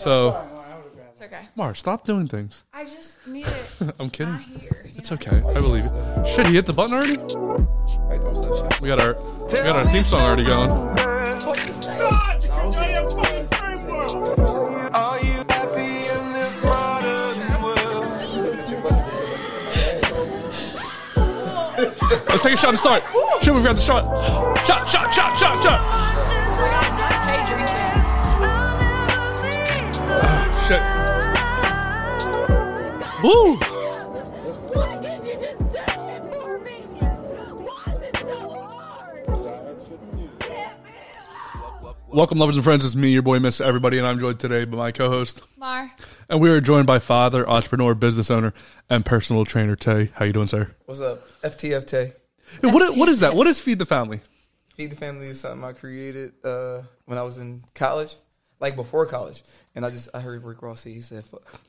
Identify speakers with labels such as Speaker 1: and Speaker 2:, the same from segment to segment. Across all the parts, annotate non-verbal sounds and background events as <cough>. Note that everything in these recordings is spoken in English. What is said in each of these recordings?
Speaker 1: So,
Speaker 2: It's okay.
Speaker 1: Mark, stop doing things.
Speaker 2: I just need
Speaker 3: <laughs>
Speaker 2: it.
Speaker 1: I'm
Speaker 2: not
Speaker 1: kidding.
Speaker 2: here. you
Speaker 1: It's
Speaker 2: know?
Speaker 1: okay. I believe it. Shit, he hit the button already.
Speaker 3: Wait, that was that shit.
Speaker 1: We got our we got our theme song already going.
Speaker 2: What you say?
Speaker 4: Are you happy in this modern world?
Speaker 1: Let's take a shot to start. Shit, we forgot the shot. Shot, shot, shot, shot, shot. Shit. Woo! Welcome, lovers and friends. It's me, your boy, Miss Everybody, and I'm joined today by my co-host,
Speaker 2: Mar.
Speaker 1: and we are joined by father, entrepreneur, business owner, and personal trainer Tay. How you doing, sir?
Speaker 3: What's up? FTFT.
Speaker 1: Hey, what what is that? What is feed the family?
Speaker 3: Feed the Family is something I created uh, when I was in college, like before college. And I just, I heard Rick Ross say, he said, fuck.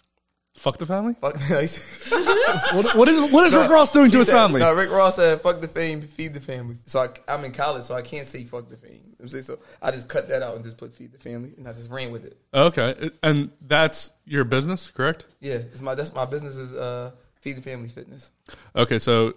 Speaker 1: Fuck the family.
Speaker 3: fuck <laughs> he said-
Speaker 1: What, what is what is
Speaker 3: <laughs>
Speaker 1: Rick Ross doing to
Speaker 3: he
Speaker 1: his
Speaker 3: said-
Speaker 1: family?
Speaker 3: No, Rick Ross said, fuck the fame, feed the family. So I, I'm in college, so I can't say fuck the fame. I'm saying, So I just cut that out and just put feed the family, and I just ran with it.
Speaker 1: Okay, and that's your business, correct?
Speaker 3: Yeah, it's my, that's my business is uh, Feed the Family Fitness.
Speaker 1: Okay, so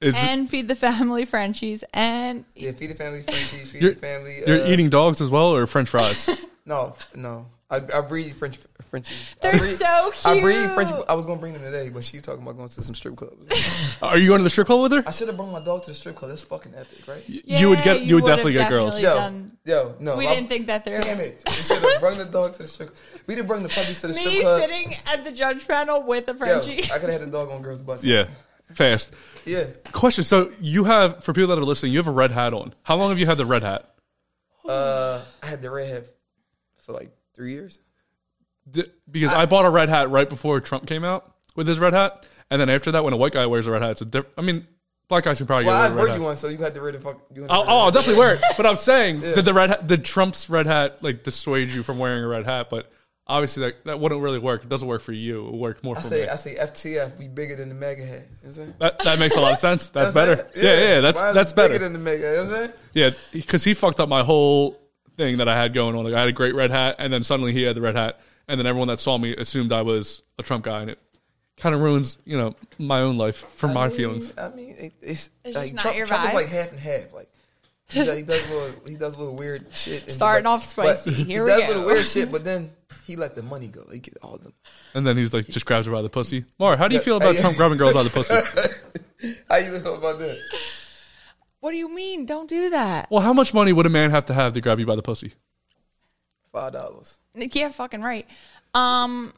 Speaker 1: is
Speaker 2: And feed the family Frenchies. And
Speaker 3: Yeah, Feed the Family Frenchies, Feed
Speaker 1: You're-
Speaker 3: the Family.
Speaker 1: you're
Speaker 3: uh,
Speaker 1: eating dogs as well or French fries?
Speaker 3: No, no. I, I breed French. French.
Speaker 2: They're
Speaker 3: I breed,
Speaker 2: so
Speaker 3: I breed
Speaker 2: cute.
Speaker 3: French. I was gonna bring them today, but she's talking about going to some strip clubs.
Speaker 1: Are you going to the strip club with her?
Speaker 3: I should have brought my dog to the strip club. That's fucking epic, right?
Speaker 1: you would
Speaker 2: Yeah,
Speaker 1: get you,
Speaker 2: you
Speaker 1: would
Speaker 2: would've
Speaker 1: definitely get girls.
Speaker 2: definitely-
Speaker 3: Yo,
Speaker 2: done.
Speaker 3: yo, no.
Speaker 2: we
Speaker 3: I-
Speaker 2: didn't think that through.
Speaker 3: Damn it! We should have brought the dog to the strip. We didn't bring the puppies to the strip
Speaker 2: Me
Speaker 3: club.
Speaker 2: sitting at the judge panel with a
Speaker 3: yo,
Speaker 2: Frenchie.
Speaker 3: I could have had the dog on girls' bus.
Speaker 1: Yeah, fast
Speaker 3: yeah.
Speaker 1: question. So you have for people that are listening, you have a red hat on. How long have you had the red hat?
Speaker 3: Uh, I had the red hat for like three years.
Speaker 1: D- Because I, bought a red hat right before Trump came out with his red hat, and then after that, when a white guy wears a red hat, it's a different. I mean, black guys should probably
Speaker 3: Well, I
Speaker 1: get rid of
Speaker 3: bought
Speaker 1: red
Speaker 3: you
Speaker 1: hat.
Speaker 3: one, so you had to rid of fuck. You had to
Speaker 1: I'll,
Speaker 3: rid
Speaker 1: oh, I'll
Speaker 3: of-
Speaker 1: definitely
Speaker 3: <laughs>
Speaker 1: wear it. But I'm saying did the red hat, did Trump's red hat like dissuade you from wearing a red hat? But obviously that that wouldn't really work. It doesn't work for you. It worked more
Speaker 3: I
Speaker 1: for
Speaker 3: say,
Speaker 1: me.
Speaker 3: I say, FTF, we bigger than the mega hat. You know what I'm saying?
Speaker 1: that, that makes a
Speaker 3: <laughs>
Speaker 1: lot of sense. That's,
Speaker 3: That's
Speaker 1: better.
Speaker 3: it.
Speaker 1: Yeah, yeah, that's
Speaker 3: Mine's
Speaker 1: that's
Speaker 3: bigger
Speaker 1: better.
Speaker 3: than the mega. You know what I'm saying?
Speaker 1: Yeah, because he fucked up my whole thing that I had going on. Like I had a great red hat, and then suddenly he had the red hat, and then everyone that saw me assumed I was a Trump guy, and it kind of ruins you know my own life for my feelings.
Speaker 3: I mean, it, it's,
Speaker 2: It's
Speaker 3: like,
Speaker 2: just not
Speaker 3: Trump,
Speaker 2: your
Speaker 3: Trump is
Speaker 2: vibe.
Speaker 3: like half and half. Like he does, he does little, he does little weird shit. and
Speaker 2: Starting
Speaker 3: like-
Speaker 2: off spicy.
Speaker 3: but
Speaker 2: Here
Speaker 3: he
Speaker 2: we
Speaker 3: does
Speaker 2: go.
Speaker 3: little weird shit, but then he let the money go. He get all the.
Speaker 1: And then he's like, just grabs her by the pussy. Mar, how do you feel
Speaker 3: Yeah,
Speaker 1: about
Speaker 3: yeah.
Speaker 1: Trump grabbing girls by the
Speaker 3: <laughs>
Speaker 1: pussy?
Speaker 3: How you feel about that?
Speaker 2: <laughs> what do you mean? Don't do that.
Speaker 1: Well, how much money would a man have to have to grab you by the pussy?
Speaker 3: Five dollars.
Speaker 2: Yeah, fucking right. Um,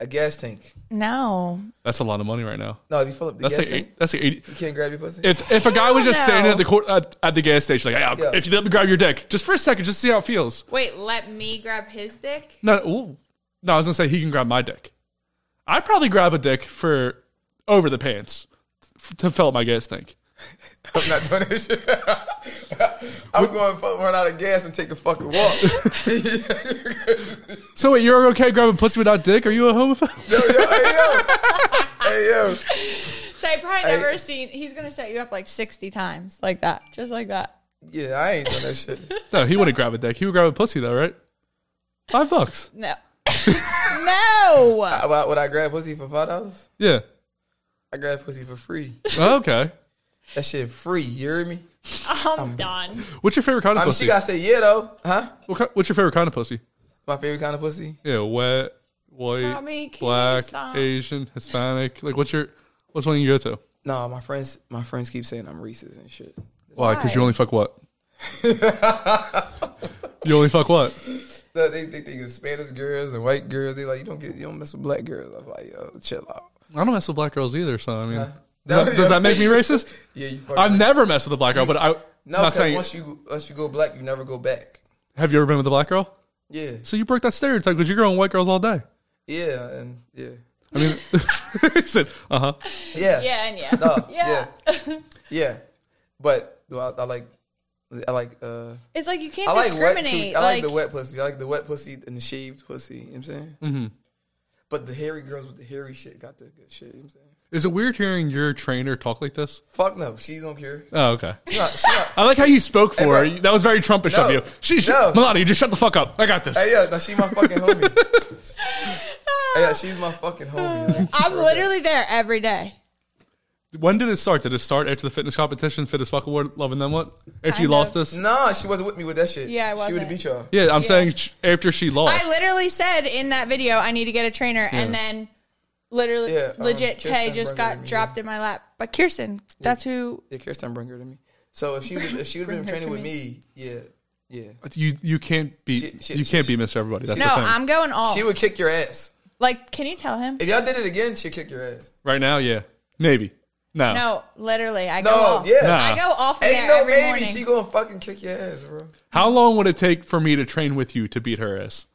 Speaker 3: A gas tank.
Speaker 2: no.
Speaker 1: That's a lot of money right now.
Speaker 3: No, if you fill up the
Speaker 1: That's
Speaker 3: gas
Speaker 1: like
Speaker 3: tank,
Speaker 1: eight, that's like eighty.
Speaker 3: you can't grab your pussy.
Speaker 1: If, if a guy was just
Speaker 2: Hell no.
Speaker 1: standing at the court, at, at the gas station, like, hey, I'll-
Speaker 3: Yeah.
Speaker 1: if you let me grab your dick, just for a second, just see how it feels.
Speaker 2: Wait, let me grab his dick.
Speaker 1: No, ooh. no, I was gonna say he can grab my dick. I probably grab a dick for over the pants f- to fill up my gas tank.
Speaker 3: I'm not doing that shit. <laughs> I'm going to run out of gas and take a
Speaker 2: <laughs>
Speaker 3: fucking walk.
Speaker 1: So wait, you're okay grabbing pussy without dick? Are you a homophobe? <laughs>
Speaker 3: yo, yo, hey yo, hey yo.
Speaker 2: So I probably
Speaker 3: I-
Speaker 2: never seen. He's gonna set you up like sixty times, like that, just like that.
Speaker 3: Yeah, I ain't doing that shit.
Speaker 1: no, he wouldn't grab a dick. He would grab a pussy though, right? Five bucks.
Speaker 2: No, <laughs> no.
Speaker 3: How about would I grab pussy for five dollars?
Speaker 1: Yeah.
Speaker 3: I grab pussy for free.
Speaker 1: Oh, okay.
Speaker 3: That shit free. You hear me? Um,
Speaker 2: I'm done.
Speaker 1: What's your favorite kind of
Speaker 3: I mean,
Speaker 1: pussy?
Speaker 3: she gotta say yeah though, huh?
Speaker 1: What ki- what's your favorite kind of pussy?
Speaker 3: My favorite kind of pussy.
Speaker 1: Yeah, wet, white,
Speaker 2: Mommy, can you
Speaker 1: black,
Speaker 2: stop?
Speaker 1: Asian, Hispanic. Like, what's your what's one you go to?
Speaker 3: No, my friends, my friends keep saying I'm Reese's and shit.
Speaker 1: Why? Because you only fuck what? <laughs> you only fuck what?
Speaker 3: No, they, they think it's Spanish girls and white girls. They like you don't get you don't mess with black girls. I'm like yo, chill out.
Speaker 1: I don't mess with black girls either, so I mean,
Speaker 3: That-
Speaker 1: does, does that make me <laughs> racist?
Speaker 3: Yeah, you fucking.
Speaker 1: I've never messed with a black girl, but I, am
Speaker 3: no,
Speaker 1: not
Speaker 3: because
Speaker 1: saying.
Speaker 3: once you once you go black, you never go back.
Speaker 1: have you ever been with a black girl?
Speaker 3: Yeah,
Speaker 1: So you broke that stereotype because you're going white girls all day.
Speaker 3: yeah, and yeah,
Speaker 1: I mean, <laughs> he said, uh huh.
Speaker 3: yeah,
Speaker 2: Yeah, and yeah.
Speaker 3: No,
Speaker 2: Yeah.
Speaker 3: yeah, <laughs> yeah. But do I, I like, I like. uh
Speaker 2: It's like you can't
Speaker 3: I like wet pussy.
Speaker 2: discriminate.
Speaker 3: I like,
Speaker 2: like,
Speaker 3: the wet pussy. I like the wet pussy and the shaved pussy. You know what I'm saying? Mm-hmm. But the hairy girls with the hairy shit got the good shit. You know what I'm saying?
Speaker 1: Is it weird hearing your trainer talk like this?
Speaker 3: Fuck no, she's don't care.
Speaker 1: Oh, okay.
Speaker 3: She not, she not,
Speaker 1: I like how you spoke for her.
Speaker 3: bro.
Speaker 1: That was very Trumpish
Speaker 3: No.
Speaker 1: of you. She, she
Speaker 3: No.
Speaker 1: Melania, just shut the fuck up. I got this.
Speaker 3: hey, yeah, no, she my fucking homie.
Speaker 2: <laughs>
Speaker 3: hey, yeah, she's my fucking homie. Like,
Speaker 2: I'm literally there every day.
Speaker 1: When did it start? Did it start after the fitness competition, fit as fuck award, loving them what? After you
Speaker 2: Kind
Speaker 1: lost
Speaker 2: of. Mm.
Speaker 1: this?
Speaker 3: nah, she wasn't with me with that shit.
Speaker 2: Yeah, I
Speaker 3: She would
Speaker 2: wasn't.
Speaker 3: have beat y'all.
Speaker 1: Yeah, I'm saying sh- after she
Speaker 3: Oh,
Speaker 1: lost.
Speaker 2: I literally said in that video, I need to get a trainer, and then literally,
Speaker 3: Yeah, um,
Speaker 2: legit, Tay
Speaker 3: Kirsten
Speaker 2: just
Speaker 3: Brunner
Speaker 2: got
Speaker 3: and me,
Speaker 2: dropped in my lap. But Kirsten, that's who.
Speaker 3: Yeah, Kirsten bring her to me. So if she would've- if she would have been
Speaker 2: Bring her
Speaker 3: training
Speaker 2: to
Speaker 3: with me, yeah, yeah,
Speaker 1: you you can't be
Speaker 3: She- she-
Speaker 1: you can't
Speaker 3: she-
Speaker 1: be Miss Everybody. That's
Speaker 2: No,
Speaker 1: the thing.
Speaker 2: I'm going off.
Speaker 3: she would kick your ass.
Speaker 2: like, can you tell him?
Speaker 3: If y'all did it again, she'd kick your ass.
Speaker 1: right now, yeah, maybe. No,
Speaker 2: No, literally, I go
Speaker 3: No,
Speaker 2: off.
Speaker 3: yeah. Nah.
Speaker 2: I go off there
Speaker 3: Ain't no
Speaker 2: every
Speaker 3: baby,
Speaker 2: morning.
Speaker 3: she gonna fucking kick your ass, bro.
Speaker 1: How long would it take for me to train with you to beat her ass?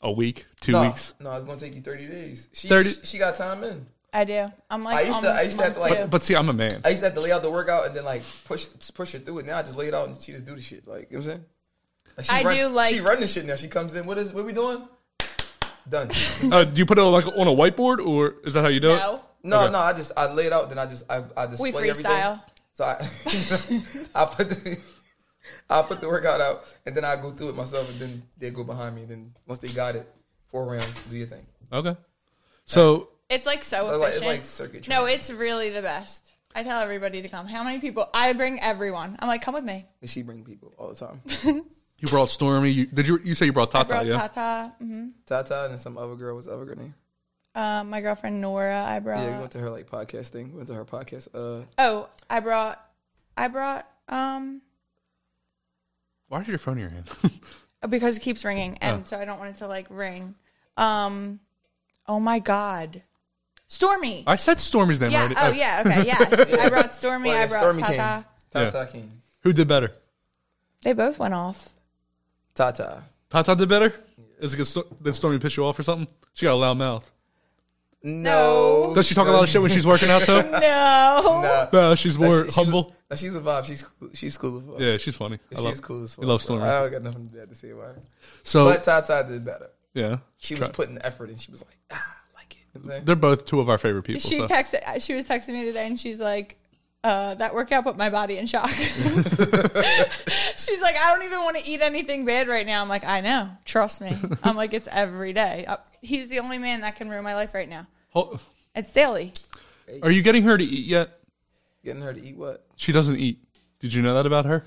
Speaker 1: A week, two
Speaker 3: No,
Speaker 1: weeks.
Speaker 3: no, it's gonna take you thirty days. She,
Speaker 1: 30
Speaker 3: she, she got time in.
Speaker 2: I do. I'm like,
Speaker 3: I used to-
Speaker 2: on
Speaker 3: I used to have to,
Speaker 2: month
Speaker 3: like-
Speaker 2: two.
Speaker 1: But see, I'm a man.
Speaker 3: I used to have to lay out the workout and then like push push it through it. Now I just lay it out and she just do the shit. Like you know what I'm saying, Like, she
Speaker 2: I
Speaker 3: run-
Speaker 2: do, like-
Speaker 3: she run the shit now. She comes in. What is what we doing?
Speaker 1: <laughs>
Speaker 3: Done.
Speaker 1: Uh, do you put it like on a whiteboard, or is that how you do it?
Speaker 2: No.
Speaker 3: No,
Speaker 1: Okay.
Speaker 3: no. I just I lay it out. Then I just I I display
Speaker 2: We
Speaker 3: everything.
Speaker 2: freestyle.
Speaker 3: So I <laughs> I put the <laughs> I put the workout out and then I go through it myself and then they go behind me and then once they got it, four rounds, do your thing.
Speaker 1: Okay. So
Speaker 2: It's like so,
Speaker 3: So, like, it's
Speaker 2: efficient.
Speaker 3: like circuit
Speaker 2: no,
Speaker 3: training.
Speaker 2: it's really the best. I tell everybody to come. How many people? I bring everyone. I'm like, come with me.
Speaker 3: And she bring people all
Speaker 2: <laughs>
Speaker 3: the time.
Speaker 1: you brought Stormy. You, did you? You say you brought Tata?
Speaker 2: Bro,
Speaker 1: yeah.
Speaker 2: Tata, mhm.
Speaker 3: Tata and then some other girl. What's the other girl name?
Speaker 2: Uh, my girlfriend Nora. I brought.
Speaker 3: Yeah, we went to her like podcast thing. We went to her podcast. Uh,
Speaker 2: oh, Uh, I brought. I brought. Um,
Speaker 1: Why is your phone in your hand? <laughs>
Speaker 2: because it keeps ringing, and
Speaker 1: Oh.
Speaker 2: so I don't want it to like ring. Um, oh my God, Stormy.
Speaker 1: I said Stormy's name
Speaker 2: yeah.
Speaker 1: already. Uh,
Speaker 2: Oh yeah. Okay. Yes. I brought Stormy.
Speaker 3: well,
Speaker 2: I
Speaker 3: <laughs> oh, yeah,
Speaker 2: brought
Speaker 3: Stormy
Speaker 2: Tata.
Speaker 3: King. Tata King.
Speaker 1: Who did better?
Speaker 2: They both went off.
Speaker 3: Tata.
Speaker 1: Tata did better. Is it 'cause Sto- did Stormy piss you off or something? She got a loud mouth.
Speaker 3: No.
Speaker 1: Does she talk a lot of shit when she's working out though?
Speaker 3: <laughs>
Speaker 2: No.
Speaker 3: Nah.
Speaker 1: No, she's more
Speaker 3: She- she's-
Speaker 1: humble.
Speaker 3: nah, she's a vibe. She's cool- she's cool as fuck.
Speaker 1: yeah, she's funny. I
Speaker 3: she's
Speaker 1: love,
Speaker 3: cool as fuck.
Speaker 1: You love
Speaker 3: bro.
Speaker 1: Stormy.
Speaker 3: I don't got nothing bad to say about her.
Speaker 1: so
Speaker 3: But Tata did better.
Speaker 1: yeah,
Speaker 3: She was
Speaker 1: Try-
Speaker 3: putting the effort in. She was like, ah, I like it. You know what I'm saying?
Speaker 1: they're both two of our favorite people.
Speaker 2: She
Speaker 1: so.
Speaker 2: texted. She was texting me today, and she's like, uh, "That workout put my body in
Speaker 3: <laughs>
Speaker 2: shock." she's like, "I don't even want to eat anything bad right now." I'm like, "I know. Trust me." I'm like, "It's every day." Uh, He's the only man that can ruin my life right now.
Speaker 1: Hol-
Speaker 2: It's daily.
Speaker 1: Are you getting her to eat yet?
Speaker 3: Getting her to eat what?
Speaker 1: She doesn't eat. Did you know that about her?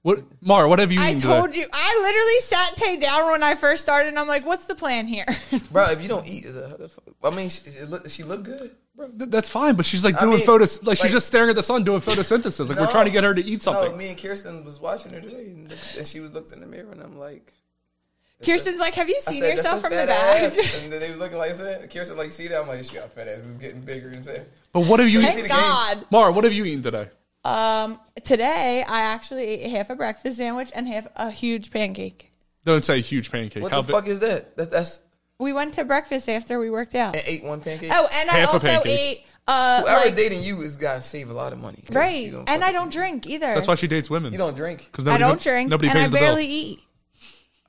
Speaker 1: What, Mar? What have you
Speaker 2: I
Speaker 1: eaten
Speaker 2: told
Speaker 1: today?
Speaker 2: you. I literally sat Tay down when I first started, and I'm like, "What's the plan here?" <laughs>
Speaker 3: Bro, if you don't eat, is that, how the fuck? I mean, she, it look, she look good. Bro.
Speaker 1: Th- That's fine, but she's like
Speaker 3: I
Speaker 1: doing
Speaker 3: mean,
Speaker 1: photos. Like, she's
Speaker 3: like-
Speaker 1: just staring at the sun doing photosynthesis. Like we're
Speaker 3: No.
Speaker 1: trying to get her to eat
Speaker 3: No,
Speaker 1: something.
Speaker 3: me and Kirsten was watching her today, and, looked- and she was looking in the mirror, and I'm like,
Speaker 2: Kirsten's like, "Have you
Speaker 3: I
Speaker 2: seen
Speaker 3: said, "That's
Speaker 2: yourself
Speaker 3: a
Speaker 2: from the
Speaker 3: fat <laughs>
Speaker 2: back?"
Speaker 3: ass." And then they was looking like, I said, Kirsten, like, see that? I'm like, she got fat ass. It's getting bigger. You know what I'm saying?
Speaker 1: but what have you?
Speaker 3: Hey.
Speaker 1: eaten?
Speaker 3: the
Speaker 2: Thank
Speaker 3: gains.
Speaker 2: God.
Speaker 1: Mar, what have you eaten today?
Speaker 2: Um, today I actually ate half a breakfast sandwich and half a huge pancake.
Speaker 1: Don't say huge pancake.
Speaker 3: What
Speaker 1: How
Speaker 3: the
Speaker 1: big-
Speaker 3: fuck is that? That's, that's
Speaker 2: We went to breakfast after we worked out.
Speaker 3: an eight one pancake.
Speaker 2: Oh, and I
Speaker 1: Eh, Half a
Speaker 2: also
Speaker 1: pancake.
Speaker 2: ate uh
Speaker 3: Whoever
Speaker 2: like,
Speaker 3: dating you is got to save a lot of money. 'cause you
Speaker 2: right, and I
Speaker 3: fucking-
Speaker 2: don't drink either.
Speaker 1: That's why she dates women.
Speaker 3: You don't drink.
Speaker 2: I don't drink,
Speaker 1: Nobody
Speaker 2: and
Speaker 1: pays
Speaker 2: I
Speaker 1: the
Speaker 2: barely
Speaker 1: bill.
Speaker 2: eat.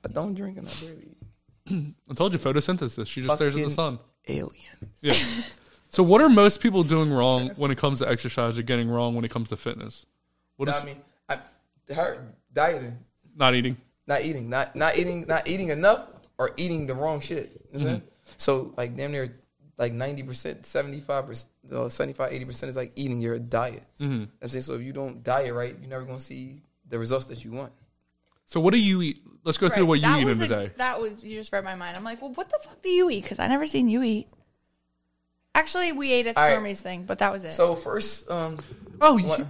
Speaker 3: I don't drink, and I barely eat.
Speaker 1: I told you photosynthesis. She just stares at the sun.
Speaker 3: Fucking Alien.
Speaker 1: Yeah. <laughs> so what are most people doing wrong when it comes to exercise or getting wrong when it comes to fitness? What is
Speaker 3: I mean, I, her dieting,
Speaker 1: not eating?
Speaker 3: not eating, not not eating, not eating enough, or eating the wrong shit.
Speaker 1: Mm-hmm.
Speaker 3: You know what I'm saying? So like damn near like ninety percent, seventy five percent, 75, 80 percent is like eating your diet.
Speaker 1: Mm-hmm.
Speaker 3: You know what I'm saying so if you don't diet right, you're never gonna see the results that you want.
Speaker 1: So what do you eat? Let's go through
Speaker 2: Right,
Speaker 1: what you
Speaker 2: that
Speaker 1: eat in
Speaker 2: was
Speaker 1: a
Speaker 2: a-
Speaker 1: day.
Speaker 2: That was you just read my mind. I'm like, well, what the fuck do you eat? Because I never seen you eat. Actually, we ate at
Speaker 3: All right.
Speaker 2: Stormy's thing, but that was it.
Speaker 3: So
Speaker 1: <laughs>
Speaker 3: first, um,
Speaker 1: Oh, you-
Speaker 3: what,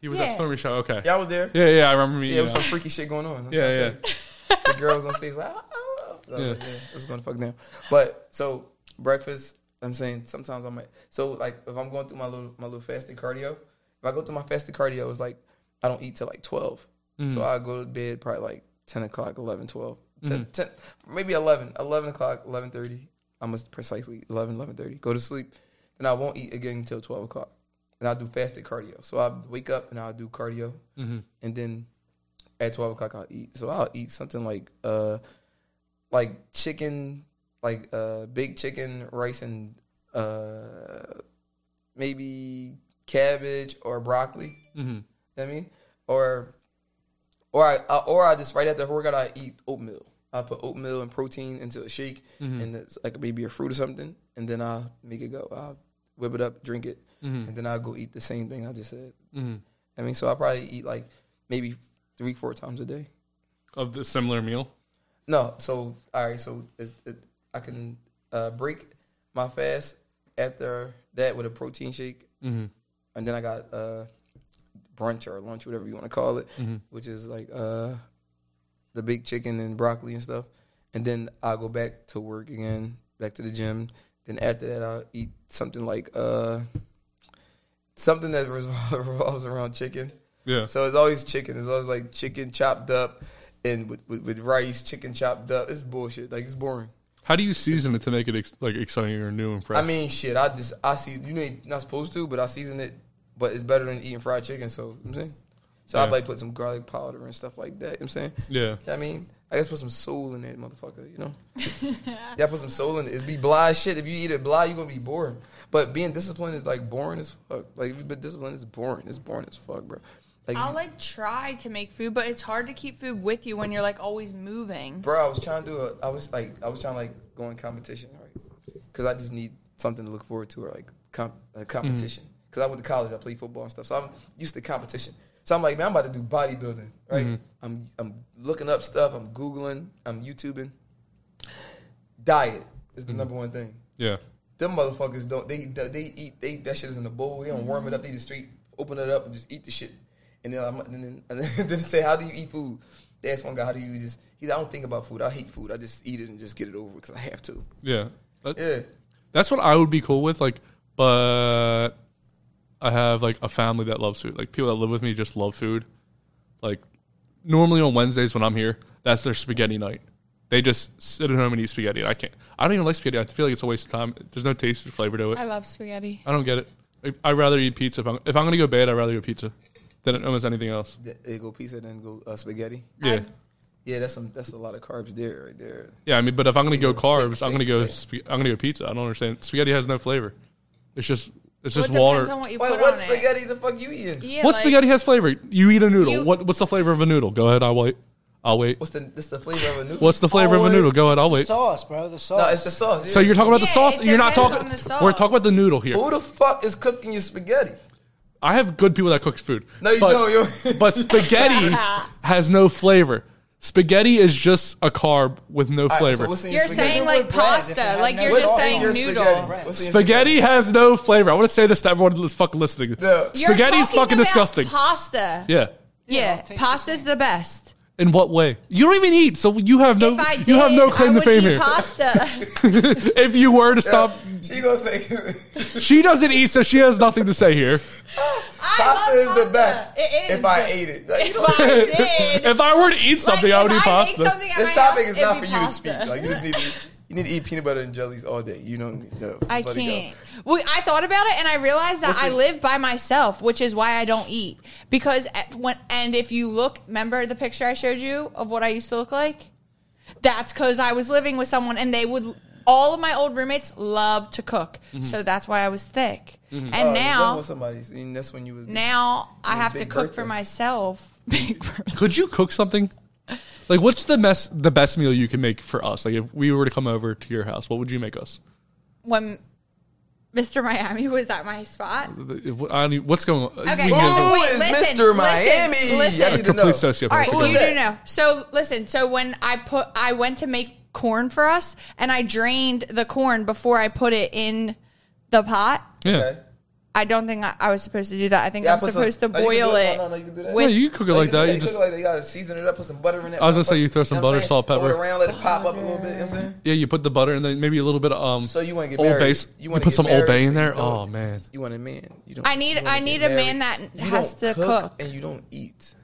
Speaker 1: he was at
Speaker 2: Yeah.
Speaker 1: Stormy Show. Okay.
Speaker 3: y'all was there.
Speaker 1: Yeah, yeah, I remember me.
Speaker 3: Yeah, it was
Speaker 1: Yeah,
Speaker 3: some freaky shit going on. I'm
Speaker 1: yeah,
Speaker 3: trying to
Speaker 1: yeah.
Speaker 3: tell you. The girls on stage like, "Ah, ah, ah." I was like, yeah. it was going to fuck down. But so breakfast, I'm saying sometimes I might. So like if I'm going through my little my little fasted cardio, if I go through my fasted cardio, it's like I don't eat till like 12. So I go to bed probably like 10 o'clock, 11, 12, 10, 10 maybe 11, 11 o'clock, 11:30. I must precisely 11, 11:30. Go to sleep, and I won't eat again until 12 o'clock. And I'll do fasted cardio. So I wake up and I'll do cardio, and then at twelve o'clock I'll eat. So I'll eat something like uh like chicken like uh, big chicken, rice, and uh, maybe cabbage or broccoli.
Speaker 1: Mhm.
Speaker 3: You know what I mean, or or I, I or I just right after workout I eat oatmeal. I put oatmeal and protein into a shake, and it's like maybe a fruit or something, and then I make it go. I whip it up, drink it, and then I go eat the same thing I just said.
Speaker 1: Mhm.
Speaker 3: I mean, so I probably eat like maybe three, four times a day.
Speaker 1: of the similar meal.
Speaker 3: No, so all right, so it's, it, I can uh, break my fast after that with a protein shake,
Speaker 1: Mm-hmm.
Speaker 3: and then I got uh, brunch or lunch, whatever you want to call it, which is like uh, the big chicken and broccoli and stuff, and then I'll go back to work again, back to the gym. Then after that, I'll eat something like uh, something that <laughs> revol- revolves around chicken.
Speaker 1: Yeah.
Speaker 3: So it's always chicken. It's always like chicken chopped up and with, with, with rice, chicken chopped up. It's bullshit. Like it's boring.
Speaker 1: How do you season it to make it ex- like exciting or new and fresh?
Speaker 3: I mean, shit. I just I see you ain't not supposed to, but I season it. But it's better than eating fried chicken. So you know what I'm saying. So I
Speaker 1: Yeah.
Speaker 3: might put some garlic powder and stuff like that. You know what I'm saying.
Speaker 1: yeah.
Speaker 3: I mean, I guess put some soul in that motherfucker. You know. yeah, put some soul in it. It's be blind shit. If you eat it blind, you're gonna be bored. But being disciplined is like boring as fuck. Like if you've been disciplined, it's boring. It's boring as fuck, bro. Like,
Speaker 2: I'll like try to make food, but it's hard to keep food with you when you're like always moving.
Speaker 3: Bro, I was trying to do a. I was like, I was trying to like go in competition, right? Because I just need something to look forward to, or like comp, uh, competition. Because I went to college, I played football and stuff, so I'm used to competition. So I'm like, man, I'm about to do bodybuilding, right? I'm I'm looking up stuff, I'm googling, I'm YouTubing. Diet is the number one thing.
Speaker 1: Yeah.
Speaker 3: Them motherfuckers don't they they eat they that shit is in a bowl. They don't warm it up. They just straight open it up and just eat the shit. And then I'm, and then, and then <laughs> they say, "How do you eat food?" They asked one guy, "How do you just?" He's, "I don't think about food. I hate food. I just eat it and just get it over because I have to."
Speaker 1: Yeah. That-
Speaker 3: Yeah,
Speaker 1: That's what I would be cool with. Like, but I have like a family that loves food. Like people that live with me just love food. Like normally on Wednesdays when I'm here, that's their spaghetti night. They just sit at home and eat spaghetti. I can't. I don't even like spaghetti. I feel like it's a waste of time. There's no taste or flavor to it.
Speaker 2: I love spaghetti.
Speaker 1: I don't get it. Like, I'd rather eat pizza. If I'm, if I'm gonna go bad, I'd rather eat pizza than almost anything else.
Speaker 3: Th- they go pizza, then go uh, spaghetti.
Speaker 1: Yeah,
Speaker 2: I'd-
Speaker 3: Yeah, that's some that's a lot of carbs there, right there.
Speaker 1: yeah. I mean, but if I'm gonna go
Speaker 3: Quick,
Speaker 1: carbs, I'm gonna
Speaker 3: quick,
Speaker 1: go.
Speaker 3: quick.
Speaker 1: Sp- I'm gonna go pizza. I don't understand. Spaghetti has no flavor. It's just. It's
Speaker 2: Well,
Speaker 1: just
Speaker 2: it depends
Speaker 1: water.
Speaker 2: on what you
Speaker 3: Wait,
Speaker 2: put
Speaker 3: what
Speaker 2: on
Speaker 3: spaghetti the fuck you eating?
Speaker 2: it. Yeah,
Speaker 1: what
Speaker 2: like,
Speaker 1: spaghetti has flavor? You eat a noodle.
Speaker 2: You-
Speaker 1: what What's the flavor of a noodle? Go ahead. I'll wait. I'll wait.
Speaker 3: What's the this the flavor of a noodle?
Speaker 1: What's the flavor of a
Speaker 5: Always-
Speaker 1: noodle? Go ahead. I'll wait.
Speaker 5: The sauce, bro. The sauce.
Speaker 3: no? It's the <laughs> sauce.
Speaker 1: So you're talking about the
Speaker 2: Yeah,
Speaker 1: sauce.
Speaker 2: it
Speaker 1: You're not
Speaker 2: depends
Speaker 1: talking.
Speaker 2: on the
Speaker 1: We're
Speaker 2: sauce.
Speaker 1: talking about the noodle here.
Speaker 3: who the fuck is cooking your spaghetti?
Speaker 1: I have good people that cook food.
Speaker 3: No, you
Speaker 1: but,
Speaker 3: don't. you-
Speaker 1: <laughs> but spaghetti
Speaker 2: <laughs>
Speaker 1: has no flavor. Spaghetti is just a carb with no
Speaker 3: All right, so
Speaker 1: flavor.
Speaker 3: what's in your
Speaker 2: You're
Speaker 3: spaghetti?
Speaker 2: saying
Speaker 5: Different
Speaker 2: like
Speaker 5: word bread,
Speaker 2: pasta,
Speaker 5: different-
Speaker 2: like you're
Speaker 5: What's
Speaker 2: just
Speaker 5: in
Speaker 2: saying
Speaker 5: your
Speaker 2: noodle.
Speaker 1: Spaghetti has no flavor. I want to say this to everyone that's fucking listening.
Speaker 3: No.
Speaker 2: You're
Speaker 1: Spaghetti's
Speaker 2: talking
Speaker 1: fucking
Speaker 2: about
Speaker 1: disgusting.
Speaker 2: Pasta.
Speaker 1: yeah.
Speaker 2: Yeah,
Speaker 5: I'll taste
Speaker 2: pasta's the best.
Speaker 1: In what way? You don't even eat, so you have no
Speaker 2: if I did,
Speaker 1: you have no claim to
Speaker 2: I would
Speaker 1: fame
Speaker 2: eat
Speaker 1: here. <laughs>
Speaker 2: Pasta.
Speaker 1: if you were to stop,
Speaker 3: She gonna say. <laughs>
Speaker 1: she doesn't eat, so she has nothing to say here.
Speaker 3: Pasta
Speaker 2: love
Speaker 3: is the
Speaker 2: pasta.
Speaker 3: best.
Speaker 2: It is.
Speaker 3: If I ate it, Like,
Speaker 2: if I
Speaker 1: <laughs>
Speaker 2: did,
Speaker 1: if I were to eat something,
Speaker 2: like,
Speaker 1: I would
Speaker 2: if
Speaker 1: eat
Speaker 2: I make
Speaker 1: pasta.
Speaker 2: something at my
Speaker 3: this
Speaker 2: house,
Speaker 3: topic is
Speaker 2: it'd
Speaker 3: not for
Speaker 2: be
Speaker 3: you to
Speaker 2: pasta.
Speaker 3: speak. Like you just need to, you need to eat peanut butter and jellies all day. You don't. No,
Speaker 2: I
Speaker 3: just let it go.
Speaker 2: can't. Well, I thought about it and I realized that
Speaker 3: What's
Speaker 2: I
Speaker 3: the-
Speaker 2: live by myself, which is why I don't eat. Because at, when and if you look, remember the picture I showed you of what I used to look like? That's because I was living with someone and they would. All of my old roommates loved to cook, so that's why I was thick. And
Speaker 3: Mm-hmm. Oh, you done
Speaker 2: now,
Speaker 3: with somebody, so you- that's when you was.
Speaker 2: now I
Speaker 3: You're
Speaker 2: have to
Speaker 3: Big
Speaker 2: cook
Speaker 3: Bertha.
Speaker 2: for myself. <laughs> Big Bertha.
Speaker 1: Could you cook something? Like, what's the mess? The best meal you can make for us? Like, if we were to come over to your house, what would you make us?
Speaker 2: when Mr. Miami was at my spot.
Speaker 1: I mean, what's going on?
Speaker 2: Okay,
Speaker 1: We
Speaker 2: so
Speaker 1: can-
Speaker 3: Who
Speaker 2: wait,
Speaker 3: is
Speaker 2: listen,
Speaker 3: Mr.
Speaker 2: listen,
Speaker 3: Miami?
Speaker 2: listen.
Speaker 3: I need to
Speaker 1: complete
Speaker 3: know.
Speaker 1: sociopath.
Speaker 2: All right,
Speaker 1: Who
Speaker 3: is
Speaker 2: you
Speaker 3: that?
Speaker 2: do know. So listen. So when I put, I went to make corn for us, and I drained the corn before I put it in the pot.
Speaker 1: yeah.
Speaker 3: Okay.
Speaker 2: I don't think I, I was supposed to do that. I think
Speaker 3: Yeah,
Speaker 2: I'm
Speaker 3: put some-
Speaker 2: supposed
Speaker 3: no,
Speaker 2: to
Speaker 3: you can do
Speaker 2: boil
Speaker 3: it.
Speaker 2: it.
Speaker 3: No, no, you can do that.
Speaker 1: yeah,
Speaker 2: with-
Speaker 1: you can cook it like
Speaker 3: No,
Speaker 1: that.
Speaker 3: you
Speaker 1: You
Speaker 3: can cook
Speaker 1: just
Speaker 3: it like that. you gotta season it up, put some butter in it.
Speaker 1: I was gonna say, you throw some
Speaker 3: You know what
Speaker 1: butter,
Speaker 3: I'm saying?
Speaker 1: salt,
Speaker 3: Throw it
Speaker 1: pepper.
Speaker 3: around, let it pop up a little bit. You know what I'm saying?
Speaker 1: yeah, you put the butter and then maybe a little bit of um
Speaker 3: So you wanna get
Speaker 1: old
Speaker 3: married.
Speaker 1: base.
Speaker 3: You
Speaker 1: You,
Speaker 3: wanna
Speaker 1: put
Speaker 3: get
Speaker 1: some old bay
Speaker 3: married,
Speaker 1: in
Speaker 3: so you
Speaker 1: there.
Speaker 3: do
Speaker 1: Oh
Speaker 3: it.
Speaker 1: man,
Speaker 3: You want a man? You don't.
Speaker 2: I need-
Speaker 3: you wanna
Speaker 2: I
Speaker 3: get
Speaker 2: need a man
Speaker 3: married.
Speaker 2: that
Speaker 3: You
Speaker 2: has
Speaker 3: don't
Speaker 2: to cook.
Speaker 3: and you don't eat,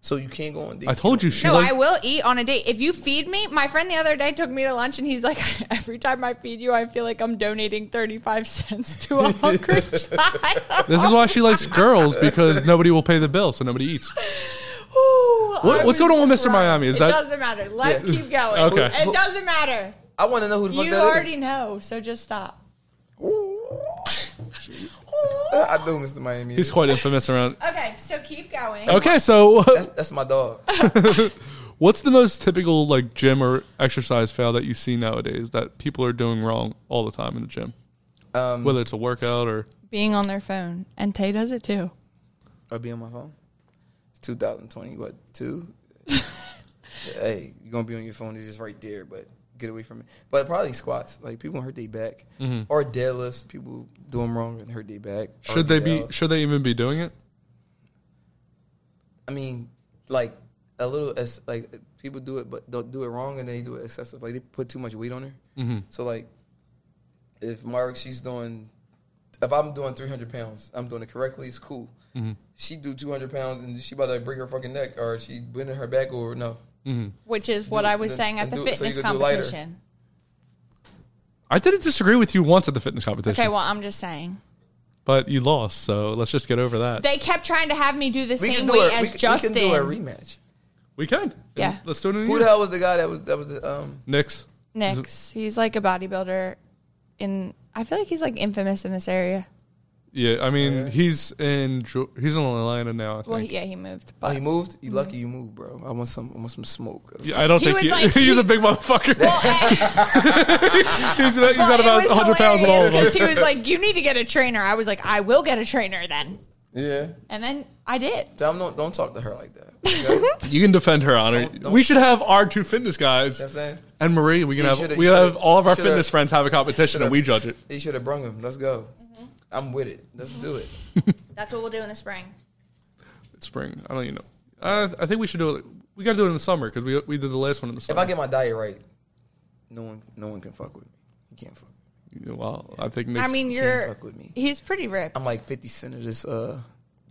Speaker 3: so you can't go on dates.
Speaker 1: I
Speaker 3: you
Speaker 1: told you
Speaker 3: don't eat.
Speaker 1: she
Speaker 2: No,
Speaker 1: like
Speaker 2: I will eat on a date. If you feed me, my friend the other day took me to lunch and he's like, <laughs> every time I feed you, I feel like I'm donating 35 cents to a
Speaker 3: <laughs>
Speaker 2: hungry child.
Speaker 1: this is why she likes girls because nobody will pay the bill, so nobody eats.
Speaker 2: Ooh, I
Speaker 1: what's
Speaker 2: was
Speaker 1: going on with Mr.
Speaker 2: crying.
Speaker 1: Miami? Is
Speaker 2: it
Speaker 1: that-
Speaker 2: doesn't matter. Let's
Speaker 3: Yeah.
Speaker 2: keep going.
Speaker 1: Okay.
Speaker 2: It doesn't matter.
Speaker 3: I want to know who the fuck
Speaker 2: You
Speaker 3: that is.
Speaker 2: already know, so just stop.
Speaker 3: <laughs> I do, Mr. Miami.
Speaker 1: He's quite infamous around.
Speaker 2: Okay, so keep going.
Speaker 1: Okay, so
Speaker 3: that's, that's my dog.
Speaker 1: what's the most typical like gym or exercise fail that you see nowadays that people are doing wrong all the time in the gym?
Speaker 3: Um,
Speaker 1: Whether it's a workout or
Speaker 2: Being on their phone, and Tay does it too.
Speaker 3: I'll be on my phone. It's 2020. What
Speaker 2: <laughs>
Speaker 3: two? hey, you're gonna be on your phone. It's just right there, but get away from it. But probably squats. Like people hurt their back
Speaker 1: Mm-hmm.
Speaker 3: or deadlifts. People do them wrong and hurt their back. uh,
Speaker 1: should they be
Speaker 3: RDLs.
Speaker 1: should they even be doing it?
Speaker 3: I mean, like a little as like people do it, but don't do it wrong, and they do it excessive. Like they put too much weight on her. Mm-hmm. So like, if Mark, she's doing, if I'm doing 300 pounds, I'm doing it correctly. It's cool. She do 200 pounds, and she about to break her fucking neck, or she bending her back, or no.
Speaker 2: Which is what
Speaker 3: Do-
Speaker 2: I was
Speaker 3: then-
Speaker 2: saying at
Speaker 3: and
Speaker 2: the
Speaker 3: do it so you
Speaker 2: fitness
Speaker 3: can do lighter.
Speaker 2: competition.
Speaker 1: I didn't disagree with you once at the fitness competition,
Speaker 2: Okay, well, I'm just saying.
Speaker 1: but you lost, so let's just get over that.
Speaker 2: They kept trying to have me do the
Speaker 3: We
Speaker 2: same
Speaker 3: can do
Speaker 2: weight
Speaker 3: a,
Speaker 2: as
Speaker 3: we, can- we
Speaker 2: Justin.
Speaker 3: can do a rematch.
Speaker 1: we can.
Speaker 2: Yeah.
Speaker 1: Let's do it in a
Speaker 3: Who
Speaker 1: year.
Speaker 3: the hell was the guy that was that was the, um?
Speaker 1: Knicks.
Speaker 2: Nick's. He's like a bodybuilder. In I feel like he's like infamous in this area.
Speaker 1: Yeah, I mean he's in Dro- he's in Atlanta now. I think.
Speaker 2: Well, he, yeah, he moved.
Speaker 3: Oh,
Speaker 2: But
Speaker 3: he moved.
Speaker 2: Mm-hmm.
Speaker 3: You lucky you moved, bro. I want some. I want some smoke.
Speaker 1: Yeah, I don't
Speaker 2: He
Speaker 1: think
Speaker 2: was
Speaker 1: he,
Speaker 2: like-
Speaker 1: <laughs> he's a big motherfucker.
Speaker 2: Well,
Speaker 1: <laughs>
Speaker 2: and-
Speaker 1: he's at, he's at
Speaker 2: Well, it
Speaker 1: about
Speaker 2: was
Speaker 1: 100 pounds on all of
Speaker 2: hilarious
Speaker 1: us.
Speaker 2: 'cause He was like, "You need to get a trainer." I was like, "I will get a trainer then,"
Speaker 3: Yeah.
Speaker 2: and then I <laughs> did.
Speaker 3: Dom, don't don't talk to her like that. okay? You know what
Speaker 1: You can defend her honor.
Speaker 3: Don't- don't-
Speaker 1: We should have our two fitness guys
Speaker 3: I'm saying?
Speaker 1: and Marie. We can
Speaker 3: You
Speaker 1: have
Speaker 3: should've-
Speaker 1: we
Speaker 3: you
Speaker 1: have
Speaker 3: should've-
Speaker 1: all of our
Speaker 3: should've-
Speaker 1: fitness friends have a competition and
Speaker 3: should've-
Speaker 1: we judge it.
Speaker 3: He should have brung him. Let's go. I'm with it. Let's do it.
Speaker 2: That's what we'll do in the spring.
Speaker 1: It's spring. I don't even know. Uh, I think we should do it. We got to do it in the summer because we we did the last one in the
Speaker 3: If
Speaker 1: summer.
Speaker 3: I get my diet right, no one, no one can fuck with me. You can't fuck.
Speaker 1: well, I think Nick's,
Speaker 2: I mean,
Speaker 3: You
Speaker 2: you're.
Speaker 3: can't fuck with me.
Speaker 2: He's pretty ripped.
Speaker 3: I'm like 50 cent of this uh,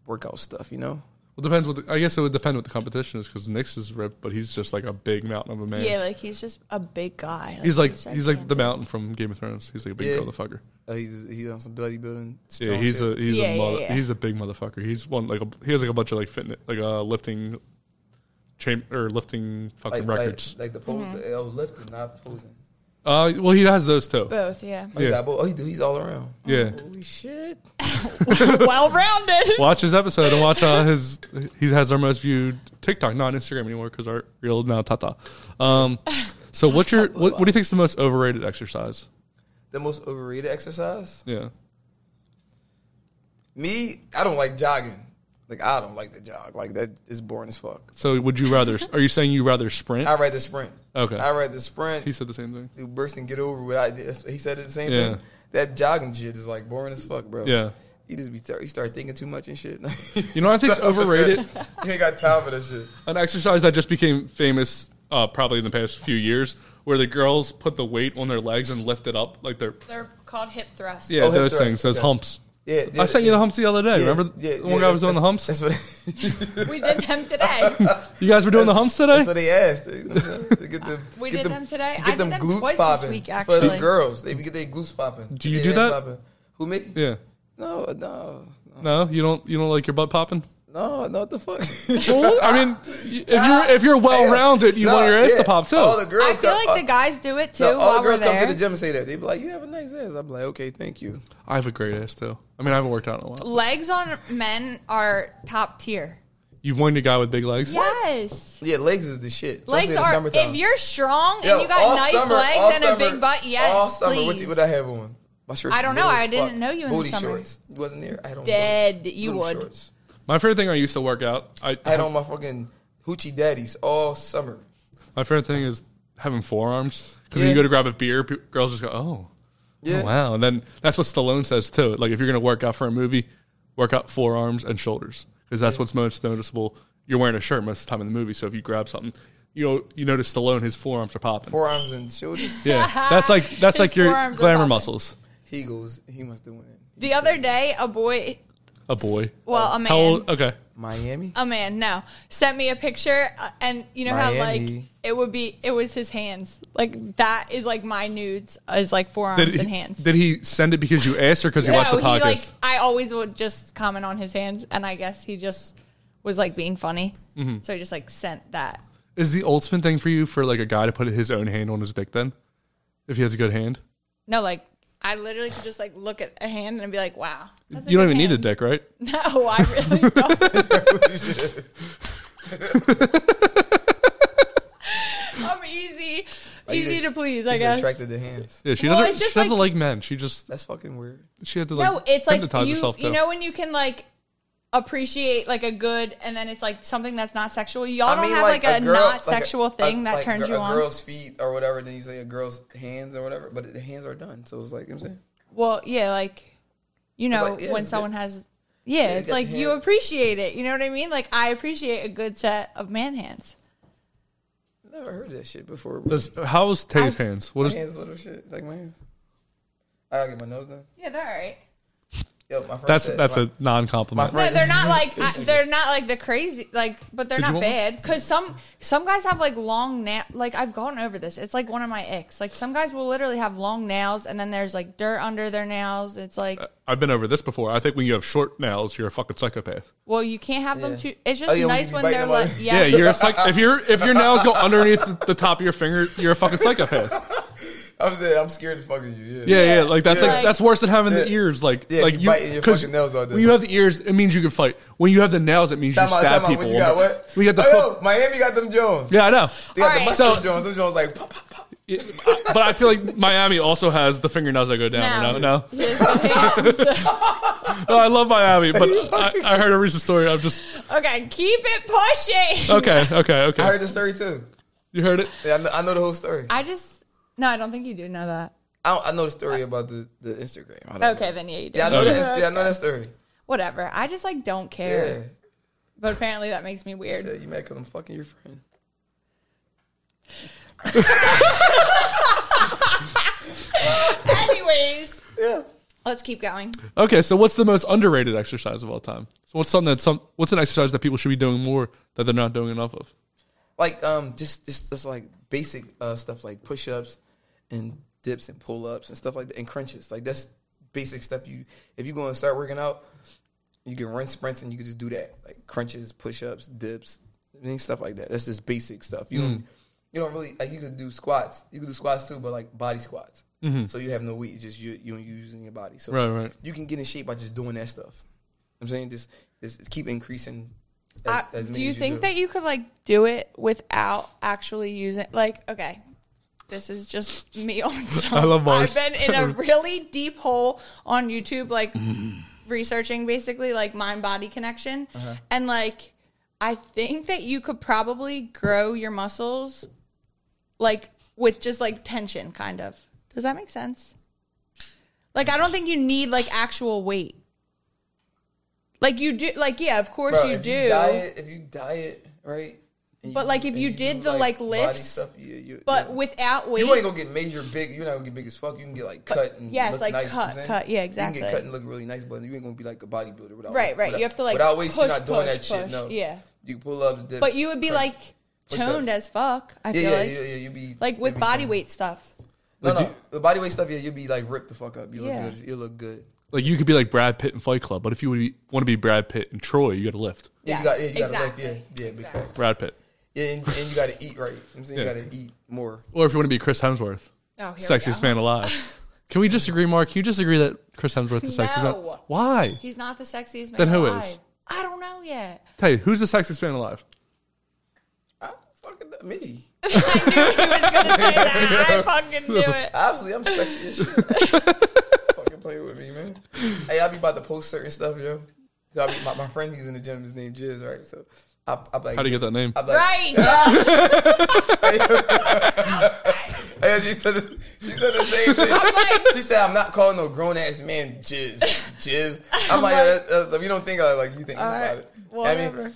Speaker 3: workout stuff. You know,
Speaker 1: well, depends. What the, I guess it would depend what the competition is because Nick's is ripped, but he's just like a big mountain of a man.
Speaker 2: Yeah, like he's just a big guy.
Speaker 1: He's like he's like the mountain from Game of Thrones. He's like a big
Speaker 3: Yeah.
Speaker 1: motherfucker.
Speaker 3: uh, he's he's on some bodybuilding.
Speaker 1: Yeah,
Speaker 3: strong
Speaker 1: he's
Speaker 3: shit.
Speaker 1: a he's
Speaker 2: Yeah,
Speaker 1: a
Speaker 2: yeah,
Speaker 1: mother,
Speaker 2: yeah.
Speaker 1: he's a big motherfucker. He's one like a, he has like a bunch of like fitness like uh lifting, cham- or lifting fucking
Speaker 3: like,
Speaker 1: records.
Speaker 3: like like the pose. The, oh, lifting, not posing.
Speaker 1: uh, well, he has those too.
Speaker 2: both.
Speaker 3: <laughs>
Speaker 2: Yeah,
Speaker 3: Oh, yeah.
Speaker 1: Yeah.
Speaker 3: oh, he do. He's all around.
Speaker 1: Yeah,
Speaker 3: Holy shit!
Speaker 2: well
Speaker 3: <laughs>
Speaker 2: rounded.
Speaker 1: watch his episode and watch uh, his he has our most viewed TikTok, not Instagram anymore because our real now Tata. Um, so what's your what, what do you think is the most overrated exercise?
Speaker 3: The most overrated exercise.
Speaker 1: Yeah,
Speaker 3: Me, I don't like jogging. Like I don't like to jog. Like that is boring as fuck.
Speaker 1: so would you rather? are you saying you rather sprint?
Speaker 3: I rather sprint.
Speaker 1: Okay.
Speaker 3: I rather sprint.
Speaker 1: he said the same thing.
Speaker 3: do burst and get over with. I, he said the same
Speaker 1: Yeah.
Speaker 3: thing. That jogging shit is like boring as fuck, bro.
Speaker 1: Yeah.
Speaker 3: You just be ter- you start thinking too much and shit. <laughs>
Speaker 1: You know, what I think's overrated.
Speaker 3: you ain't got time for that shit.
Speaker 1: an exercise that just became famous uh, probably in the past few years where the girls put the weight on their legs and lift it up like they're
Speaker 2: They're called hip thrusts.
Speaker 1: yeah
Speaker 3: Oh, hip
Speaker 1: those
Speaker 3: thrust,
Speaker 1: things those
Speaker 3: okay.
Speaker 1: humps
Speaker 3: Yeah,
Speaker 1: I sent you the humps the other day
Speaker 3: yeah,
Speaker 1: remember
Speaker 3: yeah,
Speaker 1: the one
Speaker 3: yeah,
Speaker 1: guy was
Speaker 3: that's-
Speaker 1: doing the humps
Speaker 3: That's what.
Speaker 1: <laughs>
Speaker 2: We did
Speaker 3: <laughs>
Speaker 2: them today.
Speaker 1: you guys were doing the humps today
Speaker 3: That's what they asked. You know what I'm saying? To get them,
Speaker 2: <laughs> We
Speaker 3: get
Speaker 2: did them today. I did them
Speaker 3: glutes
Speaker 2: twice this
Speaker 3: popping
Speaker 2: week,
Speaker 3: for
Speaker 2: actually.
Speaker 3: the girls. They get their glutes popping.
Speaker 1: Do you
Speaker 3: Get
Speaker 1: do
Speaker 3: their ass
Speaker 1: that?
Speaker 3: popping. Who me?
Speaker 1: yeah
Speaker 3: No, no,
Speaker 1: no you don't you don't like your butt popping
Speaker 3: no, no. What the fuck?
Speaker 1: I mean if you're if you're
Speaker 3: <laughs>
Speaker 1: well rounded you
Speaker 3: No,
Speaker 1: want your ass
Speaker 3: yeah.
Speaker 1: to pop too
Speaker 3: All the
Speaker 2: I
Speaker 3: girls
Speaker 2: feel
Speaker 3: come-
Speaker 2: like
Speaker 3: uh,
Speaker 2: the guys do it too
Speaker 3: No, all
Speaker 2: while
Speaker 3: the
Speaker 2: we're
Speaker 3: girls come
Speaker 2: there.
Speaker 3: to the gym and say that. They be like, "You have a nice ass." I'm like, "Okay, thank you."
Speaker 1: I have a great ass too I mean I haven't worked out in a while
Speaker 2: Legs on men are top tier.
Speaker 1: you want a guy with big legs
Speaker 2: Yes.
Speaker 3: Yeah, legs is the shit. especially in
Speaker 2: Legs
Speaker 3: the
Speaker 2: are.
Speaker 3: summertime.
Speaker 2: If you're strong and
Speaker 3: Yo,
Speaker 2: you got
Speaker 3: all
Speaker 2: nice
Speaker 3: summer- all
Speaker 2: legs and a
Speaker 3: summer-
Speaker 2: big butt,
Speaker 3: all
Speaker 2: yes,
Speaker 3: summer, What,
Speaker 2: please.
Speaker 3: you- what I have on? My shorts.
Speaker 2: I don't
Speaker 3: was
Speaker 2: know.
Speaker 3: red
Speaker 2: I
Speaker 3: as
Speaker 2: didn't
Speaker 3: fuck.
Speaker 2: know you in the
Speaker 3: Booty
Speaker 2: summer.
Speaker 3: shorts wasn't there. I had on
Speaker 2: Dead,
Speaker 3: little-
Speaker 2: you
Speaker 3: little
Speaker 2: would.
Speaker 3: Shorts.
Speaker 1: my favorite thing I used to work out I,
Speaker 3: I had on my fucking hoochie daddies all summer.
Speaker 1: my favorite thing is having forearms because when you
Speaker 3: Yeah.
Speaker 1: go to grab a beer pe- girls just go oh
Speaker 3: Yeah.
Speaker 1: Oh, wow. And then that's what Stallone says too. Like if you're going to work out for a movie, work out forearms and shoulders because that's what's most noticeable. You're wearing a shirt most of the time in the movie, so if you grab something, you know you notice Stallone his forearms are popping.
Speaker 3: Forearms and shoulders.
Speaker 1: yeah, that's like that's
Speaker 3: <laughs>
Speaker 2: His
Speaker 1: like your
Speaker 2: forearms are
Speaker 1: glamour
Speaker 2: popping.
Speaker 1: muscles.
Speaker 3: He goes. He must do it.
Speaker 2: The other day, a boy,
Speaker 1: A boy.
Speaker 2: well, a man,
Speaker 1: How old? Okay.
Speaker 3: Miami.
Speaker 2: a man, no, sent me a picture, uh, and you know how like
Speaker 3: Miami.
Speaker 2: it would be, it was his hands. Like that is like my nudes is like forearms
Speaker 1: Did
Speaker 2: and
Speaker 1: he,
Speaker 2: hands.
Speaker 1: did he send it because you asked or because you
Speaker 2: no,
Speaker 1: watched the
Speaker 2: he
Speaker 1: podcast?
Speaker 2: like I always would just comment on his hands, and I guess he just was like being funny,
Speaker 1: Mm-hmm.
Speaker 2: so he just like sent that.
Speaker 1: Is the ultimate thing for you for like a guy to put his own hand on his dick then? if he has a good hand.
Speaker 2: No, like I literally could just like look at a hand and be like, wow. that's a
Speaker 1: you don't
Speaker 2: good
Speaker 1: even need a
Speaker 2: hand.
Speaker 1: dick, right?
Speaker 2: <laughs> No, Oh, I really don't.
Speaker 3: <laughs>
Speaker 2: I'm easy,
Speaker 3: you
Speaker 2: easy
Speaker 3: just-
Speaker 2: to please, I
Speaker 3: He's
Speaker 2: guess.
Speaker 3: attracted to hands.
Speaker 1: Yeah, she
Speaker 2: Well,
Speaker 1: doesn't.
Speaker 2: it's just
Speaker 1: She doesn't like, men. She just
Speaker 3: That's fucking weird.
Speaker 1: she had to like
Speaker 2: No, it's like
Speaker 1: hypnotize
Speaker 2: you,
Speaker 1: herself.
Speaker 2: you
Speaker 1: to-
Speaker 2: know when you can like appreciate like a good and then it's like something that's not sexual. Y'all Oh, don't have like, a,
Speaker 3: girl- like
Speaker 2: not
Speaker 3: a-
Speaker 2: sexual
Speaker 3: a-
Speaker 2: thing that
Speaker 3: like
Speaker 2: turns
Speaker 3: gir-
Speaker 2: you
Speaker 3: a
Speaker 2: on.
Speaker 3: girl's feet or whatever. Then you say a girl's hands or whatever, but the hands are done. So it's like you know what I'm saying.
Speaker 2: Well, yeah, like you know
Speaker 3: like, yeah,
Speaker 2: when
Speaker 3: it's
Speaker 2: someone has yeah,
Speaker 3: you
Speaker 2: it's
Speaker 3: got
Speaker 2: like
Speaker 3: the
Speaker 2: you
Speaker 3: hand.
Speaker 2: appreciate it. You know what I mean? Like I appreciate a good set of man hands.
Speaker 3: Never heard that shit before.
Speaker 1: Does- how's Tay's
Speaker 2: I-
Speaker 1: hands? What
Speaker 3: my
Speaker 1: is
Speaker 3: hands little shit like my hands. I gotta get my nose done.
Speaker 2: Yeah, they're all right.
Speaker 3: Yo, my friend
Speaker 1: that's
Speaker 3: said-
Speaker 1: that's
Speaker 3: my,
Speaker 1: a non compliment.
Speaker 3: My
Speaker 2: No,
Speaker 3: Right.
Speaker 2: they're not like I, they're not like the crazy like, but they're
Speaker 1: Did you
Speaker 2: not
Speaker 1: want one?
Speaker 2: bad because some some guys have like long nail. Like I've gone over this. It's like one of my icks. Like some guys will literally have long nails, and then there's like dirt under their nails. It's like,
Speaker 3: Uh,
Speaker 1: I've been over this before. I think when you have short nails, you're a fucking psychopath.
Speaker 2: well, you can't have them
Speaker 3: Yeah.
Speaker 2: too. It's just
Speaker 3: Oh, yeah, when
Speaker 2: nice
Speaker 3: you
Speaker 2: when
Speaker 3: bite
Speaker 2: they're
Speaker 3: them
Speaker 2: like
Speaker 3: up.
Speaker 2: yeah.
Speaker 1: Yeah, you're a
Speaker 2: <laughs>
Speaker 1: psych. if your if your nails go underneath the, the top of your finger, you're a fucking psychopath.
Speaker 3: I'm saying I'm scared as fucking you. Yeah.
Speaker 1: Yeah, yeah, like that's
Speaker 2: Yeah.
Speaker 1: like,
Speaker 2: Like-
Speaker 1: that's worse than having the
Speaker 3: Yeah.
Speaker 1: ears. Like,
Speaker 3: Yeah,
Speaker 1: like
Speaker 3: you biting your
Speaker 1: 'cause
Speaker 3: fucking nails all day.
Speaker 1: When you have the ears, it means you can fight. When you have the nails, it means you
Speaker 3: Time out,
Speaker 1: stab
Speaker 3: time out.
Speaker 1: people.
Speaker 3: When you got what?
Speaker 1: We got the
Speaker 3: oh,
Speaker 1: flip-
Speaker 3: yo, Miami got them Jones.
Speaker 1: yeah, I know.
Speaker 3: They got the
Speaker 2: Alright.
Speaker 3: muscle
Speaker 1: So-
Speaker 3: Jones. Them Jones like pop pop pop.
Speaker 1: Yeah, but I feel like Miami also has the fingernails that go down.
Speaker 2: No.
Speaker 1: You know? No,
Speaker 2: Here's the
Speaker 3: <laughs>
Speaker 2: hands.
Speaker 1: no, I love Miami, but I, I heard a recent story. I'm just
Speaker 2: <laughs> okay, keep it pushing.
Speaker 3: <laughs>
Speaker 1: okay, okay, okay.
Speaker 3: I heard the story too.
Speaker 1: you heard it.
Speaker 3: Yeah, I know, I know the whole story. I,
Speaker 2: I just no, I don't think you do know that.
Speaker 3: don't, I know the story about the, the Instagram. I don't
Speaker 2: Okay,
Speaker 3: know.
Speaker 2: then yeah, you do.
Speaker 3: Yeah, I know,
Speaker 1: Okay.
Speaker 3: that, yeah, I know that story.
Speaker 2: Whatever. I just like don't care.
Speaker 3: Yeah.
Speaker 2: But apparently that makes me
Speaker 3: You
Speaker 2: weird.
Speaker 3: said you mad because I'm fucking your friend.
Speaker 2: Anyways,
Speaker 3: Yeah.
Speaker 2: let's keep going.
Speaker 1: Okay, so what's the most underrated exercise of all time? So what's something that some what's an exercise that people should be doing more that they're not doing enough of?
Speaker 3: Like um just just, just like basic uh, stuff like push ups and dips and pull ups and stuff like that and crunches. Like that's basic stuff you if you gonna start working out, you can run sprints and you can just do that. Like crunches, push ups, dips, and stuff like that. That's just basic stuff. You
Speaker 1: Mm.
Speaker 3: don't you don't really like you could do squats. You could do squats too, but like body squats. So you have no weight, it's just you you using your body. So
Speaker 1: Mm-hmm. Right, right.
Speaker 3: you can get in shape by just doing that stuff. I'm saying just just keep increasing. as-
Speaker 2: I,
Speaker 3: as
Speaker 2: do
Speaker 3: many
Speaker 2: you
Speaker 3: as
Speaker 2: think that you could like do it without actually using like okay. This is just me <laughs> on some.
Speaker 1: I love Mars.
Speaker 2: I've been in
Speaker 1: <laughs>
Speaker 2: a really deep hole on YouTube like researching basically like mind body connection
Speaker 3: Uh-huh.
Speaker 2: and like I think that you could probably grow your muscles like with just like tension kind of. Does that make sense? Like I don't think you need like actual weight. Like you do like yeah, of course
Speaker 3: Bro,
Speaker 2: you
Speaker 3: if
Speaker 2: do.
Speaker 3: diet, if you diet right? and
Speaker 2: But, like, if
Speaker 3: and
Speaker 2: you
Speaker 3: do,
Speaker 2: did the, like,
Speaker 3: body
Speaker 2: lifts,
Speaker 3: you, you,
Speaker 2: But
Speaker 3: yeah.
Speaker 2: without weight,
Speaker 3: you ain't gonna get major big. You're not gonna get big as fuck. You can get like cut and
Speaker 2: yes,
Speaker 3: look
Speaker 2: like,
Speaker 3: nice, you know
Speaker 2: cut,
Speaker 3: what I'm saying?
Speaker 2: cut, yeah,
Speaker 3: You can get
Speaker 2: exactly.
Speaker 3: cut and look really nice, but you ain't gonna be like a bodybuilder without
Speaker 2: Right, right. You
Speaker 3: without-
Speaker 2: have to, like,
Speaker 3: without weight. You're
Speaker 2: push,
Speaker 3: not doing that
Speaker 2: push,
Speaker 3: shit.
Speaker 2: push,
Speaker 3: No,
Speaker 2: yeah.
Speaker 3: You can pull up, dips,
Speaker 2: but you would be
Speaker 3: crunch.
Speaker 2: like toned as fuck. I
Speaker 3: yeah,
Speaker 2: feel
Speaker 3: yeah,
Speaker 2: like,
Speaker 3: yeah, yeah. You be
Speaker 2: like
Speaker 3: you
Speaker 2: with
Speaker 3: be
Speaker 2: body
Speaker 3: toned.
Speaker 2: weight stuff.
Speaker 3: No,
Speaker 1: Like,
Speaker 3: no,
Speaker 1: you-
Speaker 3: the body weight stuff. Yeah, you be like ripped the fuck up. You look
Speaker 2: Yeah.
Speaker 3: good. You look good.
Speaker 1: Like you could be like Brad Pitt in Fight Club, but if you would be, want to be Brad Pitt and Troy, you got to lift.
Speaker 2: Yes,
Speaker 3: Yeah, you got, yeah, you gotta
Speaker 2: exactly.
Speaker 3: Like, yeah, yeah, big facts.
Speaker 1: Brad Pitt,
Speaker 3: Yeah, and, and you gotta eat right. You know what I'm saying
Speaker 1: Yeah.
Speaker 3: you gotta eat more.
Speaker 1: or if you want to be Chris Hemsworth,
Speaker 2: Oh, here we
Speaker 1: sexiest
Speaker 2: go.
Speaker 1: man
Speaker 2: <laughs>
Speaker 1: alive. Can we just agree, Mark? Can you just agree that Chris Hemsworth is sexiest man?
Speaker 2: No.
Speaker 1: Why?
Speaker 2: He's not the sexiest man.
Speaker 1: Then who
Speaker 2: alive.
Speaker 1: is?
Speaker 2: I don't know yet.
Speaker 3: <laughs>
Speaker 2: <laughs>
Speaker 1: Tell you who's the sexiest man alive?
Speaker 3: I fucking me.
Speaker 2: I fucking knew it.
Speaker 3: Obviously, I'm sexy as shit.
Speaker 1: <laughs>
Speaker 3: fucking play with me, man. Hey, I be about to post certain stuff, yo. So I be, my, my friend, he's in the gym. His name Jizz, right? So I, I be like,
Speaker 1: How do you get that name?
Speaker 3: I be like,
Speaker 2: Right.
Speaker 3: Hey, she said, the- she said the same thing. she said, "I'm not calling no grown ass man jizz, jizz." I'm
Speaker 2: like-
Speaker 3: like, "Yeah, that's- that's- if you don't think I like you thinking
Speaker 2: All
Speaker 3: about
Speaker 2: right.
Speaker 3: it. I
Speaker 2: Whatever.
Speaker 3: mean,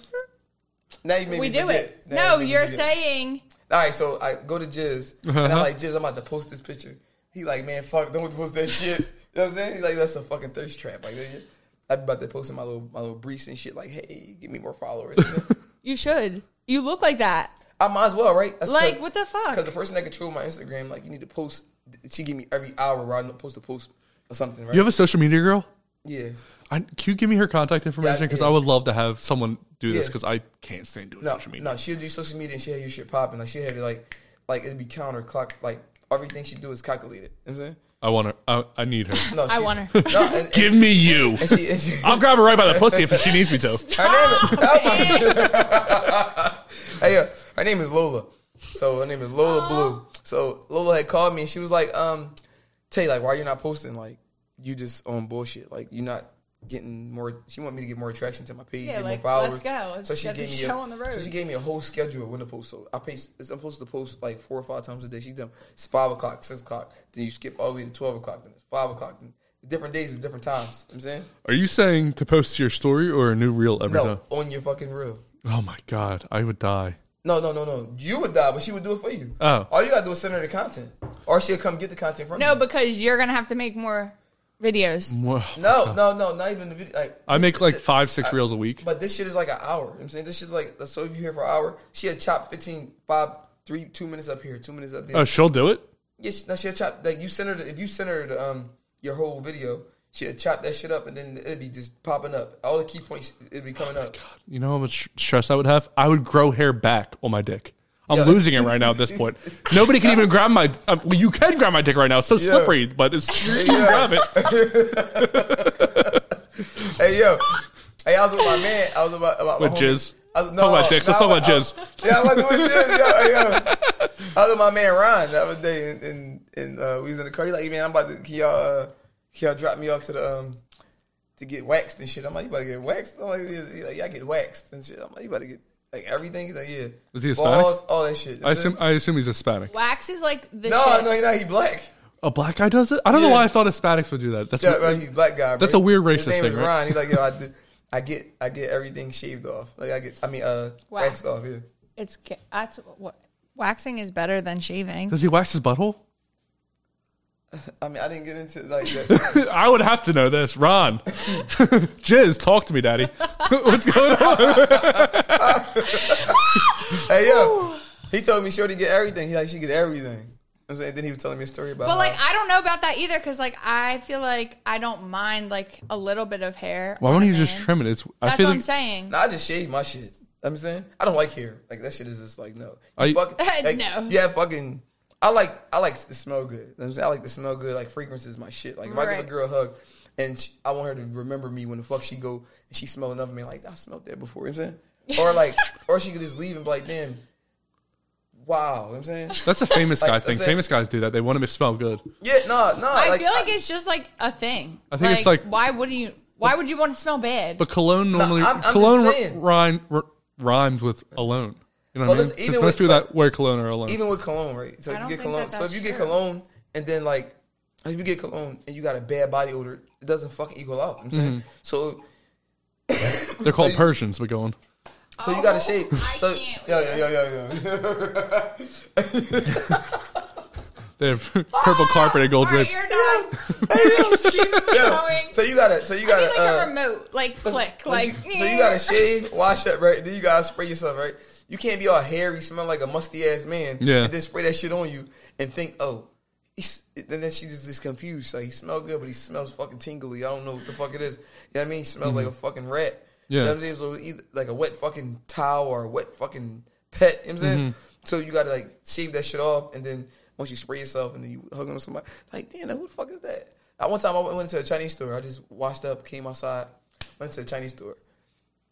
Speaker 3: now you made
Speaker 2: we
Speaker 3: me
Speaker 2: do
Speaker 3: forget.
Speaker 2: it.
Speaker 3: Now
Speaker 2: No,
Speaker 3: you made me
Speaker 2: you're
Speaker 3: forget.
Speaker 2: saying
Speaker 3: All right, so I go to Jizz and
Speaker 1: Uh-huh.
Speaker 3: I'm like, Jizz, I'm about to post this picture. He like, man, fuck, don't post that shit. You know what I'm saying? He's like, that's a fucking thirst trap. Like, I be about to post in my little my little briefs and shit. Like, hey, give me more followers.
Speaker 1: <laughs>
Speaker 2: you should. You look like that.
Speaker 3: I might as well, right?
Speaker 2: Like what the <laughs>
Speaker 3: Because the
Speaker 2: fuck?
Speaker 3: person that control my Instagram, like, you need to post. She give me every hour where I'm supposed to post or something, right?
Speaker 1: You have a social media girl.
Speaker 3: yeah.
Speaker 1: I, can you give me her contact information? Because
Speaker 3: yeah.
Speaker 1: I would love to have someone do this
Speaker 3: Yeah.
Speaker 1: because I can't stand doing
Speaker 3: No,
Speaker 1: social media.
Speaker 3: no, she'll do social media and she'll have your shit popping. Like she'll have it like like it'd be counter clock like everything she do is calculated. You know what I'm
Speaker 1: I want her. I, I need her.
Speaker 3: <laughs> saying? No,
Speaker 2: I
Speaker 3: she-
Speaker 2: want her.
Speaker 3: No, and,
Speaker 1: Give me you.
Speaker 3: and she, and she,
Speaker 1: <laughs> I'll grab her right by the pussy if she needs me to.
Speaker 3: Her name is, oh my- hey, yo, her name is Lola. So her name is Lola Blue. So Lola had called me and she was like, um, Tay, like, why you not posting? Like, you just on bullshit. Like, you not getting more. She wanted me to get more attraction to my page,
Speaker 2: Yeah,
Speaker 3: get
Speaker 2: like,
Speaker 3: more followers.
Speaker 2: let's go. Let's
Speaker 3: so she
Speaker 2: get
Speaker 3: gave me
Speaker 2: this
Speaker 3: a,
Speaker 2: show on the road.
Speaker 3: So she gave me a whole schedule of when to post. So I post. I'm supposed to post like four or five times a day. She done it's five o'clock, six o'clock. Then you skip all the way to twelve o'clock. Then it's five o'clock. Then different days is different times. You know what I'm saying
Speaker 1: Are you saying to post to your story or a new reel every
Speaker 3: no,
Speaker 1: time?
Speaker 3: on your fucking reel.
Speaker 1: Oh my god, I would die.
Speaker 3: No, no, no, no. You would die, but she would do it for you.
Speaker 1: Oh.
Speaker 3: All you gotta do is send her the content. Or she'll come get the content from
Speaker 2: No,
Speaker 3: you.
Speaker 2: because you're gonna have to make more videos.
Speaker 1: Wha-
Speaker 3: No, no, no, not even the video. Like,
Speaker 1: Oh. I make like
Speaker 3: this-
Speaker 1: five, six reels a week.
Speaker 3: But this shit is like an hour. You know what I'm saying this shit's like so if you here for an hour, she'll chop 15, 5, 3, 2 minutes up here, 2 minutes up there.
Speaker 1: Oh, she'll do it.
Speaker 3: yeah, she, no, she'll chop like you send her the, if you send her the, um your whole video, she'll chop that shit up and then it'll be just popping up. All the key points it'll be coming up.
Speaker 1: You know how much stress I would have? I would grow hair back on my dick. I'm
Speaker 3: Yeah.
Speaker 1: losing it right now at this point. Nobody can even grab my. Um, well, you can grab my dick right now. It's so slippery, but it's you can grab
Speaker 3: <laughs>
Speaker 1: it.
Speaker 3: Hey yo. Hey, I was with my man. I was about about
Speaker 1: With
Speaker 3: my homie.
Speaker 1: jizz.
Speaker 3: I was, Uh, no,
Speaker 1: Talk about dicks. Let's
Speaker 3: no,
Speaker 1: talk about
Speaker 3: I- I-
Speaker 1: jizz.
Speaker 3: Yeah, I was doing this. Yo,
Speaker 1: <laughs>
Speaker 3: hey, yo. I was with my man Ron the other day, and and, and uh, we was in the car. He's like, "Man, I'm about to can y'all uh, can y'all drop me off to the um to get waxed and shit." I'm like, "You about to get waxed?" I'm like, yeah. He's like, "Yeah, I get waxed and shit." I'm like, "You about to get like everything?" He's like, "Yeah."
Speaker 1: Is he Hispanic?
Speaker 3: Balls, all that shit.
Speaker 1: I assume. I assume he's Hispanic.
Speaker 2: Wax is like the
Speaker 3: no,
Speaker 2: shit.
Speaker 3: no, he not. He black.
Speaker 1: A black guy does it. I don't know
Speaker 3: Yeah.
Speaker 1: why I thought Hispanics would do that. That's
Speaker 3: Yeah,
Speaker 1: what,
Speaker 3: bro, he's a black guy. Bro.
Speaker 1: That's a weird
Speaker 3: His
Speaker 1: racist
Speaker 3: name
Speaker 1: thing,
Speaker 3: Is
Speaker 1: right?
Speaker 3: Ron. He's like, "Yo, I
Speaker 1: <laughs>
Speaker 3: do." I get, I get everything shaved off. Like I get, I mean, uh,
Speaker 2: Waxed.
Speaker 3: waxed off. Yeah.
Speaker 2: It's ca- that's what waxing is better than shaving.
Speaker 1: does he wax his butthole? <laughs>
Speaker 3: I mean, I didn't get into like that.
Speaker 1: I would have to know this, Ron. <laughs> Jizz, talk to me, Daddy. <laughs> What's going
Speaker 2: <laughs>
Speaker 1: on?
Speaker 3: hey, yo, he told me sure to get everything. He like she get everything. I'm saying. Then he was telling me a story about.
Speaker 2: But like
Speaker 1: Uh,
Speaker 3: how-
Speaker 2: I don't know about that either because like I feel like I don't mind like a little bit of hair.
Speaker 1: Why
Speaker 2: on
Speaker 1: don't
Speaker 2: a
Speaker 1: you just
Speaker 2: man.
Speaker 1: trim it? It's. I
Speaker 2: That's
Speaker 1: feel
Speaker 2: what
Speaker 1: like
Speaker 2: I'm saying.
Speaker 3: Nah, I just shave my shit. I'm saying I don't like hair. Like that shit is just like no.
Speaker 1: Are you-
Speaker 3: fucking, like,
Speaker 2: <laughs> No.
Speaker 3: Yeah, fucking. I like I like to smell good. I'm saying I like to smell good. Like fragrance is my shit. Like if I give
Speaker 2: Right.
Speaker 3: a girl a hug. And she, I want her to remember me when the fuck she go and she smells another man like I smelled that before. You know what I'm saying,
Speaker 2: <laughs>
Speaker 3: or like, or she could just leave and be like, "Damn, wow." You know what I'm
Speaker 2: <laughs>
Speaker 3: saying,
Speaker 1: that's a famous
Speaker 3: Like,
Speaker 1: guy thing.
Speaker 3: that's it.
Speaker 1: Famous guys do that. They want them to smell good.
Speaker 3: yeah, no, no.
Speaker 2: I feel like it's just like a thing.
Speaker 1: I think it's like-
Speaker 2: why wouldn't you? Why would you want to smell bad?
Speaker 1: But cologne normally
Speaker 3: I'm- I'm just
Speaker 1: cologne r-
Speaker 3: saying.
Speaker 1: rhyme, r- rhymes with alone. You know what I mean?
Speaker 3: Well, listen, even
Speaker 1: Because most
Speaker 3: with-
Speaker 1: people that wear cologne are alone.
Speaker 3: even with cologne, right? So
Speaker 2: I
Speaker 3: if you
Speaker 2: don't
Speaker 3: get
Speaker 2: think
Speaker 3: cologne,
Speaker 2: that
Speaker 3: so
Speaker 2: that's
Speaker 3: if you get
Speaker 2: true.
Speaker 3: cologne and then like if you get cologne and you got a bad body odor, it doesn't fucking equal out. you know what I'm saying so.
Speaker 1: They're called Persians. But go on.
Speaker 3: So you gotta shave.
Speaker 2: Oh, I
Speaker 3: So
Speaker 2: can't
Speaker 3: yo
Speaker 2: with
Speaker 3: yo yo <laughs> yo yo.
Speaker 1: They
Speaker 3: <laughs>
Speaker 1: have <laughs> purple carpet and gold
Speaker 2: All right,
Speaker 1: drapes.
Speaker 2: you're
Speaker 1: <laughs>
Speaker 2: done. <laughs>
Speaker 3: Yo, So you gotta. So you
Speaker 2: I
Speaker 3: gotta.
Speaker 2: need like
Speaker 3: uh,
Speaker 2: a remote, like click,
Speaker 3: But you-
Speaker 2: like.
Speaker 3: so you gotta shave, wash up, right? Then you gotta spray yourself, right? You can't be all hairy, smell like a musty ass man,
Speaker 1: Yeah.
Speaker 3: and then spray that shit on you and think, oh, he's, and then she just is confused. Like he smell good, but he smells fucking tingly. I don't know what the fuck it is. You know what I mean? He smells like a fucking rat.
Speaker 1: Yeah.
Speaker 3: You know what I'm saying? So either like a wet fucking towel or a wet fucking pet. You know what I'm saying? So you gotta like shave that shit off and then once you spray yourself and then you hug on somebody, like, damn, who the fuck is that? I, one time I went went into a Chinese store. I just washed up, came outside, went to a Chinese store.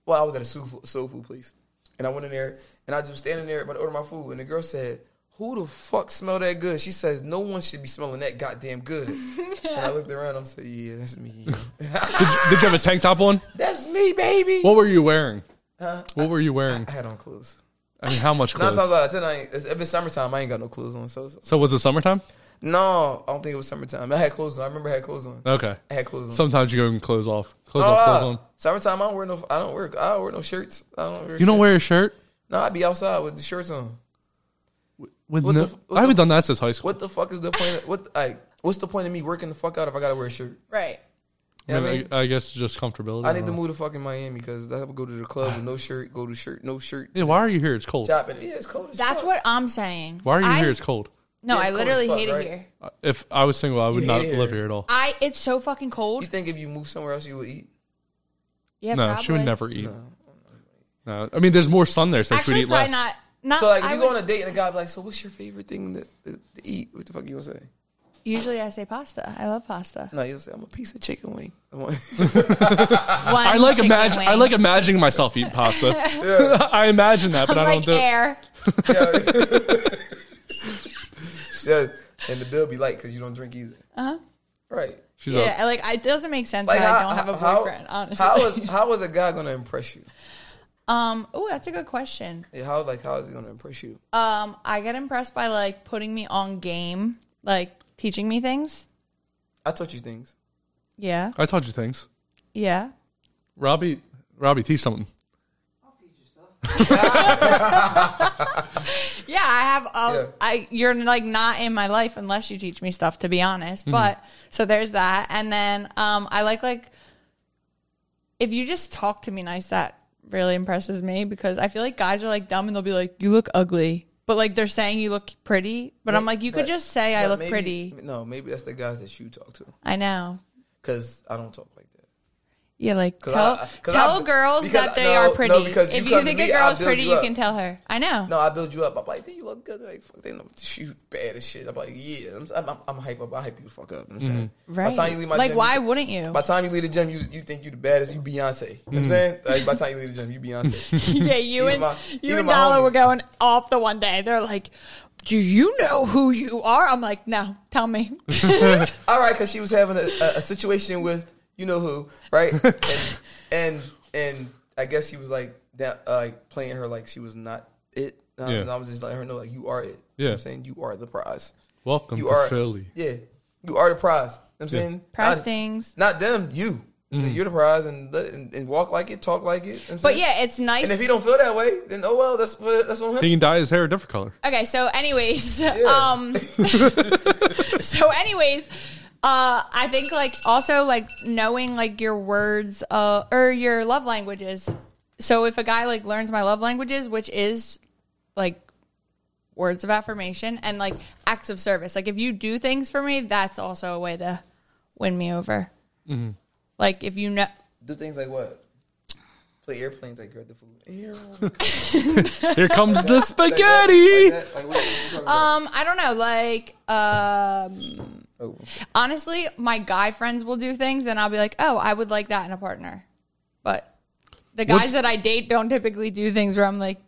Speaker 3: Well, I was at a soul food, soul food place, and I went in there, and I just was standing there about to order my food, and the girl said, "Who the fuck smell that good?" She says, "No one should be smelling that goddamn good." and I looked around, I'm saying, "Yeah, that's me. <laughs>
Speaker 1: Did you, did you have a tank top on?
Speaker 3: that's me, baby."
Speaker 1: What were you wearing?
Speaker 3: Huh?
Speaker 1: What were you wearing?
Speaker 3: I had on clothes.
Speaker 1: I mean, how
Speaker 3: <laughs>
Speaker 1: much
Speaker 3: Nine times
Speaker 1: clothes?
Speaker 3: out of ten, I ain't, it's- if it's summertime, I ain't got no clothes on. So, so-
Speaker 1: So was it summertime?
Speaker 3: no, I don't think it was summertime. I had clothes on. I remember I had clothes on.
Speaker 1: Okay.
Speaker 3: I had clothes on.
Speaker 1: Sometimes you go and clothes off, clothes
Speaker 3: Oh,
Speaker 1: off,
Speaker 3: uh,
Speaker 1: clothes on.
Speaker 3: Summertime, I don't wear no. I don't wear. I don't wear no shirts. I don't. Wear
Speaker 1: You don't
Speaker 3: shit.
Speaker 1: wear a shirt
Speaker 3: No, I'd be outside with the shirts on.
Speaker 1: with
Speaker 3: What
Speaker 1: no.
Speaker 3: the f- what
Speaker 1: I haven't
Speaker 3: the-
Speaker 1: done that since high school.
Speaker 3: What the fuck is the point? Of, what like? What's the point of me working the fuck out if I gotta wear a shirt?
Speaker 2: right.
Speaker 1: I,
Speaker 3: You
Speaker 1: mean,
Speaker 3: know what
Speaker 1: I,
Speaker 3: I mean?
Speaker 1: I guess it's just comfortability.
Speaker 3: I need to
Speaker 1: don't know.
Speaker 3: move to fucking Miami because I would go to the club with no shirt, go to shirt, no shirt,
Speaker 1: Yeah, why are you here? It's cold.
Speaker 3: shopping. Yeah, it's cold. As
Speaker 2: That's
Speaker 3: fuck.
Speaker 2: what I'm saying.
Speaker 1: Why are you
Speaker 2: I,
Speaker 1: here? It's cold. Uh,
Speaker 2: No,
Speaker 3: Yeah, it's
Speaker 2: I
Speaker 3: cold
Speaker 2: literally
Speaker 3: as fuck,
Speaker 2: hate
Speaker 3: right?
Speaker 2: it here.
Speaker 1: If I was single, I would
Speaker 3: You
Speaker 1: not
Speaker 3: hate it
Speaker 1: live
Speaker 3: here.
Speaker 1: here at all.
Speaker 2: I. It's so fucking cold.
Speaker 3: You think if you move somewhere else, you would eat?
Speaker 2: yeah,
Speaker 1: No,
Speaker 2: probably.
Speaker 1: she would never eat. No. I mean, there's more sun there, so she
Speaker 2: Actually,
Speaker 1: would eat
Speaker 2: probably
Speaker 1: less.
Speaker 2: not. not.
Speaker 3: So like,
Speaker 2: Uh, I
Speaker 3: you
Speaker 2: would-
Speaker 3: go on a date and the guy's like, "So what's your favorite thing to, to, to eat?" What the fuck you gonna say?
Speaker 2: Usually, I say pasta. I love pasta.
Speaker 3: No, you'll say, "I'm a piece of chicken wing." <laughs> I want-
Speaker 2: One
Speaker 1: I like
Speaker 2: chicken
Speaker 1: imagine.
Speaker 2: wing.
Speaker 1: I like imagining myself eating
Speaker 2: <laughs>
Speaker 1: pasta. <laughs> I imagine that, but I don't
Speaker 2: like
Speaker 1: do it.
Speaker 2: air.
Speaker 3: yeah. yeah, and the bill be light because you don't drink either. Uh huh. Right.
Speaker 1: She's
Speaker 2: yeah,
Speaker 1: like,
Speaker 2: I like it doesn't make sense
Speaker 3: Like
Speaker 2: that
Speaker 3: how-
Speaker 2: Uh-huh. I don't have a
Speaker 3: how-
Speaker 2: boyfriend, honestly.
Speaker 3: How
Speaker 2: <laughs>
Speaker 3: is how is a guy gonna impress you?
Speaker 2: um oh that's a good question.
Speaker 3: Yeah, How like how is he gonna impress you?
Speaker 2: Um I get impressed by like putting me on game, like teaching me things.
Speaker 3: I taught you things.
Speaker 2: Yeah.
Speaker 1: I taught you things,
Speaker 2: Yeah.
Speaker 1: Robbie. Robbie, teach something.
Speaker 2: Yeah, I have um
Speaker 3: Yeah.
Speaker 2: I you're like not in my life unless you teach me stuff to be honest.
Speaker 3: Mm-hmm.
Speaker 2: But so there's that. And then um I like like if you just talk to me nice that really impresses me because I feel like guys are like dumb and they'll be like you look ugly. But like they're saying you look pretty, but I'm like you could
Speaker 3: But-
Speaker 2: just say I
Speaker 3: but
Speaker 2: look
Speaker 3: maybe-
Speaker 2: pretty.
Speaker 3: No, maybe that's the guys that you talk to.
Speaker 2: I know.
Speaker 3: Because I don't talk like that.
Speaker 2: Yeah, like
Speaker 3: 'Cause
Speaker 2: tell
Speaker 3: I- I- 'cause
Speaker 2: tell
Speaker 3: I-
Speaker 2: girls
Speaker 3: because-
Speaker 2: that they
Speaker 3: no,
Speaker 2: are
Speaker 3: no,
Speaker 2: pretty.
Speaker 3: because you
Speaker 2: if you
Speaker 3: come to
Speaker 2: think
Speaker 3: me,
Speaker 2: a
Speaker 3: I'll
Speaker 2: girl's
Speaker 3: build
Speaker 2: pretty,
Speaker 3: you
Speaker 2: you,
Speaker 3: up.
Speaker 2: can tell her. I know.
Speaker 3: No, I build you up. I'm like, "Dude, you look good. Like, fuck, they know shoot bad as shit. I'm like, yeah, I'm, I'm, I'm, I'm hype up. I hype you the fuck up. You know what I'm saying? By
Speaker 2: Mm-hmm. right?
Speaker 3: the time you leave my
Speaker 2: like,
Speaker 3: gym, you
Speaker 2: why
Speaker 3: think-
Speaker 2: wouldn't you? Mm.
Speaker 3: By the time you leave the gym, you you think you the baddest. You Beyonce. You know what I'm saying? Like, by the time you leave the gym, you
Speaker 2: <laughs>
Speaker 3: Beyonce.
Speaker 2: yeah, you
Speaker 3: Even
Speaker 2: and
Speaker 3: my-
Speaker 2: you
Speaker 3: even
Speaker 2: and
Speaker 3: my
Speaker 2: Dollar were
Speaker 3: homies.
Speaker 2: going off the one day. They're like, "Do you know who you are?" I'm like, "No, tell me."
Speaker 3: All right, because she was having a, a, a situation with you know who,
Speaker 1: <laughs>
Speaker 3: right? And and, and I guess he was like that, uh, like playing her like she was not it. And I-
Speaker 1: Yeah.
Speaker 3: and I was just letting her know like you are it. You know
Speaker 1: Yeah.
Speaker 3: what I'm saying you are the prize.
Speaker 1: Welcome
Speaker 3: You
Speaker 1: to
Speaker 3: are
Speaker 1: Philly.
Speaker 3: Yeah, you are the prize. You know what I'm saying
Speaker 2: <laughs> Prize
Speaker 3: Not-
Speaker 2: things.
Speaker 3: Not them, you.
Speaker 1: Mm.
Speaker 3: You're the prize, and, let- and and walk like it, talk like it. You know what I'm
Speaker 2: But
Speaker 3: saying?
Speaker 2: yeah, it's nice.
Speaker 3: and if he don't feel that way, then oh well, that's that's on him.
Speaker 1: He can dye his hair a different color.
Speaker 2: Okay, so anyways, <laughs> um so anyways, uh I think like also like knowing like your words uh or your love languages. So if a guy like learns my love languages, which is like words of affirmation and like acts of service. Like if you do things for me, that's also a way to win me over. Like if you know
Speaker 3: Do things like what? Play airplanes like grab the
Speaker 1: <laughs>
Speaker 3: food. Airplanes,
Speaker 1: Here
Speaker 3: <laughs>
Speaker 1: comes the
Speaker 3: Like that, like
Speaker 1: spaghetti.
Speaker 3: that, like what- what you talking about?
Speaker 2: um I don't know, like um
Speaker 3: Oh.
Speaker 2: honestly, my guy friends will do things, and I'll be like, "Oh, I would like that in a partner," but the guys
Speaker 1: What's-
Speaker 2: that I date don't typically do things where I'm like,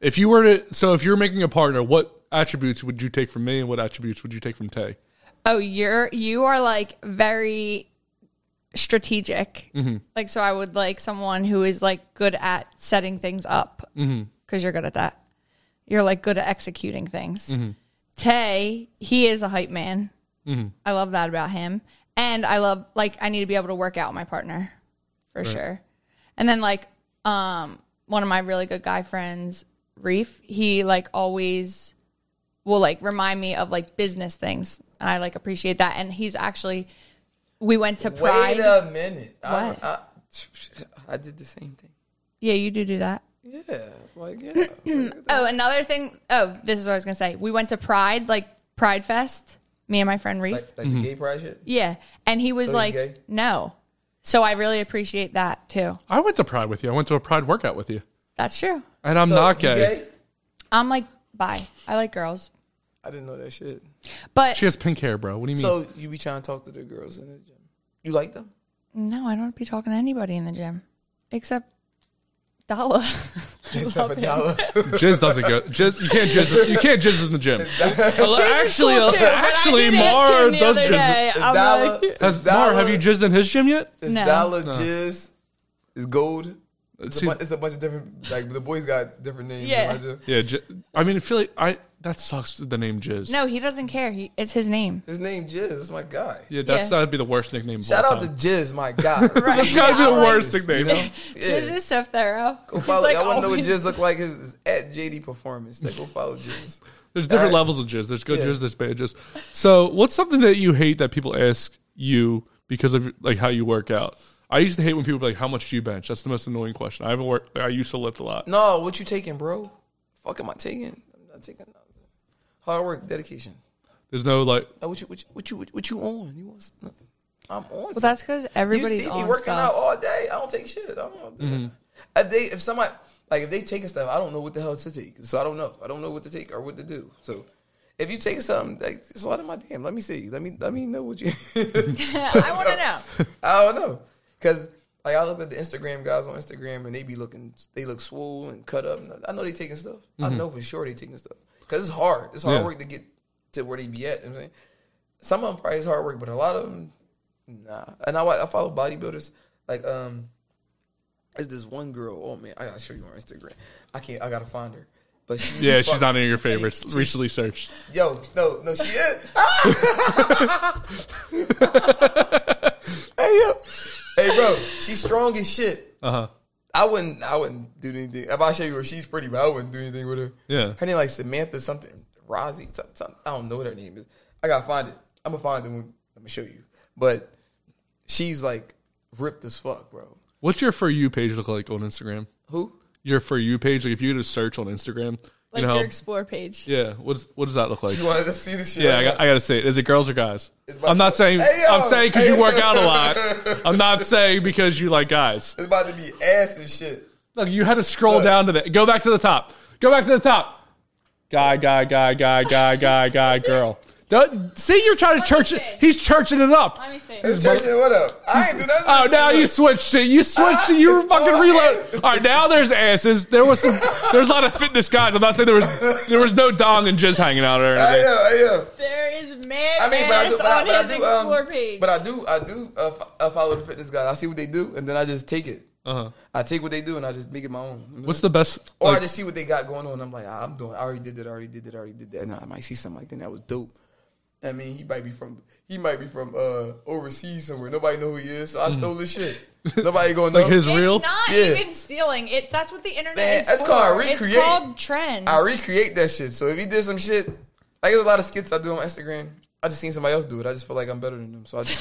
Speaker 1: If you were to, so if you're making a partner, what attributes would you take from me, and what attributes would you take from Tay?
Speaker 2: "Oh, you're you are like very strategic." Like, so I would like someone who is like good at setting things up because you're good at that. You're like good at executing things. Tay, he is a hype man. I love that about him. And I love like I need to be able to work out with my partner for sure. And then like um one of my really good guy friends, Reef, he like always will like remind me of like business things. And I like appreciate that. And he's actually we went to Pride.
Speaker 3: Wait a minute. I,
Speaker 2: What?
Speaker 3: I, I did the same thing.
Speaker 2: Yeah, you do do that.
Speaker 3: Yeah, like
Speaker 2: <clears throat>
Speaker 3: yeah.
Speaker 2: Oh, another thing. Oh, this is what I was gonna say. We went to Pride, like Pride Fest. Me and my friend Reef.
Speaker 3: like like
Speaker 1: Mm-hmm.
Speaker 3: the gay pride shit.
Speaker 2: yeah, and he was
Speaker 3: So he's
Speaker 2: like,
Speaker 3: gay?
Speaker 2: "No." So I really appreciate that too.
Speaker 1: I went to Pride with you. I went to a Pride workout with you,
Speaker 2: That's true.
Speaker 1: and I'm
Speaker 3: So,
Speaker 1: not
Speaker 3: you
Speaker 1: gay.
Speaker 2: I'm like, bye. I like girls,
Speaker 3: I didn't know that shit.
Speaker 2: but
Speaker 1: She has pink hair, bro. What do you mean?
Speaker 3: So you be trying to talk to the girls in the gym. You like
Speaker 2: <laughs>
Speaker 3: them?
Speaker 2: no, I don't be talking to anybody in the gym except
Speaker 1: <laughs>
Speaker 2: Dala.
Speaker 3: Except for
Speaker 2: <laughs>
Speaker 3: Dollar.
Speaker 1: jizz doesn't go. Jizz, you can't jizz. You can't jizz in the gym. actually, uh,
Speaker 2: Cool too, but I
Speaker 1: actually,
Speaker 2: did ask
Speaker 1: Mar
Speaker 2: him the
Speaker 1: does
Speaker 2: other
Speaker 1: jizz.
Speaker 2: day.
Speaker 3: Is
Speaker 2: I'm
Speaker 3: Dollar,
Speaker 2: like, <laughs>
Speaker 1: Has, Mar, have you jizzed in his gym yet?
Speaker 3: Is
Speaker 2: No.
Speaker 3: Dollar jizz? Is gold? It's a,
Speaker 1: See-
Speaker 3: bu- it's a bunch of different. Like the boys got different names. in
Speaker 2: Yeah.
Speaker 3: my gym.
Speaker 1: Yeah, j- I mean, I feel like I that sucks. The name Jizz.
Speaker 2: no, he doesn't care. He it's his name.
Speaker 3: His name Jizz. That's my guy.
Speaker 1: yeah, that's
Speaker 2: Yeah.
Speaker 1: that'd be the worst nickname.
Speaker 3: Shout
Speaker 1: of all
Speaker 3: out to
Speaker 1: time.
Speaker 3: Jizz,
Speaker 2: <laughs>
Speaker 3: my guy.
Speaker 1: That's gotta be
Speaker 2: I'm
Speaker 1: the
Speaker 2: like,
Speaker 1: worst nickname.
Speaker 3: Yeah.
Speaker 2: Jizz is so thorough.
Speaker 3: Go
Speaker 2: He's
Speaker 3: follow.
Speaker 2: like "Oh,
Speaker 3: I want to know what
Speaker 2: always-
Speaker 3: Jizz look like. His is at JD Performance. Like, go
Speaker 2: <laughs>
Speaker 3: follow Jizz.
Speaker 1: There's different
Speaker 3: All right.
Speaker 1: levels of jizz. There's good
Speaker 3: Yeah.
Speaker 1: jizz. There's bad jizz. So, what's something that you hate that people ask you because of like how you work out? I used to hate when people be like, "How much do you bench?" That's the most annoying question. I haven't worked. I used to lift a lot.
Speaker 3: No, what you taking, bro? Fuck am I taking? I'm not taking nothing. Hard work, dedication.
Speaker 1: There's no like.
Speaker 3: Like, what you what you what you, what, you on? You want? Something? I'm on.
Speaker 2: Well, that's because everybody's
Speaker 3: you see
Speaker 2: on <laughs>
Speaker 3: me working
Speaker 2: stuff. Mm-hmm.
Speaker 3: out all day. I don't take shit. I don't do that. If they if somebody Like if they taking stuff, I don't know what the hell to take. So I don't know. I don't know what to take or what to do. So if you take something, like, it's a lot of my damn. Let me see. Let me let me know what you. <laughs>
Speaker 2: I want to know.
Speaker 3: I don't know, cause like I look at the Instagram guys on Instagram and they be looking, they look swole and cut up. And I know they taking stuff. I know for sure they taking stuff, cause it's hard. It's hard
Speaker 1: Mm-hmm. Yeah.
Speaker 3: work to get to where they be at. You know what I'm saying some of them probably is hard work, but a lot of them, nah. And I wa- I follow bodybuilders like um, there's this one girl. Oh man, I gotta show you on Instagram. I can't. I gotta find her. But she,
Speaker 1: Yeah,
Speaker 3: fuck-
Speaker 1: she's not any of your
Speaker 3: she-
Speaker 1: favorites.
Speaker 3: <laughs> she-
Speaker 1: Recently searched.
Speaker 3: Yo, no, no, she is. Ah! <laughs> hey yo, hey bro, she's strong as shit.
Speaker 1: Uh huh.
Speaker 3: I wouldn't, I wouldn't do anything. If I show you her, she's pretty, but I wouldn't do anything with her.
Speaker 1: Yeah.
Speaker 3: her name like Samantha something, Rozzy something. I don't know what her name is. I gotta find it. I'm gonna find it. When, I'm gonna show you. But she's like ripped as fuck, bro.
Speaker 1: What's your for you page look like on Instagram?
Speaker 3: Who?
Speaker 1: Your for you page, like if you did a search on Instagram,
Speaker 2: Like
Speaker 1: you know,
Speaker 2: your
Speaker 1: how-
Speaker 2: explore page.
Speaker 1: yeah. What's what does that look like?
Speaker 3: You wanted to see the shit?
Speaker 1: Yeah, I, got, I gotta say, it. is it girls or guys?
Speaker 3: It's about
Speaker 1: I'm not
Speaker 3: to-
Speaker 1: saying.
Speaker 3: Hey, yo!
Speaker 1: I'm saying because
Speaker 3: Hey,
Speaker 1: you work
Speaker 3: yo!
Speaker 1: out a
Speaker 3: <laughs>
Speaker 1: lot. I'm not saying because you like guys.
Speaker 3: it's about to be ass and shit.
Speaker 1: Look, you had to scroll
Speaker 3: Look.
Speaker 1: down to the. Go back to the top. Go back to the top. Guy, guy, guy, guy, guy, guy,
Speaker 3: <laughs>
Speaker 1: guy, girl. Don't- See, you're trying to
Speaker 2: me
Speaker 1: church it.
Speaker 2: see.
Speaker 1: He's churching it up.
Speaker 2: Let me see.
Speaker 3: This church, what up? I ain't do nothing.
Speaker 1: Oh, now you switched it. You switched it. You
Speaker 3: Ah,
Speaker 1: were
Speaker 3: it's
Speaker 1: fucking
Speaker 3: all
Speaker 1: reload.
Speaker 3: ass.
Speaker 1: All right, now there's asses. There was some. There's a lot of fitness guys. I'm not saying there was. There was no dong and jizz hanging out there. or
Speaker 3: I
Speaker 1: anything.
Speaker 3: am. I am.
Speaker 2: There is mad
Speaker 3: I mean, but I do, but I,
Speaker 2: on
Speaker 3: but I
Speaker 2: his
Speaker 3: do,
Speaker 2: explore
Speaker 3: um,
Speaker 2: page.
Speaker 3: but I do, I do uh, f- uh, follow the fitness guys. I see what they do, and then I just take it.
Speaker 1: Uh-huh.
Speaker 3: I take what they do, and I just make it my own.
Speaker 1: What's the best?
Speaker 3: or I
Speaker 1: Like,
Speaker 3: just see what they got going on. I'm like, ah, I'm doing. I already did that. I already did that. I already did that. And I might see something like that. That was dope. I mean, he might be from he might be from uh, overseas somewhere. Nobody know who he is. So I stole this shit. Nobody gonna know.
Speaker 1: Mm. <laughs> like his
Speaker 2: it's
Speaker 1: real.
Speaker 2: not
Speaker 3: Yeah.
Speaker 2: even stealing. It that's what the internet
Speaker 3: Man,
Speaker 2: is
Speaker 3: that's
Speaker 2: for.
Speaker 3: called
Speaker 2: It's
Speaker 3: recreate.
Speaker 2: called trends.
Speaker 3: I recreate that shit. So if he did some shit, like there's a lot of skits I do on Instagram. I just seen somebody else do it. I just feel like I'm better than them, so I just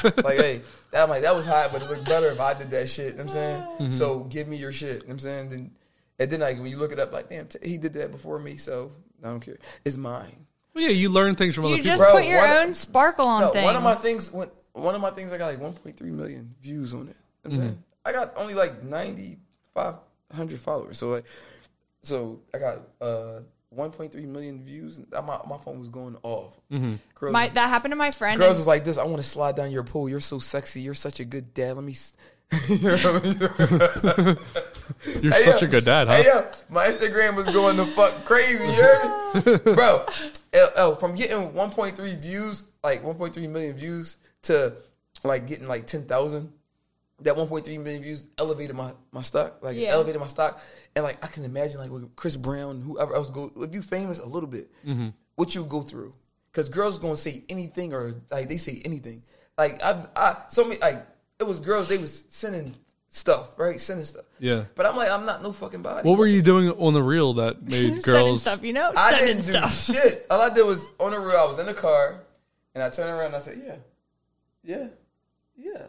Speaker 3: do it. like, hey, that I'm like that was hot, but it looked better if I did that shit. You know what I'm saying, so give me your shit. You know what I'm saying, then and then like when you look it up, like damn, t- he did that before me, so I don't care. It's mine.
Speaker 1: Well, Oh, yeah, you learn things from other
Speaker 2: you
Speaker 1: people.
Speaker 2: just
Speaker 3: Bro,
Speaker 2: put your
Speaker 3: one-
Speaker 2: own sparkle on
Speaker 3: No,
Speaker 2: things.
Speaker 3: one of my things went. One of my things I got like 1.3 million views on it. You know what I'm saying I got only like 9,500 followers. So like, so I got uh 1.3 million views. And my my phone was going off. Girls,
Speaker 2: My- that happened to my friend.
Speaker 3: girls
Speaker 2: and-
Speaker 3: was like this. I want to slide down your pole. You're so sexy. You're such a good dad. Let me. s-" <laughs>
Speaker 1: You're
Speaker 3: Hey,
Speaker 1: such
Speaker 3: yo.
Speaker 1: a good dad, huh?
Speaker 3: Hey, uh, yo, my Instagram was going the fuck crazy,
Speaker 2: <laughs>
Speaker 3: you
Speaker 1: <laughs>
Speaker 3: heard me? Bro, LL, from getting 1.3 views, like 1.3 million views, to like getting like 10,000, that 1.3 million views elevated my, my stock, like it
Speaker 2: Yeah.
Speaker 3: elevated my stock. And like, I can imagine like with Chris Brown, whoever else go, if you famous a little bit,
Speaker 1: Mm-hmm.
Speaker 3: what you go through. Cause girls gonna say anything or like they say anything. Like I, I so many like it was girls they was sending stuff right sending stuff.
Speaker 1: Yeah.
Speaker 3: But I'm like I'm not no fucking body.
Speaker 1: What were you doing on the reel
Speaker 2: <laughs>
Speaker 1: that made
Speaker 2: sending
Speaker 1: girls?
Speaker 3: <laughs>
Speaker 2: stuff, you know,
Speaker 3: I
Speaker 2: sending
Speaker 3: didn't do
Speaker 2: stuff.
Speaker 3: shit. All I did was on the road. I was in the car, and I turned around and I said, "Yeah, yeah, yeah."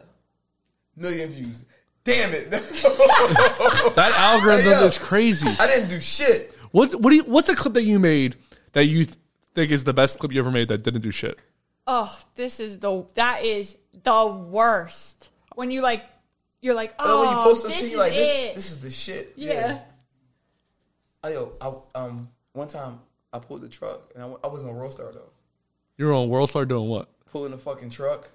Speaker 3: Million views. Damn it! <laughs>
Speaker 1: That algorithm
Speaker 3: Hey, uh, yo.
Speaker 1: is crazy.
Speaker 3: I didn't do shit.
Speaker 1: What what do you, what's a clip that you made that you th- think is the best clip you ever made that didn't do shit?
Speaker 2: Oh, this is the that is the worst. When you like, you're like,
Speaker 3: But
Speaker 2: oh,
Speaker 3: when you post some
Speaker 2: this
Speaker 3: shit,
Speaker 2: is
Speaker 3: you're like,
Speaker 2: it.
Speaker 3: this, "This is the shit."
Speaker 2: yeah.
Speaker 3: I, yo, I, um, one time I pulled the truck, and I, wa- I was on Rollstar though,
Speaker 1: You were on World Star doing what?
Speaker 3: pulling the fucking truck.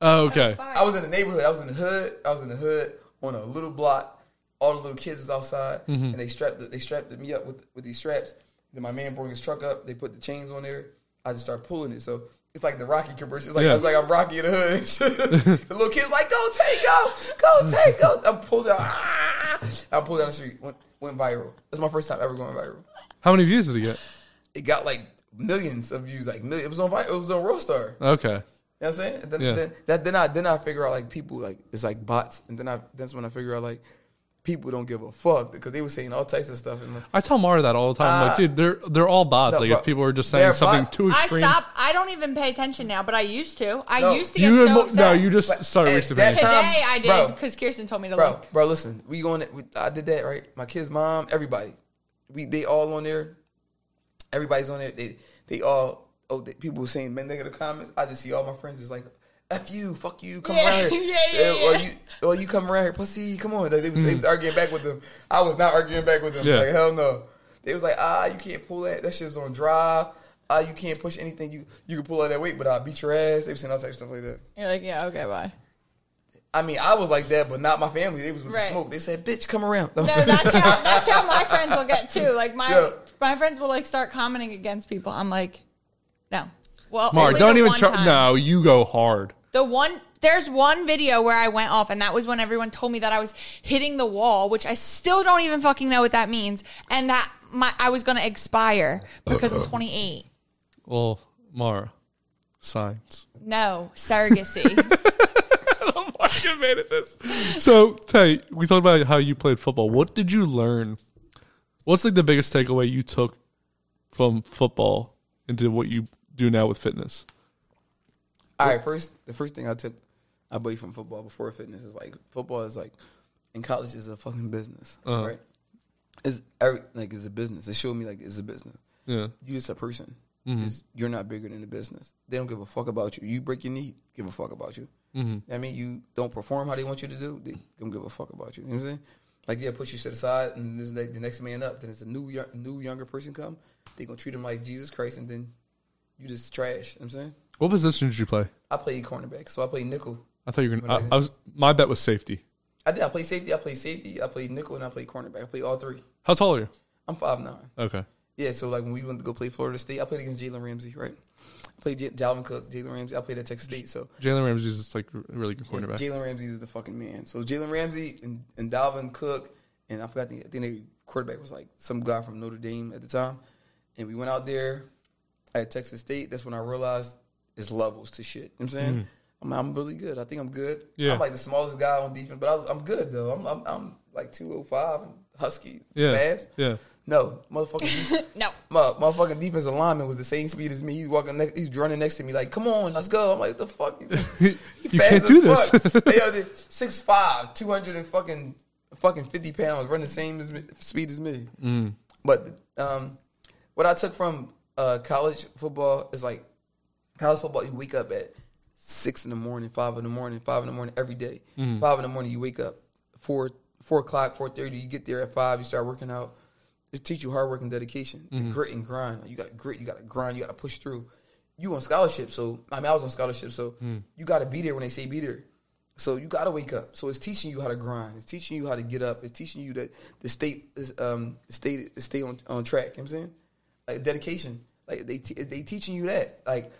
Speaker 1: Oh, okay.
Speaker 3: I was in the neighborhood. I was in the hood. I was in the hood on a little block. All the little kids was outside, and they strapped they strapped me up with with these straps. Then my man brought his truck up. They put the chains on there. I just started pulling it. So it's like the Rocky commercial. It's like
Speaker 1: Yeah.
Speaker 3: I was like I'm Rocky in the hood. <laughs> and shit. the little kids like go take go go take go. I'm pulled out. Ah! I pulled down the street. Went went viral. That's my first time ever going viral.
Speaker 1: How many views did he get?
Speaker 3: It got like millions of views. Like million. It was on vi- it was on Roll Star.
Speaker 1: Okay.
Speaker 3: You know what I'm saying? Then,
Speaker 1: Yeah.
Speaker 3: then, that, then I then I figure out like people like it's like bots, and then I that's when I figure out like people don't give a fuck because they were saying all types of stuff. And like,
Speaker 1: I tell Mara that all the time. I'm like,
Speaker 3: Uh,
Speaker 1: dude, they're they're all bots.
Speaker 3: no,
Speaker 1: like,
Speaker 3: bro,
Speaker 1: if people are just saying
Speaker 3: they're
Speaker 1: something
Speaker 3: bots.
Speaker 1: too
Speaker 2: I
Speaker 1: extreme,
Speaker 2: stop. I don't even pay attention now, but I used to. I
Speaker 3: No,
Speaker 2: used to get
Speaker 1: you and
Speaker 2: so
Speaker 1: Mo-
Speaker 2: upset.
Speaker 1: no, you just
Speaker 3: But
Speaker 1: started
Speaker 3: at
Speaker 1: recently.
Speaker 3: that
Speaker 2: Today
Speaker 3: time-
Speaker 2: I
Speaker 3: Bro.
Speaker 2: did because Kirsten told me to
Speaker 3: bro,
Speaker 2: look.
Speaker 3: bro, listen, we going. We, I did that right. My kids, mom, everybody, we they all on there. Everybody's on there. They they all. Oh, they, people were saying man, negative comments. I just see all my friends is like F you, fuck you, come
Speaker 2: Yeah, <laughs>
Speaker 3: around here.
Speaker 2: yeah, yeah,
Speaker 3: Or
Speaker 2: yeah.
Speaker 3: you, or you come around here, pussy, come on. Like, they, was, they was arguing back with them. I was not arguing back with them.
Speaker 1: Yeah.
Speaker 3: Like, hell no. They was like, ah, you can't pull that. That shit's on drive. Ah, you can't push anything. You you can pull all that weight, but I'll beat your ass. They was saying all types of stuff like that.
Speaker 2: You're like, yeah, okay, bye.
Speaker 3: I mean, I was like that, but not my family. They was with
Speaker 2: Right.
Speaker 3: the smoke. They said, bitch, come around.
Speaker 2: No, that's how that's how my friends will get too. Like my
Speaker 3: Yeah.
Speaker 2: my friends will like start commenting against people. I'm like, no. Well,
Speaker 1: Mar,
Speaker 2: only
Speaker 1: don't
Speaker 2: the
Speaker 1: even
Speaker 2: one
Speaker 1: try.
Speaker 2: time.
Speaker 1: No, you go hard.
Speaker 2: The one there's one video where I went off, and that was when everyone told me that I was hitting the wall, which I still don't even fucking know what that means, and that my I was gonna expire because I'm 28.
Speaker 1: Well, Mara,
Speaker 3: <laughs>
Speaker 1: science.
Speaker 2: No
Speaker 1: <laughs>
Speaker 2: surrogacy.
Speaker 1: I'm fucking mad at this. So, Tay, we talked about how you played football. What did you learn? What's like the biggest takeaway you took from football into what you do now with fitness?
Speaker 3: <laughs> All right, first the first thing I took I believe from football before fitness is like football is like in college is a fucking business, right? It's every, like it's a business. It showed me like it's a business.
Speaker 1: Yeah.
Speaker 3: You just a person. It's- You're not bigger than the business. They don't give a fuck about you. You break your knee, give a fuck about you. I mean, you don't perform how they want you to do. They don't give a fuck about you. You know what I'm saying? Like yeah, push you to the side, and this is like the next man up. Then it's a new yo- new younger person come. They gonna treat him like Jesus Christ, and then you just trash. You know what I'm saying.
Speaker 1: What position did you play?
Speaker 3: I played cornerback, so I played nickel.
Speaker 1: I thought you were gonna. I, I was. My bet was safety.
Speaker 3: I did. I played safety. I played safety. I played nickel, and I played cornerback. I played all three.
Speaker 1: How tall are you?
Speaker 3: I'm five nine.
Speaker 1: Okay.
Speaker 3: Yeah. So like when we went to go play Florida State, I played against Jalen Ramsey, right? I played J- Dalvin Cook, Jalen Ramsey. I played at Texas State. So
Speaker 1: Jalen Ramsey is like a really good quarterback.
Speaker 3: Jalen Ramsey is the fucking man. So Jalen Ramsey and, and Dalvin Cook, and I forgot the I think their quarterback was like some guy from Notre Dame at the time. And we went out there at Texas State. That's when I realized it's levels to shit. You know what I'm saying? I'm, I'm really good. I think I'm good.
Speaker 1: Mm-hmm. Yeah.
Speaker 3: I'm like the smallest guy on defense, but I was, I'm good though. I'm I'm, I'm like 205, I'm husky,
Speaker 1: Yeah.
Speaker 3: fast.
Speaker 1: Yeah.
Speaker 3: No, motherfucking def-
Speaker 2: no.
Speaker 3: my motherfucking defensive lineman was the same speed as me. He's walking, next, he's running next to me like, "Come on, let's go." I'm like, "The fuck." He's
Speaker 1: <laughs> You can't do
Speaker 3: as
Speaker 1: this.
Speaker 3: fuck. they are the 6'5", 200 and fucking fucking fifty pounds, running the same as me, speed as me.
Speaker 1: Mm.
Speaker 3: But um, what I took from uh, college football is like college football. You wake up at six in the morning, five in the morning, five in the morning every day.
Speaker 1: Mm.
Speaker 3: Five in the morning, you wake up four four o'clock, four thirty. You get there at five. You start working out. It teach you hard work and dedication,
Speaker 1: Mm-hmm.
Speaker 3: the grit and grind. Like, you got to grit. You got to grind. You got to push through. You on scholarship, so I mean I was on scholarship, so
Speaker 1: Mm.
Speaker 3: you got to be there when they say be there. So you got to wake up. So it's teaching you how to grind. It's teaching you how to get up. It's teaching you to, to stay um stay stay on on track. You know what I'm saying like dedication. Like they te- they teaching you that like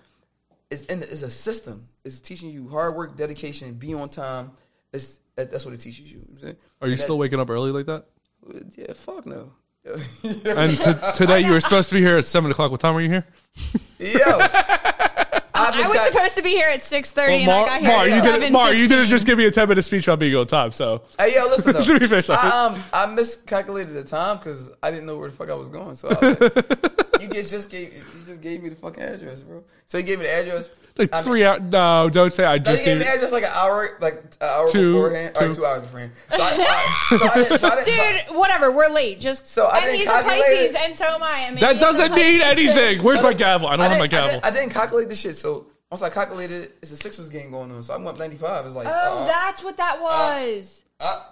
Speaker 3: it's in the, it's a system. It's teaching you hard work, dedication, be on time. It's that, that's what it teaches you. you know what I'm saying?
Speaker 1: <laughs> Are you
Speaker 3: And that-
Speaker 1: still waking up early like
Speaker 3: <laughs>
Speaker 1: that?
Speaker 3: Yeah, fuck no. <laughs>
Speaker 1: And t- today you were supposed to be here at seven o'clock. What time were you here? <laughs>
Speaker 3: Yo, I,
Speaker 2: I was supposed to be here at 6:30, and
Speaker 1: Mar,
Speaker 2: I got here
Speaker 1: Mar,
Speaker 2: at
Speaker 1: you didn't. Mar, you
Speaker 2: 7:15.
Speaker 1: didn't just give me a ten minute speech about being on time. So
Speaker 3: Hey yo, listen
Speaker 1: <laughs>
Speaker 3: though.
Speaker 1: To be fair, sorry.
Speaker 3: I, um, I miscalculated the time because I didn't know where the fuck I was going. So I was
Speaker 1: <laughs>
Speaker 3: like, you guys just gave you just gave me the fucking address, bro. So you gave me the address.
Speaker 1: like
Speaker 3: I mean-
Speaker 1: three hours. No, don't say I
Speaker 3: I
Speaker 1: just
Speaker 3: think
Speaker 1: gave.
Speaker 3: it had just like an hour, like an hour
Speaker 1: Two,
Speaker 3: beforehand, or
Speaker 1: two.
Speaker 3: two hours beforehand. So I, I, so I didn't, so I didn't, so I-
Speaker 2: <laughs> Dude, whatever. We're late. Just
Speaker 3: So I
Speaker 2: and
Speaker 3: didn't
Speaker 2: he's a
Speaker 3: calculate
Speaker 2: Pisces,
Speaker 3: it.
Speaker 2: and so am I. I mean,
Speaker 1: That
Speaker 2: he's a
Speaker 1: doesn't mean
Speaker 2: Pisces.
Speaker 1: anything. Where's my gavel? I don't have my
Speaker 3: didn't- I
Speaker 1: gavel.
Speaker 3: didn't, I didn't calculate this shit. So once I calculated it, it's a Sixers game going on. So I went 95. It's like,
Speaker 2: <laughs> Oh,
Speaker 3: uh,
Speaker 2: that's what that was.
Speaker 3: uh,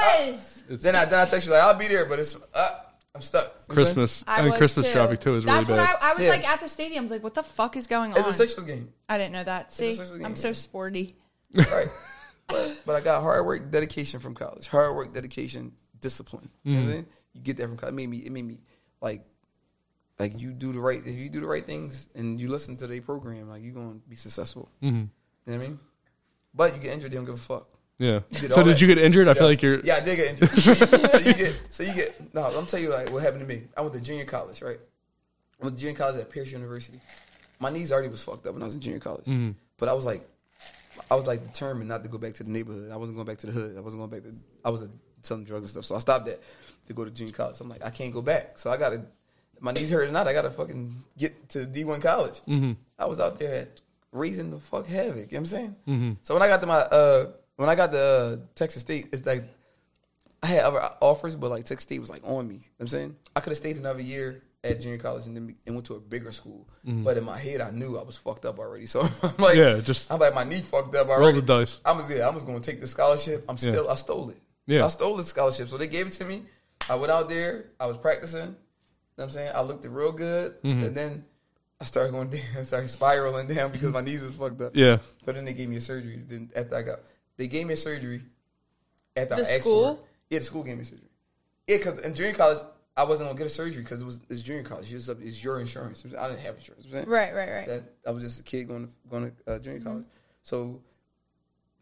Speaker 2: yes.
Speaker 3: then I then I text you like, I'll be there, but it's uh, I'm stuck. You know what I'm saying?
Speaker 1: Christmas
Speaker 2: I
Speaker 1: and
Speaker 2: was
Speaker 1: Christmas traffic too is really
Speaker 2: That's
Speaker 1: bad.
Speaker 2: what I, I was
Speaker 3: Yeah.
Speaker 2: like at the stadium. I was like, what the fuck is going on?
Speaker 3: It's a Sixers game,
Speaker 2: I didn't know that. See,
Speaker 3: Sixers game,
Speaker 2: I'm so
Speaker 3: yeah.
Speaker 2: sporty.
Speaker 3: right? but, but I got hard work, dedication from college. Hard work, dedication, discipline. You,
Speaker 1: Mm.
Speaker 3: know what I'm saying? you get that from college. It made me. It made me like. Like you do the right, if you do the right things and you listen to their program, like you're gonna be successful. Mm-hmm. You know what I mean? But you get injured, they don't give a fuck.
Speaker 1: Yeah.
Speaker 3: did
Speaker 1: So
Speaker 3: all
Speaker 1: did
Speaker 3: that.
Speaker 1: you get injured? I feel like you're.
Speaker 3: Yeah, I did get
Speaker 1: <laughs>
Speaker 3: injured. So you, so you get, so you get. No, I'm telling you like what happened to me. I went to junior college, right? I went to junior college at Pierce University. My knees already was fucked up when I was in junior college,
Speaker 1: Mm-hmm.
Speaker 3: but I was like, I was like determined not to go back to the neighborhood. I wasn't going back to the hood. I wasn't going back to. I was uh, selling drugs and stuff, so I stopped that to go to junior college. I'm like, I can't go back, so I gotta. My knees hurt or not, I gotta fucking get to D1 college.
Speaker 1: Mm-hmm.
Speaker 3: I was out there raising the fuck havoc. You know what I'm saying?
Speaker 1: Mm-hmm.
Speaker 3: So when I got to my uh, when I got to uh, Texas State, it's like I had other offers, but like Texas State was like on me. You know what I'm saying I could have stayed another year at junior college and then and went to a bigger school. But in my head, I knew I was fucked up already. So <laughs> I'm like,
Speaker 1: Mm-hmm. Yeah, just
Speaker 3: I'm like my knee fucked up already.
Speaker 1: roll the dice.
Speaker 3: I was yeah, I was gonna take the scholarship. I'm still I stole it.
Speaker 1: Yeah.
Speaker 3: I stole the scholarship. So they gave it to me. I went out there, I was practicing. You know what I'm saying? I looked real good.
Speaker 1: Mm-hmm.
Speaker 3: And then I started going <laughs> down, I started spiraling down because my knees was fucked up.
Speaker 1: Yeah,
Speaker 3: So then they gave me a surgery. Then after I got they gave me a surgery after I
Speaker 2: The
Speaker 3: asked for it.
Speaker 2: school?
Speaker 3: Yeah, the school gave me surgery. Yeah, because in junior college I wasn't gonna get a surgery because it was it's junior college. It's, up, it's your insurance. I didn't have insurance. You know what I'm
Speaker 2: Right,
Speaker 3: saying?
Speaker 2: right, right. Mm-hmm.
Speaker 3: that I was just a kid going to, going to uh, junior college. So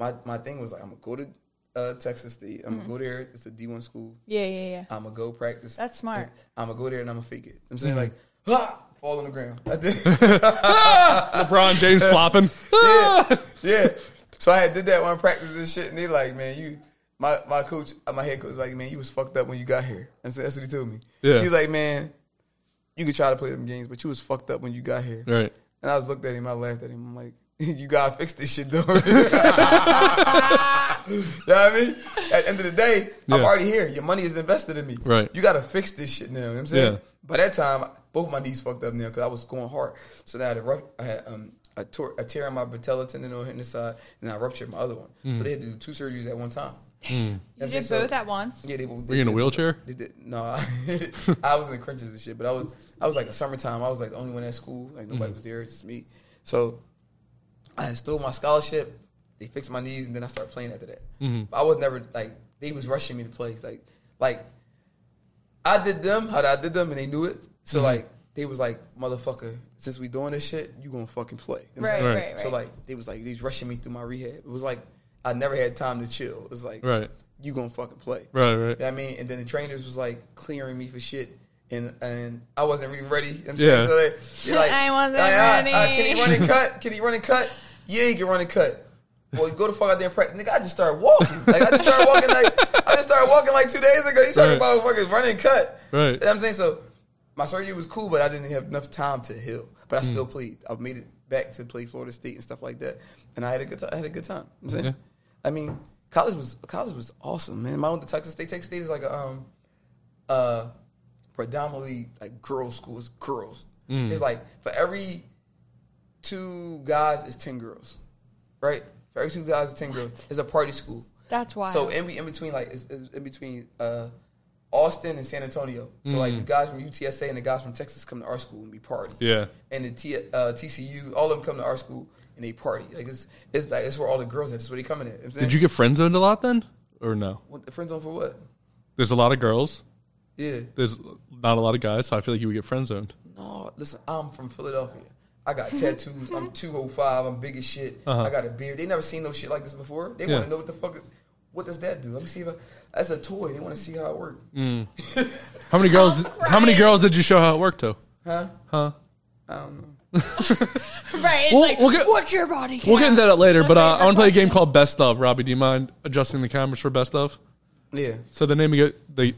Speaker 3: my my thing was like, I'm gonna go to uh, Texas State. I'm
Speaker 2: Mm-hmm.
Speaker 3: gonna go there. It's a D1 school.
Speaker 2: yeah, yeah, yeah.
Speaker 3: I'm gonna go practice.
Speaker 2: That's smart.
Speaker 3: I'm gonna go there and I'm gonna fake it. I'm saying like, ah, fall on the ground. I did. Uh,
Speaker 1: LeBron
Speaker 3: <laughs>
Speaker 1: James flopping. <laughs>
Speaker 3: yeah, yeah. So I had did that when I practiced and shit, and they like, man, you. My my coach, uh, my head coach, was like, man, you was fucked up when you got here. And so that's what he told me.
Speaker 1: Yeah.
Speaker 3: He was like, man, you could try to play them games, but you was fucked up when you got here.
Speaker 1: Right.
Speaker 3: And I was looked at him, I laughed at him. I'm like, <laughs> you gotta fix this
Speaker 1: <laughs>
Speaker 3: shit, though. <laughs> you know what I mean? At the end of the day, I'm
Speaker 1: Yeah.
Speaker 3: already here. Your money is invested in me.
Speaker 1: Right.
Speaker 3: You gotta fix this shit now. You know what I'm saying?
Speaker 1: Yeah.
Speaker 3: By that time, both my knees fucked up now because I was going hard. So now I had a, rup- I had, um, a, tor- a tear in my patella tendon on the side, and I ruptured my other one.
Speaker 1: Mm.
Speaker 3: So they had to do two surgeries at one time.
Speaker 2: You
Speaker 3: I'm
Speaker 2: did
Speaker 3: saying?
Speaker 2: both
Speaker 3: So-
Speaker 2: at once.
Speaker 3: Yeah, they both.
Speaker 1: Were you in a wheelchair?
Speaker 3: They did- no, <laughs> I, I was in the crunches and shit, but I was I was like a summertime. I was like the only one at school. Like
Speaker 1: Mm-hmm.
Speaker 3: nobody was there, just me. So I had stole my scholarship. They fixed my knees, and then I started playing after that.
Speaker 1: Mm-hmm.
Speaker 3: I was never like they was rushing me to play. Like like I did them how I did them, and they knew it. So
Speaker 1: Mm-hmm.
Speaker 3: like they was like motherfucker, since we doing this shit, you gonna fucking play. You know what I'm
Speaker 2: Right,
Speaker 1: Right.
Speaker 2: right, right.
Speaker 3: so like they was like they was rushing me through my rehab. It was like I never had time to chill. It was like
Speaker 1: Right.
Speaker 3: you gonna fucking play.
Speaker 1: Right, right.
Speaker 3: You know what I mean, and then the trainers was like clearing me for shit. And, and I wasn't really ready. You know what I'm
Speaker 1: Yeah.
Speaker 3: saying? So they, you're
Speaker 2: <laughs>
Speaker 3: like,
Speaker 2: I wasn't
Speaker 3: like, ah, ah,
Speaker 2: ready.
Speaker 3: can he run and cut? Can he run and cut? You ain't can run and cut. Well, you go the fuck out there and practice. Nigga, I just started walking. Like I just started walking like I just started walking like two days ago. You talking
Speaker 1: Right.
Speaker 3: about fucking run and cut?
Speaker 1: Right.
Speaker 3: You know what I'm saying so. My surgery was cool, but I didn't have enough time to heal. But I still played. I've made it back to play Florida State and stuff like that. And I had a good. T- I had a good time. You know what I'm saying.
Speaker 1: Yeah.
Speaker 3: I mean, college was college was awesome, man. My own Texas State, Texas State is like a um, uh, predominantly like girls' school. It's girls. It's like for every two guys, it's ten girls, right? For every two guys, it's ten girls. It's a party school.
Speaker 2: That's wild.
Speaker 3: So in, be- in between, like it's, it's in between uh, Austin and San Antonio. So like the guys from UTSA and the guys from Texas come to our school and we party
Speaker 1: Mm. Yeah.
Speaker 3: and the T, uh, TCU, all of them come to our school and they party. Like it's it's like it's where all the girls at. It's where they coming at. You know what I'm saying?
Speaker 1: Did you get friend zoned a lot then, or no?
Speaker 3: What, the friend zone for what?
Speaker 1: There's a lot of girls.
Speaker 3: Yeah.
Speaker 1: There's not a lot of guys, so I feel like you would get friend zoned.
Speaker 3: No, listen, I'm from Philadelphia. I got tattoos. I'm 205. I'm big as shit. I got a beard. They never seen no shit like this before. They want
Speaker 1: Uh-huh. Yeah.
Speaker 3: to know what the fuck. Is, what does that do? Let me see if I, that's a toy. They want to see how it works.
Speaker 1: Mm. How many girls? How many girls did you show how it worked to?
Speaker 3: I don't know.
Speaker 2: right. It's
Speaker 1: We'll,
Speaker 2: like,
Speaker 1: we'll get
Speaker 2: what's your body count?
Speaker 1: we'll get into that later, but uh,
Speaker 2: favorite
Speaker 1: I want to play a
Speaker 2: question.
Speaker 1: game called Best of. Robbie, do you mind adjusting the cameras for Best of?
Speaker 3: Yeah.
Speaker 1: So the name of it- the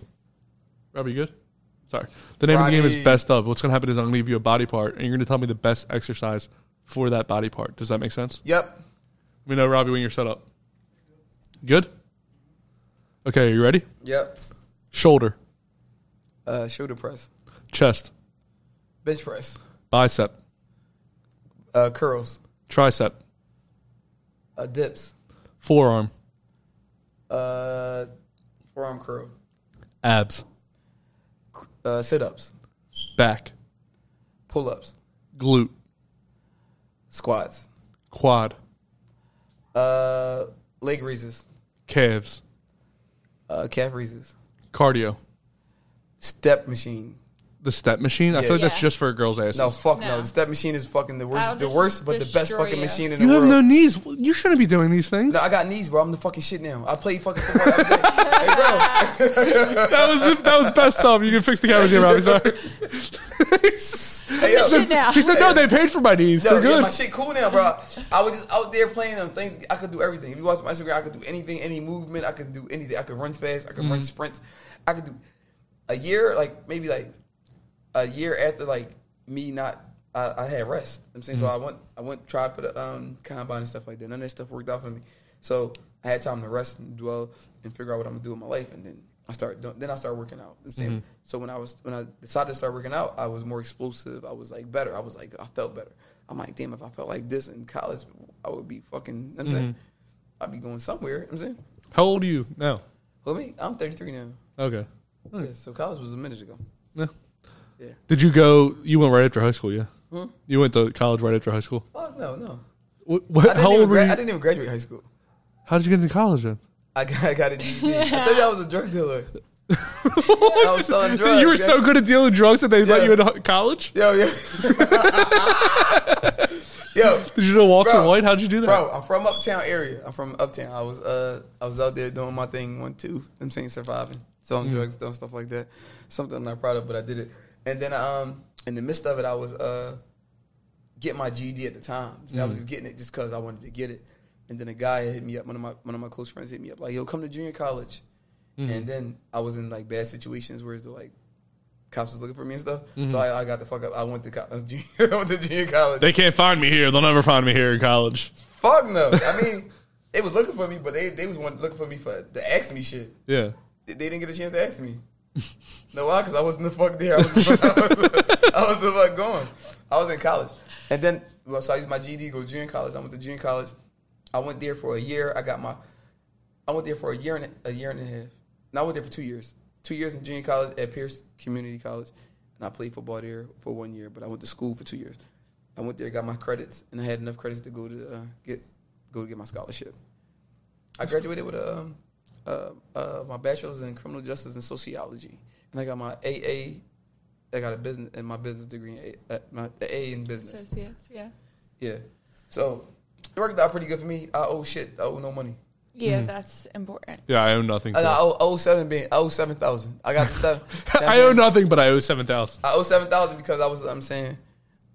Speaker 1: Robbie, you good? Sorry. The name of the game
Speaker 3: Robbie.
Speaker 1: is Best of. What's gonna happen is I'm gonna give you a body part, and you're gonna tell me the best exercise for that body part. Does that make sense?
Speaker 3: Yep.
Speaker 1: We know Robbie when you're set up. Good. Okay, you ready?
Speaker 3: Yep.
Speaker 1: Shoulder,
Speaker 3: Uh, shoulder press,
Speaker 1: chest,
Speaker 3: bench press,
Speaker 1: bicep,
Speaker 3: uh, curls,
Speaker 1: tricep,
Speaker 3: uh, dips,
Speaker 1: forearm,
Speaker 3: uh, forearm curl,
Speaker 1: abs,
Speaker 3: uh, sit ups,
Speaker 1: back,
Speaker 3: pull ups,
Speaker 1: glute,
Speaker 3: squats,
Speaker 1: quad,
Speaker 3: uh, leg raises,
Speaker 1: calves,
Speaker 3: uh, calf raises,
Speaker 1: cardio.
Speaker 3: step machine.
Speaker 1: The step machine. I
Speaker 3: Yeah.
Speaker 1: feel like
Speaker 2: Yeah.
Speaker 1: that's just for a girl's asses.
Speaker 3: No, fuck no.
Speaker 2: No.
Speaker 3: The step machine is fucking the worst,
Speaker 2: That'll
Speaker 3: the
Speaker 2: just
Speaker 3: worst, but the best
Speaker 2: destroy
Speaker 3: fucking
Speaker 2: you.
Speaker 3: machine in
Speaker 1: you
Speaker 3: the
Speaker 1: have
Speaker 3: world.
Speaker 1: no knees. You shouldn't be doing these things.
Speaker 3: No, I got knees, bro. I'm the fucking shit now. I played fucking football
Speaker 2: <laughs>
Speaker 3: every day. Hey, bro.
Speaker 1: That was the, that was best stuff. You can fix the cameras here, Robbie.
Speaker 3: <laughs>
Speaker 1: Sorry.
Speaker 3: Hey, yo.
Speaker 2: Shit now.
Speaker 1: He said, "No, they paid for my knees.
Speaker 3: Yo,
Speaker 1: They're
Speaker 3: yeah, my
Speaker 1: good."
Speaker 3: shit cool now, bro. I was just out there playing them things. I could do everything. If you watch my Instagram, I could do anything, any movement. I could do anything. I could run fast. I could
Speaker 1: Mm-hmm.
Speaker 3: run sprints. I could do a year, like maybe like a year after like me not. I, I had rest. You know what I'm saying
Speaker 1: Mm-hmm.
Speaker 3: so. I went. I went tried for the um, combine and stuff like that. None of that stuff worked out for me. So I had time to rest and dwell and figure out what I'm gonna do with my life. And then I start doing, then I started working out. You know what I'm saying
Speaker 1: Mm-hmm.
Speaker 3: so when I was when I decided to start working out, I was more explosive. I was like better. I was like I felt better. I'm like damn, if I felt like this in college, I would be fucking. You know what I'm saying
Speaker 1: Mm-hmm.
Speaker 3: I'd be going somewhere. You know what I'm saying
Speaker 1: How old are you now?
Speaker 3: well, me, I'm 33 now.
Speaker 1: Okay. Hmm.
Speaker 3: Yeah, so college was a minute ago.
Speaker 1: Yeah.
Speaker 3: Yeah.
Speaker 1: Did you go? You went right after high school, yeah.
Speaker 3: Hmm?
Speaker 1: You went to college right after high school.
Speaker 3: Fuck no, no.
Speaker 1: What,
Speaker 3: I
Speaker 1: what,
Speaker 3: didn't,
Speaker 1: how
Speaker 3: even
Speaker 1: old were
Speaker 3: gra-
Speaker 1: you?
Speaker 3: I didn't even graduate high school.
Speaker 1: How did you get into college then?
Speaker 3: I got, I got a GED. I told you I was a drug dealer. I was selling
Speaker 1: <laughs>
Speaker 3: drugs.
Speaker 1: you were
Speaker 3: yeah.
Speaker 1: so good at dealing drugs that they let
Speaker 3: Yeah.
Speaker 1: you into h- college.
Speaker 3: Yo, <laughs> yo. yo,
Speaker 1: Did you know Walter
Speaker 3: Bro.
Speaker 1: White? How'd you do that?
Speaker 3: bro, I'm from uptown area. I'm from uptown. I was uh I was out there doing my thing one two. I'm saying surviving. Selling drugs, doing stuff like that. Something I'm not proud of, but I did it. And then um in the midst of it I was uh getting my GED at the time. So I was just getting it just cause I wanted to get it. And then a guy hit me up, one of my one of my close friends hit me up, like, yo, come to junior college. And then I was in like bad situations where it's like cops was looking for me and stuff. So I, I got the fuck up. I went to co- <laughs> I went to junior college.
Speaker 1: They can't find me here. They'll never find me here in college.
Speaker 3: Fuck no. I mean, <laughs> they was looking for me, but they they was one looking for me for the ask me shit.
Speaker 1: Yeah.
Speaker 3: They, they didn't get a chance to ask me. no, why? Because I wasn't the fuck <laughs> there. I was, I was, I was the fuck going. I was in college, and then well, so I used my GED to go to junior college. I went to junior college. I went there for a year. I got my. I went there for a year and a year and a half. No, I went there for two years. Two years in junior college at Pierce Community College, and I played football there for one year. But I went to school for two years. I went there, got my credits, and I had enough credits to go to uh, get go to get my scholarship. I graduated with a, um, uh, uh, my bachelor's in criminal justice and sociology, and I got my AA. I got a business and my business degree, in A- uh, my the A in business.
Speaker 2: Associates, yeah.
Speaker 3: Yeah, so it worked out pretty good for me. I owe shit. I owe no money.
Speaker 2: Yeah,
Speaker 1: Mm.
Speaker 2: that's
Speaker 1: <laughs>
Speaker 2: important. <laughs>
Speaker 1: Yeah. I owe nothing.
Speaker 3: And I
Speaker 1: I,
Speaker 3: owe, owe seven being I owe seven thousand. I got the seven.
Speaker 1: <laughs> I owe nothing, but I owe seven thousand.
Speaker 3: I owe seven thousand because I was. I'm saying,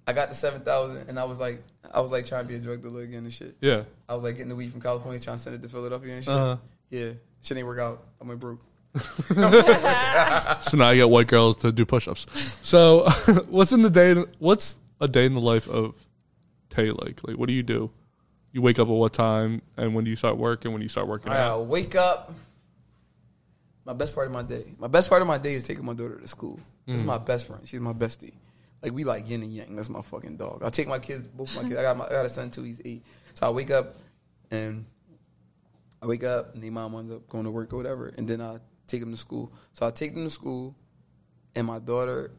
Speaker 3: I got the seven thousand, and I was like, I was like trying to be a drug dealer again and shit.
Speaker 1: Yeah.
Speaker 3: I was like getting the weed from California, trying to send it to Philadelphia and shit.
Speaker 1: Uh-huh.
Speaker 3: Yeah, shit didn't work out. I went broke.
Speaker 1: So now you got white girls to do push-ups. So, <laughs> what's in the day? What's a day in the life of Tay like? Like, what do you do? You wake up at what time, and when do you start work, and when do you start working
Speaker 3: I
Speaker 1: out?
Speaker 3: uh, wake up. My best part of my day. My best part of my day is taking my daughter to school.
Speaker 1: Mm.
Speaker 3: This is my best friend. She's my bestie. Like we like yin and yang. That's my fucking dog. I take my kids, both my kids. I got my, I got a son too. He's eight. So I wake up and I wake up and their mom ends up going to work or whatever, and then I take them to school. So I take them to school, and my daughter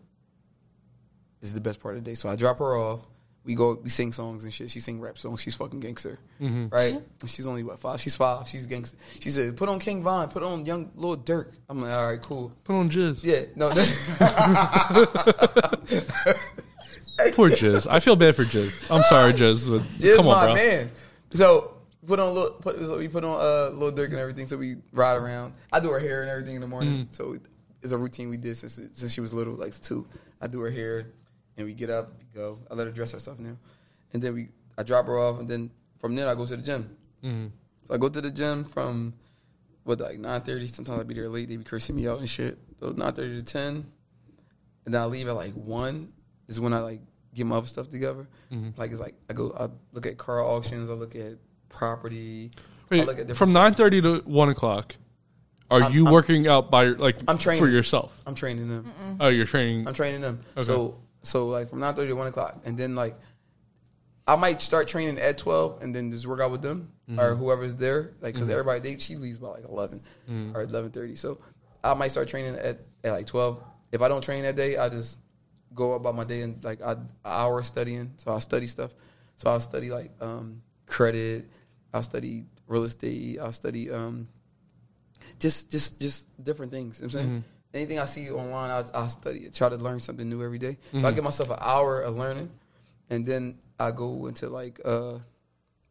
Speaker 3: is the best part of the day. So I drop her off. We go, we sing songs and shit. She sing rap songs. She's fucking gangster, right? She's only what five? She's five. She's gangster. She said, "Put on King Von. Put on Young Little Dirk." I'm like, all right, cool.
Speaker 1: Put on jizz.
Speaker 3: Yeah, no,
Speaker 1: Poor Jizz. I feel bad for Jizz. I'm sorry, Jizz. But
Speaker 3: <laughs> Jizz
Speaker 1: come on,
Speaker 3: my
Speaker 1: bro.
Speaker 3: man. So put on little, put, so we put on uh, little Dirk and everything. So we ride around. I do her hair and everything in the morning.
Speaker 1: Mm.
Speaker 3: So it's a routine we did since since she was little, like two. I do her hair, and we get up, we go. I let her dress herself now, and then we I drop her off, and then from there I go to the gym.
Speaker 1: Mm-hmm.
Speaker 3: So I go to the gym from what like nine thirty. Sometimes I be there late. They be cursing me out and shit. So nine thirty to ten, and then I leave at like one. Is when I like get my other stuff together.
Speaker 1: Mm-hmm.
Speaker 3: Like it's like I go, I look at car auctions. I look at property. I
Speaker 1: Wait,
Speaker 3: look at different
Speaker 1: from
Speaker 3: stuff.
Speaker 1: nine thirty to one o'clock, are you working out by your- like
Speaker 3: I'm training.
Speaker 1: for yourself?
Speaker 3: I'm training them.
Speaker 1: Oh, you're training.
Speaker 3: I'm training them. So so like from nine thirty to one o'clock, and then like I might start training at twelve, and then just work out with them or whoever's there. Like because everybody they she leaves by like 11 or eleven thirty. So I might start training at at like twelve. If I don't train that day, I just go about my day and like I an hour studying. So I study stuff. So I'll study like um, credit. I'll study real estate. I'll study um, just just just different things. You know what I'm saying anything I see online, I I study it, try to learn something new every day. So I give myself an hour of learning, and then I go into like uh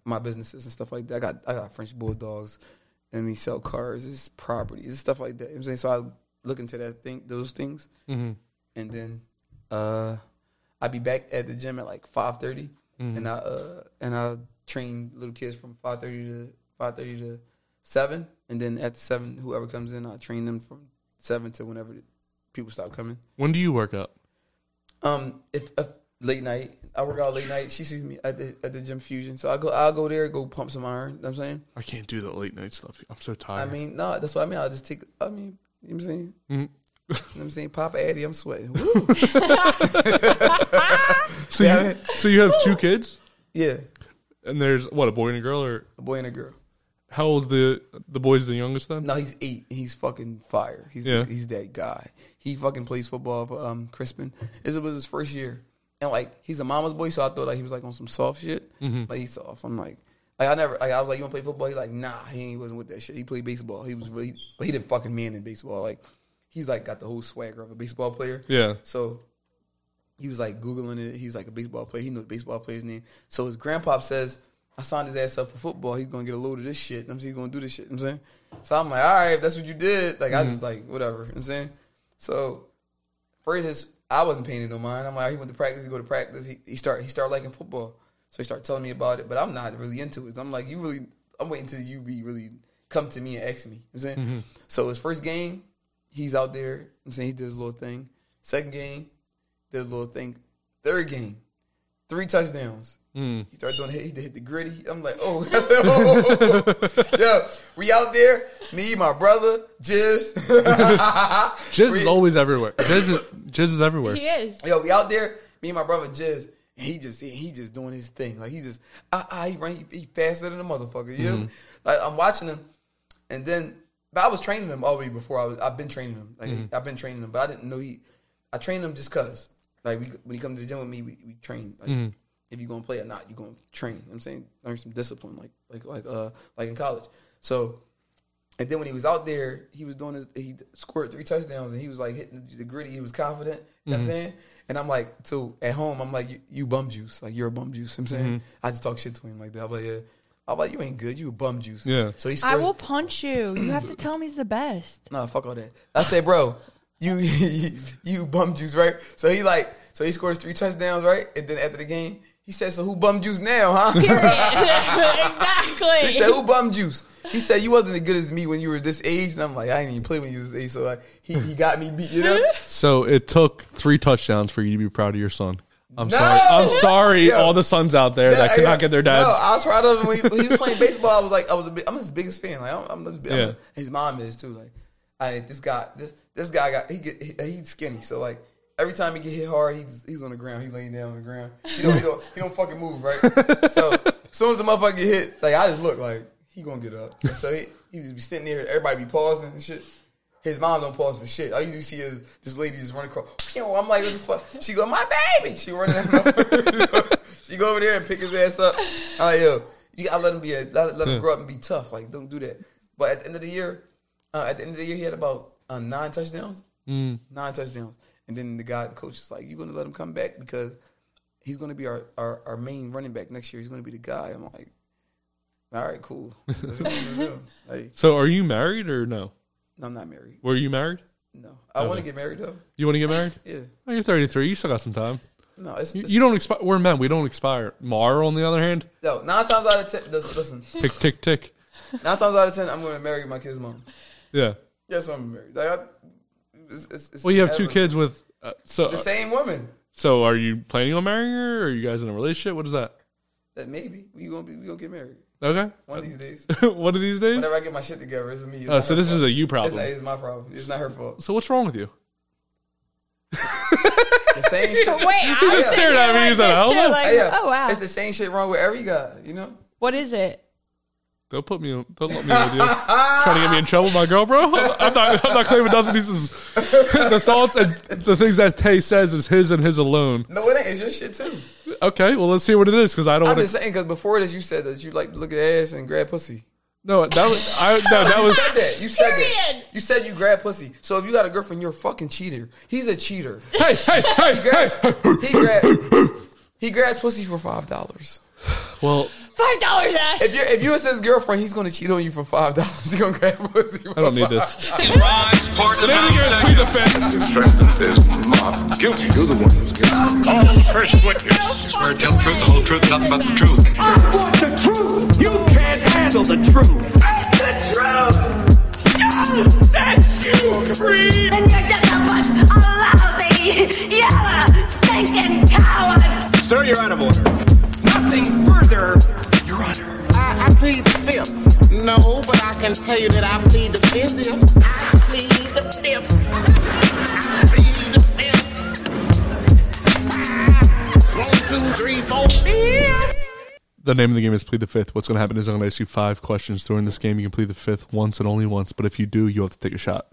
Speaker 3: my businesses and stuff like that. I got I got French bulldogs, and we sell cars, it's properties, it's stuff like that. You know what I'm saying so I look into that thing, those things, and then uh I be back at the gym at like five
Speaker 1: Mm.
Speaker 3: and I uh and I train little kids from five thirty to five thirty to seven, and then at the seven, whoever comes in, I train them from seven to whenever the people stop coming.
Speaker 1: When do you work out?
Speaker 3: Um, if, if late night, I work out late night. She sees me at the at the gym fusion, so I go I'll go there, go pump some iron. You know what I'm saying.
Speaker 1: I can't do the late night stuff. I'm so
Speaker 3: I
Speaker 1: tired.
Speaker 3: mean, no, that's what I mean. I'll just take. I mean, You know what I'm saying? You know what I'm saying? Papa Eddie, I'm sweating. Woo.
Speaker 1: So you, so you have
Speaker 3: <laughs>
Speaker 1: two kids,
Speaker 3: yeah.
Speaker 1: and there's what a boy and a girl, or
Speaker 3: A boy and a girl.
Speaker 1: how old's the the boy's the youngest then?
Speaker 3: No, he's eight. He's fucking fire. He's
Speaker 1: Yeah.
Speaker 3: he's that guy. He fucking plays football for um Crispin. This was his first year, and like he's a mama's boy, so I thought like he was like on some soft shit.
Speaker 1: Mm-hmm.
Speaker 3: Like he's soft. I'm like, like I never. Like I was like, you want to play football? He's like, nah. He ain't, he wasn't with that shit. He played baseball. He was really, but he didn't fucking man in baseball. Like he's like got the whole swagger of a baseball player.
Speaker 1: Yeah.
Speaker 3: So he was like googling it. He's like a baseball player. He knew the baseball player's name. So his grandpa says, "I signed his ass up for football. He's gonna get a load of this shit. I'm saying he's gonna do this shit." I'm saying. So I'm like, all right, if that's what you did. Like I just like whatever. I'm saying. So first, his, I wasn't paying it no mind. I'm like, he went to practice. He go to practice. He, he start he started liking football. So he started telling me about it, but I'm not really into it. I'm like, you really. I'm waiting till you be really come to me and ask me. You know what I'm saying. So his first game, he's out there. I'm saying he did his little thing. Second game, did his little thing. Third game, three touchdowns. He started doing hit. He hit the gritty. I'm like, oh, <laughs> I said, oh. <laughs> yo, we out there. Me, my brother, Jizz.
Speaker 1: Jizz is
Speaker 3: We-
Speaker 1: always everywhere. Jizz is Jizz is everywhere.
Speaker 2: He is.
Speaker 3: Yo, we out there. Me and my brother Jizz, and he just he, he just doing his thing. Like he just I, I he ran he, he faster than a motherfucker. You know? like I'm watching him, and then but I was training him already before I was. I've been training him. Like I've been training him, but I didn't know he. I trained him just cause. Like we, when he come to the gym with me, we, we train. Like if you gonna play or not, you gonna train. You know what I'm saying learn some discipline, like like like uh like in college. So and then when he was out there, he was doing his he scored three touchdowns and he was like hitting the gritty, he was confident. You know what I'm saying? And I'm like, so at home, I'm like, you, you bum juice. Like you're a bum juice. You know what I'm saying? I just talk shit to him like that. I'm like, yeah. I'm like, you ain't good, you a bum juice.
Speaker 1: Yeah.
Speaker 3: So he
Speaker 2: I
Speaker 3: scored.
Speaker 2: will punch you. You have to tell me he's
Speaker 1: <laughs>
Speaker 2: the best.
Speaker 3: No, fuck all that. I said, bro, you <laughs> you bum juice, right? So he like, so he scores three touchdowns, right? And then after the game, he said, so who bum juice now,
Speaker 2: <laughs>
Speaker 3: huh?
Speaker 2: Period. exactly.
Speaker 3: He said, "Who bum juice?" He said, "You wasn't as good as me when you were this age." And I'm like, "I didn't even play when you was this age, so like, he he got me beat."
Speaker 1: <laughs>
Speaker 3: You know?
Speaker 1: So it took three touchdowns for you to be proud of your son. I'm
Speaker 3: No!
Speaker 1: sorry. I'm sorry,
Speaker 3: Yo.
Speaker 1: all the sons out there that
Speaker 3: Yeah,
Speaker 1: cannot get their dads.
Speaker 3: No, I was proud of him when he, when he was playing baseball. I was like, I was a big, I'm his biggest fan. Like, I'm, I'm, his big- I'm
Speaker 1: Yeah.
Speaker 3: his mom is too. Like, I this guy, this this guy got he get he, he's skinny, so like. Every time he get hit hard, he's he's on the ground. He laying down on the ground. He don't he don't, he don't fucking move, right?
Speaker 1: <laughs>
Speaker 3: So as soon as the motherfucker get hit, like I just look like he gonna get up. And so he he just be sitting there. Everybody be pausing and shit. His mom don't pause for shit. All you do see is this lady just running across. Pew! I'm like, what the fuck? She go, my baby. She running. Down. <laughs> she go over there and pick his ass up. I'm like, yo, you gotta let him be. A, let, let him grow up and be tough. Like, don't do that. But at the end of the year, uh, at the end of the year, he had about uh, nine touchdowns. Nine touchdowns. And then the guy, the coach, is like, you gonna let him come back because he's gonna be our, our our main running back next year. He's gonna be the guy. I'm like, all right, cool. Like,
Speaker 1: so are you married or no?
Speaker 3: I'm not married.
Speaker 1: Were you married?
Speaker 3: No, I want to get married though.
Speaker 1: You want to get
Speaker 3: <laughs>
Speaker 1: married?
Speaker 3: Yeah.
Speaker 1: Oh, you're 33. You still got some time.
Speaker 3: No, it's,
Speaker 1: You,
Speaker 3: it's
Speaker 1: you don't expire. We're men. We don't expire. Mar, on the other hand,
Speaker 3: no, nine times out of ten. Listen, listen,
Speaker 1: tick, tick, tick.
Speaker 3: nine times out of ten, I'm going to marry my kid's mom.
Speaker 1: Yeah.
Speaker 3: That's why I'm married. Like, I, it's, it's, it's
Speaker 1: Well, you have two
Speaker 3: inevitable.
Speaker 1: kids with. Uh, so,
Speaker 3: The same woman.
Speaker 1: so are you planning on marrying her? Or are you guys in a relationship? What is that?
Speaker 3: That maybe we gonna be we gonna get married
Speaker 1: Okay. <laughs>
Speaker 3: one of these days.
Speaker 1: One of these days.
Speaker 3: Whenever I get my shit together, it's me. It's
Speaker 1: Oh,
Speaker 3: not
Speaker 1: so
Speaker 3: her
Speaker 1: this is
Speaker 3: fault.
Speaker 1: a you
Speaker 3: It's, not,
Speaker 1: problem.
Speaker 3: it's my problem. It's not
Speaker 1: <laughs>
Speaker 3: her fault.
Speaker 1: So what's wrong with you?
Speaker 3: The same shit.
Speaker 2: Wait, I was
Speaker 3: Yeah.
Speaker 2: staring
Speaker 1: at me,
Speaker 2: Like
Speaker 1: he's like,
Speaker 2: this,
Speaker 1: "Hello?"
Speaker 2: too, like,
Speaker 3: Yeah.
Speaker 2: Oh wow.
Speaker 3: It's the same shit wrong with every guy. You know.
Speaker 2: what is it?
Speaker 1: Don't put me. on Don't let me with you. Trying to get me in trouble, my girl, bro. I'm not. I'm not claiming nothing. This is <laughs> the thoughts and the things that Tay says is his and his alone.
Speaker 3: No, it ain't. It's your shit too.
Speaker 1: Okay. Well, let's hear what it is because I don't
Speaker 3: I'm
Speaker 1: want
Speaker 3: just
Speaker 1: to.
Speaker 3: saying because before this, you said that you like to look at ass and grab pussy.
Speaker 1: No, that was. I, no, that
Speaker 3: You <laughs>
Speaker 1: was.
Speaker 3: said that. You said that.
Speaker 2: Period.
Speaker 3: You said you grab pussy. So if you got a girlfriend, you're a fucking cheater. He's a cheater.
Speaker 1: Hey, hey, hey,
Speaker 3: He grabs,
Speaker 1: hey. <laughs>
Speaker 3: he grabs, he grabs pussy for five dollars.
Speaker 1: Well,
Speaker 2: Five dollars, Ash.
Speaker 3: If you if you was his girlfriend, he's gonna cheat on you for five dollars. <laughs> He gonna grab pussy.
Speaker 1: I don't need this.
Speaker 4: Rise, court the
Speaker 5: Guilty. You're the one who's guilty.
Speaker 4: first witness. Swear to tell the truth, the whole truth, nothing but the truth.
Speaker 6: I want the truth. You can't handle the truth. It's the truth. You'll set you free.
Speaker 7: And you're just a bunch of lousy, yellow, stinking cowards.
Speaker 5: Sir, you're out of order.
Speaker 6: Nothing further.
Speaker 4: Your Honor.
Speaker 8: I, I plead the fifth. No, but I can tell you that I plead the fifth. I plead the
Speaker 1: The name of the game is Plead the Fifth. What's going to happen is I'm going to ask you five questions during this game. You can plead the fifth once and only once, but if you do, you have to take a shot.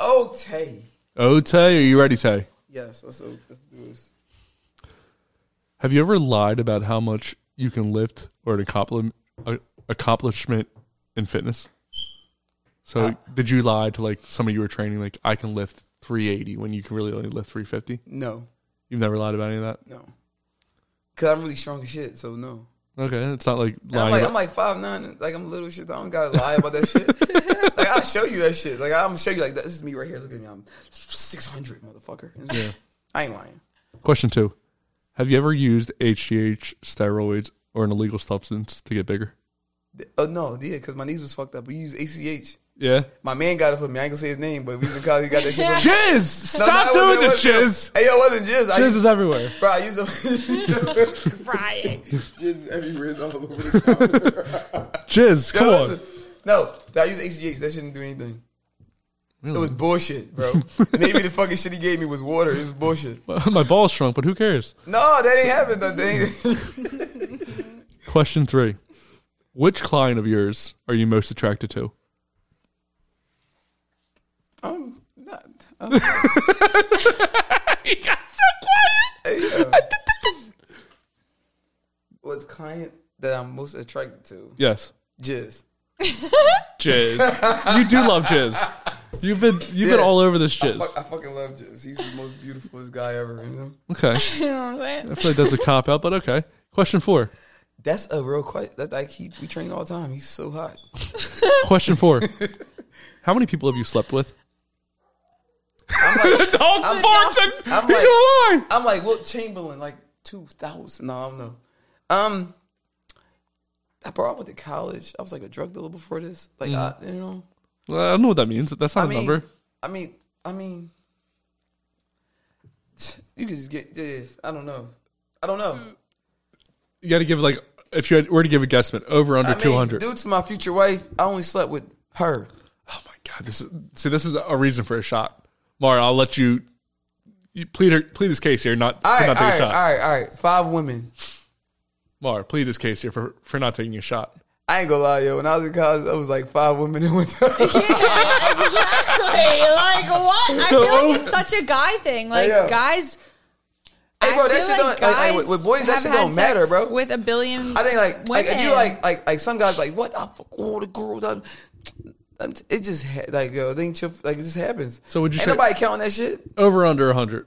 Speaker 3: Okay.
Speaker 1: Oh, Tay, are you ready, Tay?
Speaker 3: Yes, let's, let's do this.
Speaker 1: Have you ever lied about how much you can lift or an accompli- a- accomplishment in fitness? So,
Speaker 3: Uh,
Speaker 1: did you lie to like somebody you were training, like I can lift 380 when you can really only lift 350?
Speaker 3: No,
Speaker 1: You've never lied about any of that.
Speaker 3: no. Cause I'm really strong as shit, so no.
Speaker 1: Okay, it's not like
Speaker 3: And I'm
Speaker 1: lying.
Speaker 3: like
Speaker 1: about-
Speaker 3: I'm like five nine, like I'm little shit. I don't gotta lie about that shit. like I'll show you that shit. Like I'm gonna show you like this is me right here. Look at me. I'm six hundred, motherfucker.
Speaker 1: Yeah.
Speaker 3: I ain't lying.
Speaker 1: Question two: Have you ever used HGH, steroids, or an illegal substance to get bigger?
Speaker 3: Oh no, yeah, cause my knees was fucked up. We used ACH.
Speaker 1: Yeah.
Speaker 3: My man got it for me. I ain't gonna say his name, but we was in college. He got that shit.
Speaker 1: <laughs>
Speaker 3: For me.
Speaker 1: Jizz!
Speaker 3: No,
Speaker 1: Stop
Speaker 3: no, it
Speaker 1: doing this,
Speaker 3: wasn't- it wasn't-
Speaker 1: jizz.
Speaker 3: Hey, yo, it wasn't jizz. I
Speaker 1: Jizz
Speaker 3: used,
Speaker 1: is everywhere.
Speaker 3: <laughs> bro, I used to.
Speaker 2: Crying.
Speaker 3: jizz everywhere. It's all over the ground.
Speaker 1: Jizz,
Speaker 3: Yo,
Speaker 1: come on.
Speaker 3: listen. No, I used ACH. That shouldn't do anything. It was
Speaker 1: <laughs>
Speaker 3: bullshit, bro. Maybe the fucking shit he gave me was water. It was bullshit.
Speaker 1: <laughs> My balls shrunk, but who cares?
Speaker 3: No, that ain't happened. That ain't. <laughs>
Speaker 1: Question three: Which client of yours are you most attracted to?
Speaker 3: I'm not.
Speaker 1: <laughs> You got so quiet.
Speaker 3: Yeah. What's client that I'm most attracted to?
Speaker 1: Yes,
Speaker 3: Jizz.
Speaker 1: jizz. <laughs> you do love jizz. You've been you've been
Speaker 3: Yeah.
Speaker 1: all over this jizz.
Speaker 3: Fuck, I fucking love Jizz. He's the most beautifulest guy ever. You know?
Speaker 1: Okay,
Speaker 2: <laughs> You know what I'm saying?
Speaker 1: I feel like that's a cop out, but okay. Question four.
Speaker 3: That's a real question. That's like he. We train all the time. He's so hot.
Speaker 1: Question
Speaker 3: <laughs>
Speaker 1: four. How many people have you slept with? <laughs> the whole Spartan.
Speaker 3: I'm
Speaker 1: He's
Speaker 3: like-
Speaker 1: a lie.
Speaker 3: I'm like Wilt Chamberlain, like two thousand. No, I don't know. Um, I brought went to college. I was like a drug dealer before this. Like
Speaker 1: Mm-hmm.
Speaker 3: I, you know,
Speaker 1: Well, I don't know what that means. That's not
Speaker 3: I
Speaker 1: a
Speaker 3: mean,
Speaker 1: number.
Speaker 3: I mean, I mean, you could just get this. I don't know. I don't know.
Speaker 1: You got to give like if you had, were to give a guesstimate over under
Speaker 3: I mean,
Speaker 1: two hundred.
Speaker 3: Due to my future wife, I only slept with her.
Speaker 1: Oh my god! This is, see, this is a reason for a shot, Mara. I'll let you, you plead her, plead his case here, not
Speaker 3: All
Speaker 1: for
Speaker 3: right, all
Speaker 1: not taking a
Speaker 3: right, all
Speaker 1: shot.
Speaker 3: right, all right. Five women.
Speaker 1: Mara, plead his case here for for not taking a shot.
Speaker 3: I ain't gonna lie, yo. When I was in college, I was like five women in
Speaker 2: <laughs>
Speaker 3: one time.
Speaker 2: <laughs> exactly. Like what?
Speaker 1: So-
Speaker 2: I feel like it's such a guy thing. Like
Speaker 3: yo.
Speaker 2: guys.
Speaker 3: Hey, bro,
Speaker 2: I
Speaker 3: that
Speaker 2: feel
Speaker 3: shit
Speaker 2: like
Speaker 3: don't- like,
Speaker 2: guys
Speaker 3: like, with- with boys, that
Speaker 2: have
Speaker 3: shit
Speaker 2: had
Speaker 3: don't matter,
Speaker 2: sex
Speaker 3: bro.
Speaker 2: With a billion,
Speaker 3: I think like like if you
Speaker 2: women.
Speaker 3: like like like some guys like what I fuck all the girls. I'm, I'm- it just ha- like yo, it ain't your, like it just happens.
Speaker 1: So would you
Speaker 3: ain't
Speaker 1: say-
Speaker 3: nobody counting that shit?
Speaker 1: Over under hundred.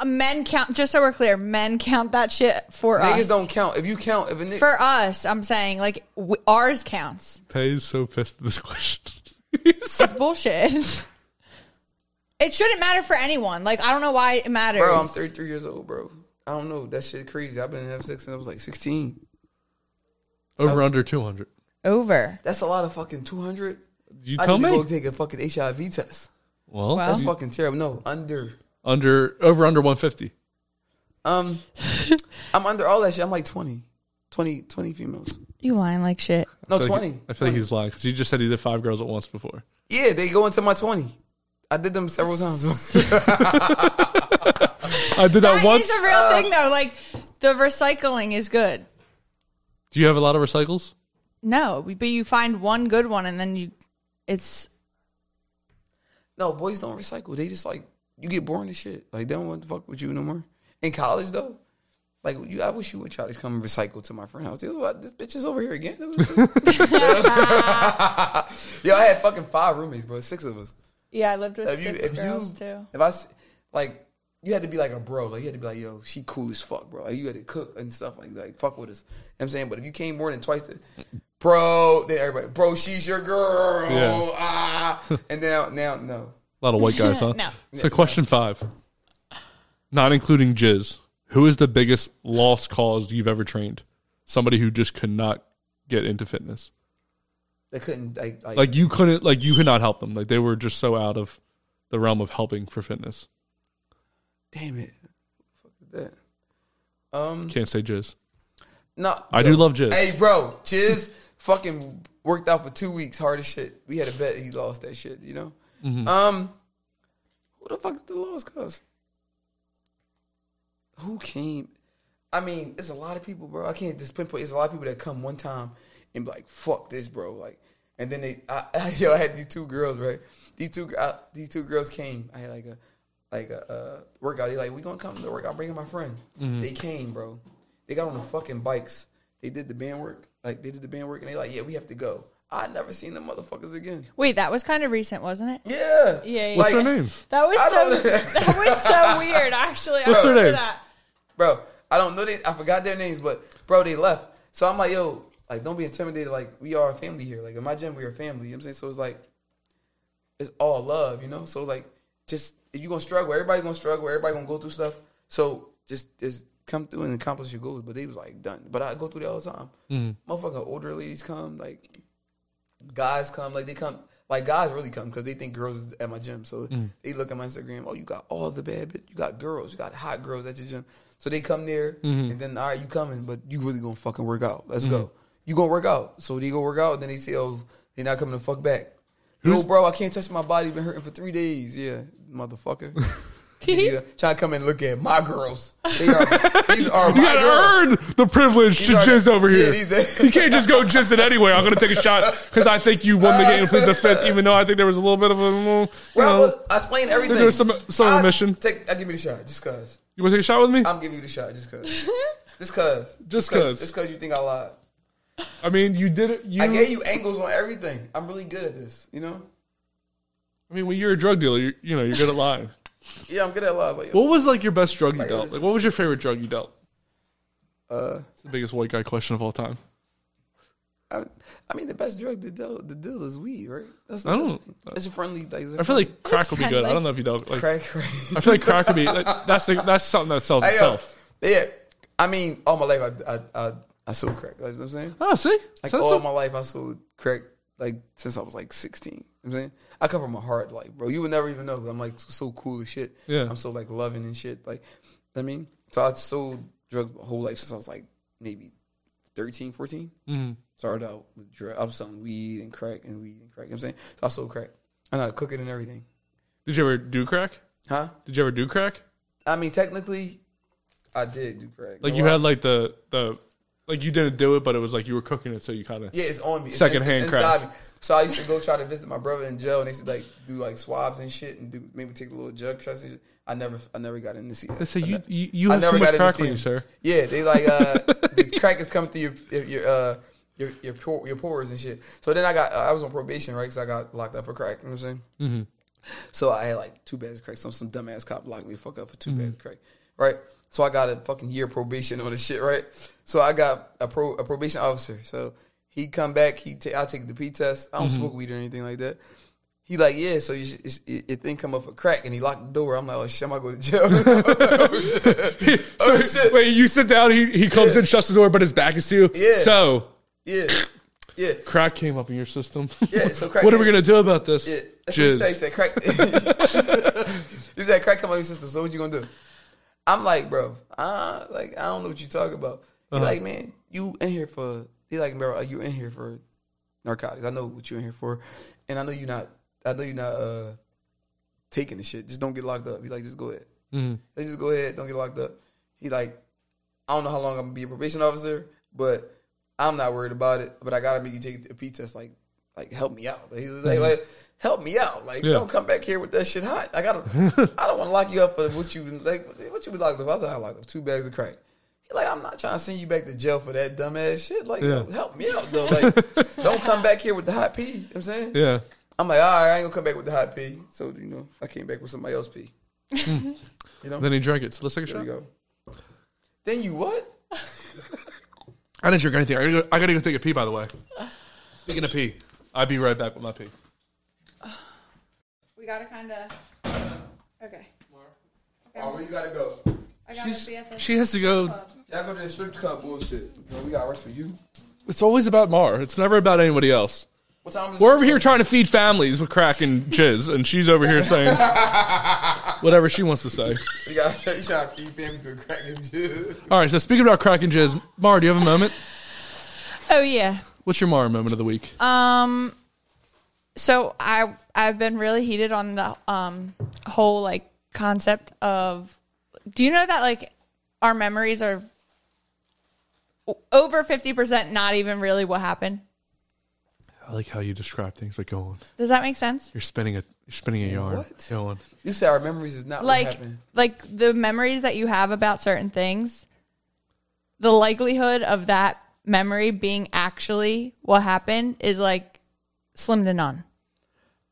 Speaker 2: Uh, men count. Just so we're clear, men count that shit for us.
Speaker 3: Niggas don't count. If you count, if a nigga,
Speaker 2: For us, I'm saying like w- ours counts.
Speaker 1: Tay is so pissed at this <laughs> question.
Speaker 3: <laughs>
Speaker 2: It's bullshit. It shouldn't matter for anyone. Like I don't know why it matters.
Speaker 3: bro, I'm 33 years old, bro. I don't know. That shit crazy. I've been having sex since I was like 16.
Speaker 1: over under two hundred.
Speaker 2: Over.
Speaker 3: That's a lot of fucking 200.
Speaker 1: You
Speaker 3: I
Speaker 1: tell
Speaker 3: need to
Speaker 1: me.
Speaker 3: go take a fucking HIV test.
Speaker 1: Well,
Speaker 2: Well.
Speaker 3: That's
Speaker 1: you-
Speaker 3: fucking terrible. No, under.
Speaker 1: under over under one fifty. <laughs>
Speaker 3: Um, I'm under all that shit. I'm like 20, 20, 20 females.
Speaker 2: You lying like shit.
Speaker 3: No,
Speaker 1: I feel like-
Speaker 3: 20.
Speaker 1: I feel like he's lying because he just said he did five girls at once before.
Speaker 3: Yeah, they go into my 20. I did them several times.
Speaker 1: I did that,
Speaker 2: That
Speaker 1: once.
Speaker 2: is a real
Speaker 3: uh,
Speaker 2: thing though. Like the recycling is good.
Speaker 1: Do you have a lot of recycles?
Speaker 2: No, but you find one good one and then you, it's
Speaker 3: No, boys don't recycle. They just like you get boring as shit. Like they don't want to fuck with you no more. In college though, like you, I wish you would try to come recycle to my friend house. Yo, what, this bitch is over here again. <laughs> Yo, I had fucking five roommates, bro. Six of us.
Speaker 2: yeah. I lived with
Speaker 3: If you,
Speaker 2: six
Speaker 3: if
Speaker 2: girls
Speaker 3: you,
Speaker 2: too.
Speaker 3: if I s- like, you had to be like a bro. Like you had to be like, yo, she cool as fuck, bro. Like you had to cook and stuff like like fuck with us. You know what I'm saying, but if you came more than twice, the, bro, then everybody, bro, she's your girl.
Speaker 1: Yeah.
Speaker 3: Ah, and now now no.
Speaker 1: A lot of white guys, huh?
Speaker 2: No.
Speaker 1: So, question five, not including jizz, who is the biggest lost cause you've ever trained? Somebody who just could not get into fitness.
Speaker 3: They couldn't like like,
Speaker 1: Like you couldn't, like you could not help them. Like they were just so out of the realm of helping for fitness.
Speaker 3: damn it. Fuck is that? Um
Speaker 1: Can't say jizz.
Speaker 3: no
Speaker 1: I do love Jizz.
Speaker 3: Hey bro, Jizz <laughs> fucking worked out for two weeks, hard as shit. We had a bet he lost that shit, you know?
Speaker 1: Mm-hmm.
Speaker 3: Um who the fuck is the lost cause? Who came? I mean, it's a lot of people, bro. I can't just pinpoint. It's a lot of people that come one time and be like, "Fuck this, bro!" Like, and then they, I, <laughs> I, yo, I had these two girls, right? These two, I, these two girls came. I had like a, like a uh, workout. They like, we gonna come to the workout. I'm bringing my friend. They came, bro. They got on the fucking bikes. They did the band work. Like, they did the band work, and they like, yeah, we have to go. I never seen them motherfuckers again.
Speaker 2: Wait, that was kind of recent, wasn't it?
Speaker 3: Yeah,
Speaker 2: Yeah, yeah.
Speaker 1: What's
Speaker 3: Like-
Speaker 1: their names?
Speaker 2: That was
Speaker 3: I
Speaker 2: so <laughs>
Speaker 3: don't-
Speaker 2: that was so weird. Actually,
Speaker 1: What's
Speaker 2: I
Speaker 1: their
Speaker 2: remember
Speaker 1: names?
Speaker 2: that.
Speaker 3: bro. I don't know. They, I forgot their names, but bro, they left. So I'm like, yo, like, don't be intimidated. Like, we are a family here. Like, in my gym, we are a family. You know what I'm saying? So it's like, it's all love, you know? So, like, just, you going to struggle. Everybody going to struggle. Everybody going to go through stuff. So just, just come through and accomplish your goals. But they was like, done. But I go through that all the time. Motherfucking older ladies come. Like, guys come. Like, they come. Like guys really come because they think girls is at my gym, so
Speaker 1: Mm.
Speaker 3: they look at my Instagram. Oh, you got all the bad, bitch. you got girls, you got hot girls at your gym. So they come there,
Speaker 1: Mm-hmm.
Speaker 3: and then all right, you coming, but you really gonna fucking work out. Let's go. You gonna work out. So they go work out, and then they say, oh, they not coming to fuck back. Yo, bro, I can't touch my body. Been hurting for three days. Yeah,
Speaker 1: <laughs>
Speaker 3: motherfucker. yeah, trying to come and look at my girls. They are, these
Speaker 1: <laughs>
Speaker 3: are
Speaker 1: You
Speaker 3: my
Speaker 1: gotta
Speaker 3: girls.
Speaker 1: earn the privilege to
Speaker 3: are the-
Speaker 1: jizz over
Speaker 3: yeah,
Speaker 1: here.
Speaker 3: these are- <laughs>
Speaker 1: you can't just go jizz it anyway. I'm gonna take a shot because I think you won the game and plead the fifth, even though I think there was a little bit of a. You,
Speaker 3: Bro, I,
Speaker 1: know,
Speaker 3: was, I explained everything.
Speaker 1: was some- some
Speaker 3: I-
Speaker 1: omission.
Speaker 3: Take, I give you the shot, just cause.
Speaker 1: you wanna take a shot with me?
Speaker 3: I'm giving you the shot, just cause. just cause.
Speaker 1: Just 'cause.
Speaker 3: Just cause you think I lied.
Speaker 1: I mean, you did it. You,
Speaker 3: I gave you angles on everything. I'm really good at this, you know.
Speaker 1: I mean, when you're a drug dealer, you, you know you're good at lying.
Speaker 3: Yeah, I'm good at lies.
Speaker 1: <laughs>
Speaker 3: Like,
Speaker 1: what was like your best drug you
Speaker 3: Like,
Speaker 1: dealt?
Speaker 3: this
Speaker 1: Like,
Speaker 3: is-
Speaker 1: what was your favorite drug you dealt?
Speaker 3: uh,
Speaker 1: It's the biggest white guy question of all time.
Speaker 3: I, I mean, the best drug to deal, the deal is weed, right? That's the
Speaker 1: I
Speaker 3: best
Speaker 1: don't-
Speaker 3: thing. It's a friendly. Like, it's a
Speaker 1: I feel
Speaker 3: <laughs>
Speaker 1: like crack would be good. I
Speaker 2: friendly.
Speaker 1: don't know if you dealt. Like,
Speaker 3: friendly- crack. <laughs> right?
Speaker 1: I feel like crack would be. Like, that's the, that's something that sells
Speaker 3: Hey, yo.
Speaker 1: itself.
Speaker 3: Yeah, I mean, all my life I I I, I sold crack. Like, you know what I'm saying,
Speaker 1: Oh, see,
Speaker 3: like
Speaker 1: So that's
Speaker 3: all
Speaker 1: a-
Speaker 3: my life I sold crack. Like since I was like 16. You know what I'm saying I come from a hard life, bro. You would never even know. 'cause I'm like so cool as shit.
Speaker 1: Yeah.
Speaker 3: I'm so like loving and shit. Like, I mean, so I sold drugs my whole life since I was like maybe 13, 14.
Speaker 1: Mm-hmm.
Speaker 3: Started out with drugs. I was selling weed and crack and weed and crack. You know what I'm saying so I sold crack. I know how to cook it and everything.
Speaker 1: did you ever do crack?
Speaker 3: Huh?
Speaker 1: Did you ever do crack?
Speaker 3: I mean, technically, I did do crack.
Speaker 1: Like
Speaker 3: No
Speaker 1: you
Speaker 3: lie.
Speaker 1: had like the the like you didn't do it, but it was like you were cooking it, so you kind of
Speaker 3: Yeah, it's on me. It's
Speaker 1: Secondhand
Speaker 3: it's inside
Speaker 1: crack.
Speaker 3: me. So I used to go try to visit my brother in jail, and they used to like do like swabs and shit, and do maybe take a little jug shots. And shit. I never, I never got in to see that.
Speaker 1: They say
Speaker 3: I
Speaker 1: you
Speaker 3: ne-
Speaker 1: you, you
Speaker 3: I
Speaker 1: have too
Speaker 3: never
Speaker 1: much
Speaker 3: got in to
Speaker 1: crack
Speaker 3: see
Speaker 1: on you,
Speaker 3: him.
Speaker 1: sir.
Speaker 3: Yeah, they like
Speaker 1: <laughs>
Speaker 3: uh, the crack is coming through your your uh, your your, por- your pores and shit. So then I got uh, I was on probation, right? Because I got locked up for crack. You know what I'm saying?
Speaker 1: Mm-hmm.
Speaker 3: So I had like two bags of crack. Some some dumbass cop locked me the fuck up for
Speaker 1: Mm-hmm.
Speaker 3: 2 bags of crack, right? So I got a fucking year probation on this shit, right? So I got a pro a probation officer. So he come back. He ta- I take the P test. I don't
Speaker 1: Mm-hmm.
Speaker 3: smoke weed or anything like that. He like yeah, so you should, it's- it, it thing come up for crack, and he locked the door. I'm like, oh shit, I'm about to go to
Speaker 1: <laughs>
Speaker 3: jail.
Speaker 1: <laughs> so,
Speaker 3: Oh, shit.
Speaker 1: Wait, you sit down. He he comes in, shuts the door, but his back is to you.
Speaker 3: Yeah.
Speaker 1: So
Speaker 3: yeah, yeah.
Speaker 1: crack came up in your system. <laughs>
Speaker 3: Yeah, so crack
Speaker 1: what are we
Speaker 3: came-
Speaker 1: gonna do about this?
Speaker 3: Yeah, that's what he said.
Speaker 1: Jizz.
Speaker 3: He said crack. <laughs> he said crack come out of your system. So what you gonna do? I'm like, bro, uh, like I don't know what you talking about. He
Speaker 1: Uh-huh.
Speaker 3: like, man, you in here for? He like, bro, you in here for narcotics? I know what you in here for, and I know you not. I know you not uh, taking the shit. Just don't get locked up. He like, just go ahead.
Speaker 1: Mm,
Speaker 3: Let's just go ahead. Don't get locked up. He like, I don't know how long I'm gonna be a probation officer, but I'm not worried about it. But I gotta make you take a P test. Like, like help me out. He was like, like help me out. Like,
Speaker 1: Mm-hmm. Yeah.
Speaker 3: don't come back here with that shit hot. I
Speaker 1: <laughs>
Speaker 3: gotta. I don't want to lock you up for what you like. What you be locked up? I was like, I locked up two bags of crack. He like, I'm not trying to send you back to jail for that dumbass shit. Like,
Speaker 1: Yeah.
Speaker 3: help me out though. Like, don't come back here with the hot P. You know what I'm saying?
Speaker 1: Yeah.
Speaker 3: I'm like, all right, I ain't gonna come back with the hot P. So you know, I came back with somebody else P.
Speaker 1: Then he drank it. So let's take a
Speaker 3: There
Speaker 1: shot.
Speaker 3: you go. Then you what?
Speaker 1: I didn't drink anything. I gotta, go, I gotta go take a pee. By the way, speaking of pee, I'll be right back with my pee.
Speaker 2: <laughs> We gotta kind of. Okay.
Speaker 3: Oh, we gotta go.
Speaker 2: I gotta be at the.
Speaker 1: She has to go.
Speaker 3: Y'all go to the strip club bullshit. Bro, we got rest for you.
Speaker 1: It's always about Mar. It's never about anybody else.
Speaker 3: What time is
Speaker 1: We're over here trying to feed families with crack and jizz, and she's over here <laughs> saying whatever she wants to say.
Speaker 3: We got <laughs> you trying to feed family to crack and juice.
Speaker 1: All right, so speaking about crack and jizz, Mar, do you have a moment?
Speaker 2: Oh yeah.
Speaker 1: What's your Mar moment of the week?
Speaker 2: Um. So I I've been really heated on the um whole like concept of. Do you know that like our memories are over 50% not even really what happened.
Speaker 1: I like how you describe things, but go on.
Speaker 2: Does that make sense?
Speaker 1: You're spinning a you're spinning a yarn.
Speaker 3: What?
Speaker 1: Go on.
Speaker 3: You said our memories is not what
Speaker 2: Like
Speaker 3: happened.
Speaker 2: like the memories that you have about certain things, the likelihood of that memory being actually what happened is like slim to none.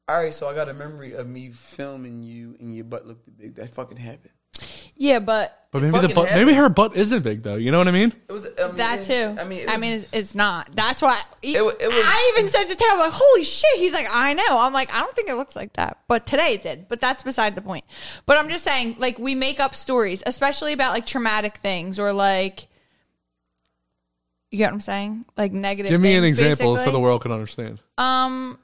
Speaker 3: All right, so I got a memory of me filming you and your butt looked big. That fucking happened.
Speaker 2: Yeah, but
Speaker 1: But maybe the
Speaker 3: fucking
Speaker 1: butt, maybe her butt isn't big though. You know what I mean?
Speaker 3: It was I mean,
Speaker 2: That
Speaker 3: it-
Speaker 2: too.
Speaker 3: I mean, it
Speaker 2: I
Speaker 3: was-
Speaker 2: mean, it's, it's not. That's why. e,
Speaker 3: It wa- it was-
Speaker 2: I even said to Ted, I'm like, "Holy shit!" He's like, "I know." I'm like, "I don't think it looks like that," but today it did. But that's beside the point. But I'm just saying, like, we make up stories, especially about like traumatic things or like, you get what I'm saying? Like negative.
Speaker 1: Give me an
Speaker 2: things,
Speaker 1: example so
Speaker 2: basically.
Speaker 1: the world can understand.
Speaker 2: Um.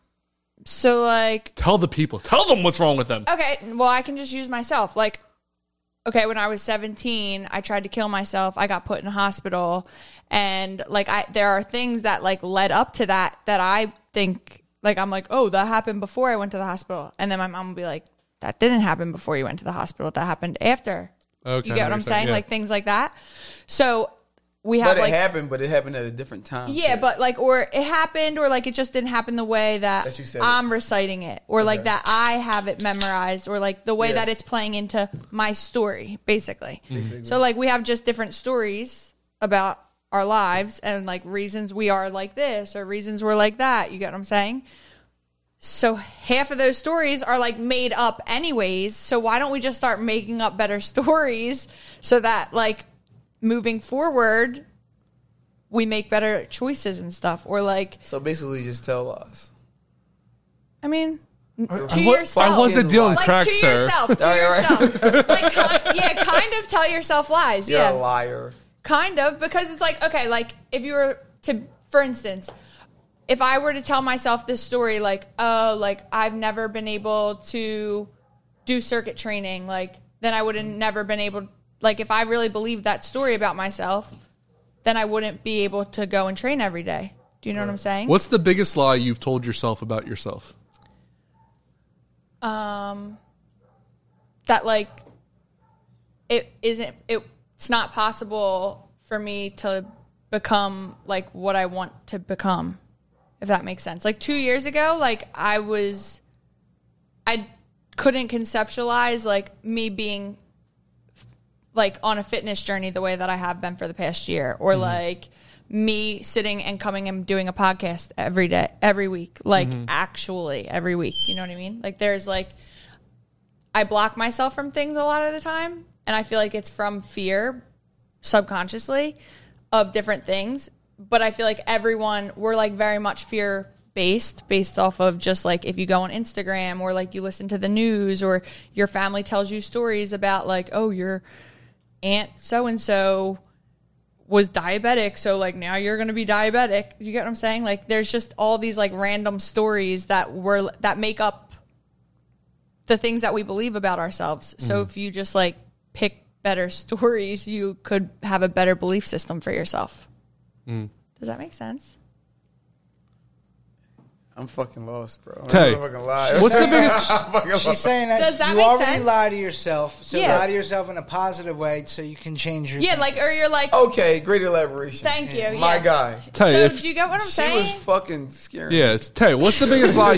Speaker 2: So like,
Speaker 1: Tell the people. Tell them what's wrong with them.
Speaker 2: Okay, well, I can just use myself. Like, okay, when I was 17, I tried to kill myself. I got put in a hospital, and like, I there are things that like led up to that that I think like I'm like, oh, that happened before I went to the hospital, and then my mom will be like, that didn't happen before you went to the hospital. That happened after.
Speaker 1: Okay,
Speaker 2: Oh, You get what I'm saying?
Speaker 1: yeah.
Speaker 2: Like things like that. So we have
Speaker 3: but
Speaker 2: like.
Speaker 3: it happened, but it happened at a different time.
Speaker 2: Yeah, but like, or it happened, or like it just didn't happen the way that,
Speaker 3: That you said
Speaker 2: I'm
Speaker 3: it.
Speaker 2: reciting it, or like
Speaker 3: Okay.
Speaker 2: that I have it memorized, or like the way
Speaker 3: Yeah. Mm-hmm.
Speaker 2: that it's playing into my story, basically. So, like, we have just different stories about our lives and like reasons we are like this or reasons we're like that. You get what I'm saying? So, half of those stories are like made up, anyways. So, why don't we just start making up better <laughs> stories so that, like, moving forward, we make better choices and stuff. Or like,
Speaker 3: so basically, just tell us.
Speaker 2: I mean, to
Speaker 1: I, wa-
Speaker 2: yourself.
Speaker 1: I wasn't dealing
Speaker 2: oh, like
Speaker 1: Oh, crack,
Speaker 2: to
Speaker 1: sir.
Speaker 2: yourself, to
Speaker 3: All Oh, right, all right.
Speaker 2: yourself.
Speaker 3: <laughs>
Speaker 2: like, ki- yeah, kind of tell yourself lies.
Speaker 3: You're
Speaker 2: yeah,
Speaker 3: a liar.
Speaker 2: kind of because it's like okay, like if you were to, for instance. If I were to tell myself this story, like, oh, like I've never been able to do circuit training, like, then I would have never been able, like, if I really believed that story about myself, then I wouldn't be able to go and train every day. Do you know what I'm saying?
Speaker 1: What's the biggest lie you've told yourself about yourself?
Speaker 2: um that like it isn't it, it's not possible for me to become like what I want to become if that makes sense like 2 years ago like I was I couldn't conceptualize like me being like on a fitness journey the way that I have been for the past year or like me sitting and coming and doing a podcast every day every week like actually every week you know what I mean like there's like I block myself from things a lot of the time and I feel like it's from fear subconsciously of different things but I feel like everyone we're like very much fear based based off of just like if you go on Instagram or like you listen to the news or your family tells you stories about like oh you're aunt so and so was diabetic, so like now you're gonna be diabetic. You get what I'm saying? Like there's just all these like random stories that were that make up the things that we believe about ourselves. So
Speaker 3: Mm-hmm.
Speaker 2: if you just like pick better <laughs> stories, you could have a better belief system for yourself.
Speaker 3: Mm.
Speaker 2: Does that make sense?
Speaker 3: I'm fucking lost, bro. I'm
Speaker 1: Tay,
Speaker 3: a fucking liar.
Speaker 1: What's the biggest?
Speaker 3: <laughs> I'm fucking
Speaker 8: She's
Speaker 3: lost.
Speaker 8: saying that,
Speaker 2: Does that
Speaker 8: you
Speaker 2: make
Speaker 8: already
Speaker 2: sense?
Speaker 8: lie to yourself, so
Speaker 2: Yeah.
Speaker 8: lie to yourself in a positive way, so you can change your.
Speaker 2: Yeah, like or you're like,
Speaker 3: Okay, great elaboration.
Speaker 2: thank you.
Speaker 3: My
Speaker 2: yeah.
Speaker 3: guy.
Speaker 1: Tay,
Speaker 2: So
Speaker 1: if-
Speaker 2: do you get what I'm
Speaker 3: She was
Speaker 2: saying?
Speaker 3: fucking
Speaker 1: <laughs>
Speaker 3: scary. <laughs>
Speaker 1: yeah, it's Tay. What's the biggest lie?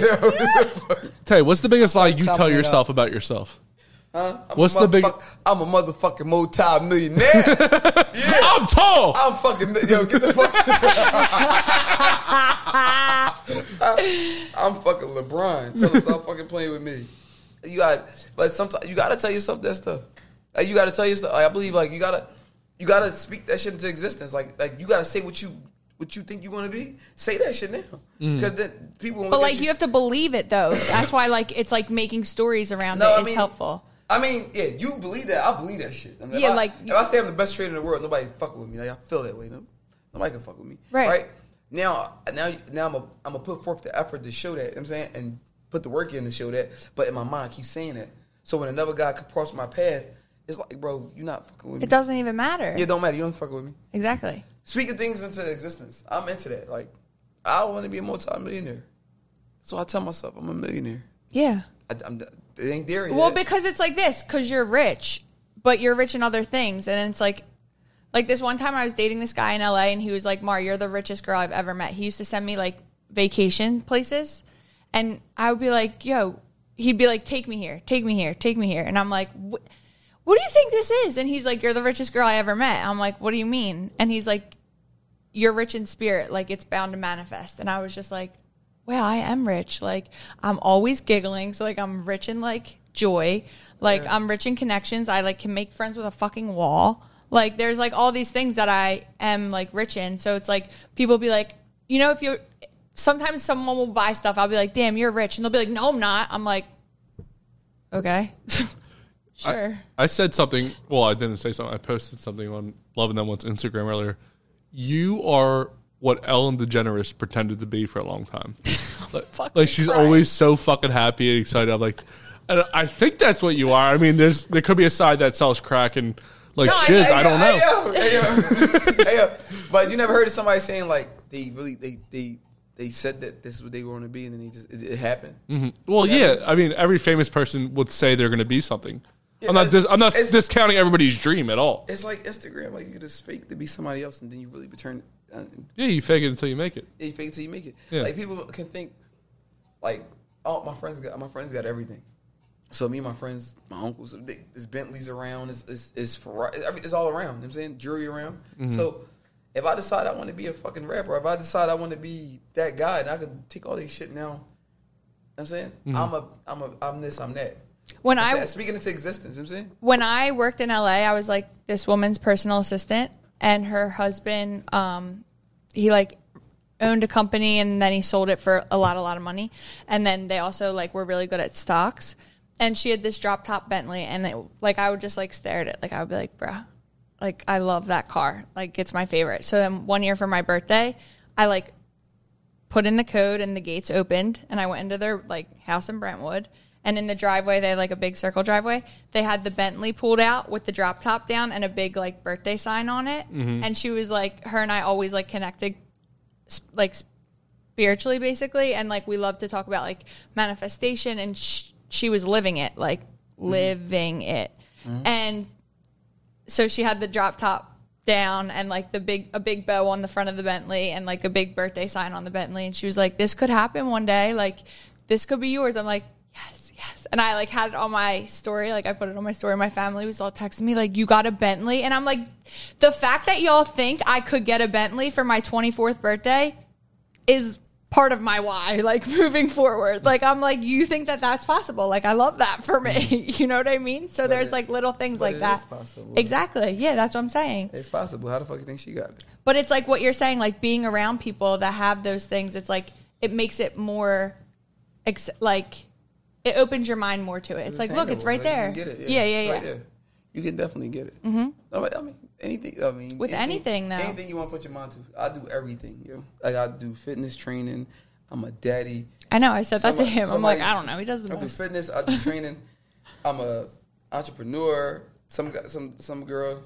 Speaker 1: Tay, what's the biggest lie you
Speaker 8: Summing
Speaker 1: tell
Speaker 8: it up.
Speaker 1: yourself about yourself? What's the big-
Speaker 3: biggest? I'm a motherfucking multi
Speaker 1: <laughs>
Speaker 3: millionaire.
Speaker 1: I'm tall.
Speaker 3: I'm fucking yo, get
Speaker 1: <laughs>
Speaker 3: the fuck. <laughs> I'm fucking LeBron. Tell him stop fucking playing with me. You got, but sometimes you gotta tell yourself that stuff. Like, you gotta tell yourself. I believe like you gotta, you gotta speak that shit into existence. Like like you gotta say what you what you think you want to be. Say that shit now,
Speaker 1: Mm.
Speaker 3: because then people.
Speaker 2: But like you have to believe it though. That's why like it's like making stories around
Speaker 3: No,
Speaker 2: it
Speaker 3: I
Speaker 2: is
Speaker 3: mean-
Speaker 2: helpful.
Speaker 3: I mean, yeah, you believe that. I believe that shit. I mean,
Speaker 2: Yeah,
Speaker 3: if I,
Speaker 2: like-
Speaker 3: if I say I'm the best trader in the world, nobody fuck with me. Like, I feel that way. No, nobody can fuck with me.
Speaker 2: Right.
Speaker 3: now, now, now I'm a, I'm gonna put forth the effort to show that. You know what I'm saying and put the work in to show that. But in my mind, I keep saying that. So when another guy could cross my path, it's like, bro, you're not fucking with me.
Speaker 2: It doesn't even matter.
Speaker 3: It don't matter. You don't fuck with me.
Speaker 2: Exactly.
Speaker 3: Speaking things into existence. I'm into that. Like, I want to be a multi-millionaire. So I tell myself I'm a millionaire.
Speaker 2: Yeah.
Speaker 3: I, I'm, it ain't there yet.
Speaker 2: Well, because it's like this, because you're rich, but you're rich in other things, and it's like, Like this one time I was dating this guy in LA and he was like, Mar, you're the richest girl I've ever met. He used to send me like vacation places and I would be like, yo, he'd be like, take me here, take me here, take me here. And I'm like, what? What do you think this is? And he's like, You're the richest girl I ever met. I'm like, What do you mean? And he's like, You're rich in spirit. Like, it's bound to manifest. And I was just like, Wow, I am rich. Like, I'm always giggling. So, like, I'm rich in like joy. Like, I'm rich in connections. I like can make friends with a fucking wall. Like, there's like all these things that I am like rich in. So, it's like people be like, You know, if you're sometimes someone will buy stuff. I'll be like, Damn, you're rich. And they'll be like, No, I'm not. I'm like, Okay. <laughs> sure.
Speaker 1: I said something. Well, I didn't say something. I posted something on Love and Them Once Instagram earlier. You are what Ellen DeGeneres pretended to be for a long time. like, like, she's
Speaker 2: crying.
Speaker 1: always so fucking happy and excited. I'm like, and I think that's what you are. I mean, there's there could be a side that sells crack and like <laughs>
Speaker 2: No, I-
Speaker 1: shiz. I, don't know.
Speaker 3: Hey, yo, hey, yo. Hey, yo. But you never heard of somebody saying like they really they they they said that this is what they were going to be, and then they just it, it happened.
Speaker 1: Well, yeah. I mean, every famous person would say they're going to be something. I'm not. Dis- I'm not
Speaker 3: it's-
Speaker 1: discounting everybody's dream at all.
Speaker 3: It's like Instagram, like you just fake to be somebody else, and then you really return. Uh,
Speaker 1: Yeah, you fake it until you make it.
Speaker 3: you fake it till you make it.
Speaker 1: Yeah.
Speaker 3: Like people can think, like, oh, my friends got my friends got everything. So me and my friends, my uncles, they, it's Bentleys around, it's it's, it's Ferrari, I mean, it's all around. You know what I'm saying jewelry around. So if I decide I want to be a fucking rapper, if I decide I want to be that guy, and I can take all this shit now. You know what I'm saying I'm a I'm a I'm this I'm that.
Speaker 2: When
Speaker 3: I'm
Speaker 2: I
Speaker 3: saying, speaking into existence. You know what I'm saying
Speaker 2: when I worked in LA, I was like this woman's personal assistant, and her husband, um, he like owned a company, and then he sold it for a lot, a lot of money, and then they also like were really good at stocks, and she had this drop top Bentley, and it, like I would just like stare at it, like I would be like, bruh, like I love that car, like it's my favorite. So then one year for my birthday, I like put in the code and the gates opened and I went into their like house in Brentwood and in the driveway they had like a big circle driveway they had the Bentley pulled out with the drop top down and a big like birthday sign on it and she was like her and I always like connected sp- like spiritually basically and like we love to talk about like manifestation and sh- she was living it like living it and so she had the drop top down and like the big a big bow on the front of the Bentley and like a big birthday sign on the Bentley and she was like this could happen one day like this could be yours I'm like yes yes and I like had it on my story like I put it on my story my family was all texting me like you got a Bentley and I'm like the fact that y'all think I could get a Bentley for my 24th birthday is part of my why <laughs> like moving forward like i'm like you think that that's possible like i love that for me <laughs> you know what i mean so there's
Speaker 3: it-
Speaker 2: like little things
Speaker 3: but
Speaker 2: like
Speaker 3: it
Speaker 2: that
Speaker 3: is possible.
Speaker 2: exactly yeah that's what i'm saying
Speaker 3: it's possible. How the fuck you think she got it?
Speaker 2: but it's like what you're saying like being around people that have those things it's like it makes it more ex- like it opens your mind more to it it's like look it's
Speaker 3: attainable,
Speaker 2: right there
Speaker 3: You can get it.
Speaker 2: yeah yeah
Speaker 3: it's
Speaker 2: yeah,
Speaker 3: right there. You can definitely get it. Mm-hmm. I mean, I mean, anything. I mean,
Speaker 2: With anything, though.
Speaker 3: anything you want to put your mind to. I do everything. Yo. Like I do fitness training. I'm a daddy.
Speaker 2: i know i said that to
Speaker 3: Somebody-
Speaker 2: him i'm like i
Speaker 3: somebody's-
Speaker 2: don't know he does the
Speaker 3: I do
Speaker 2: most
Speaker 3: fitness. I
Speaker 2: <laughs>
Speaker 3: do training. I'm a entrepreneur. Some gu- some some girl,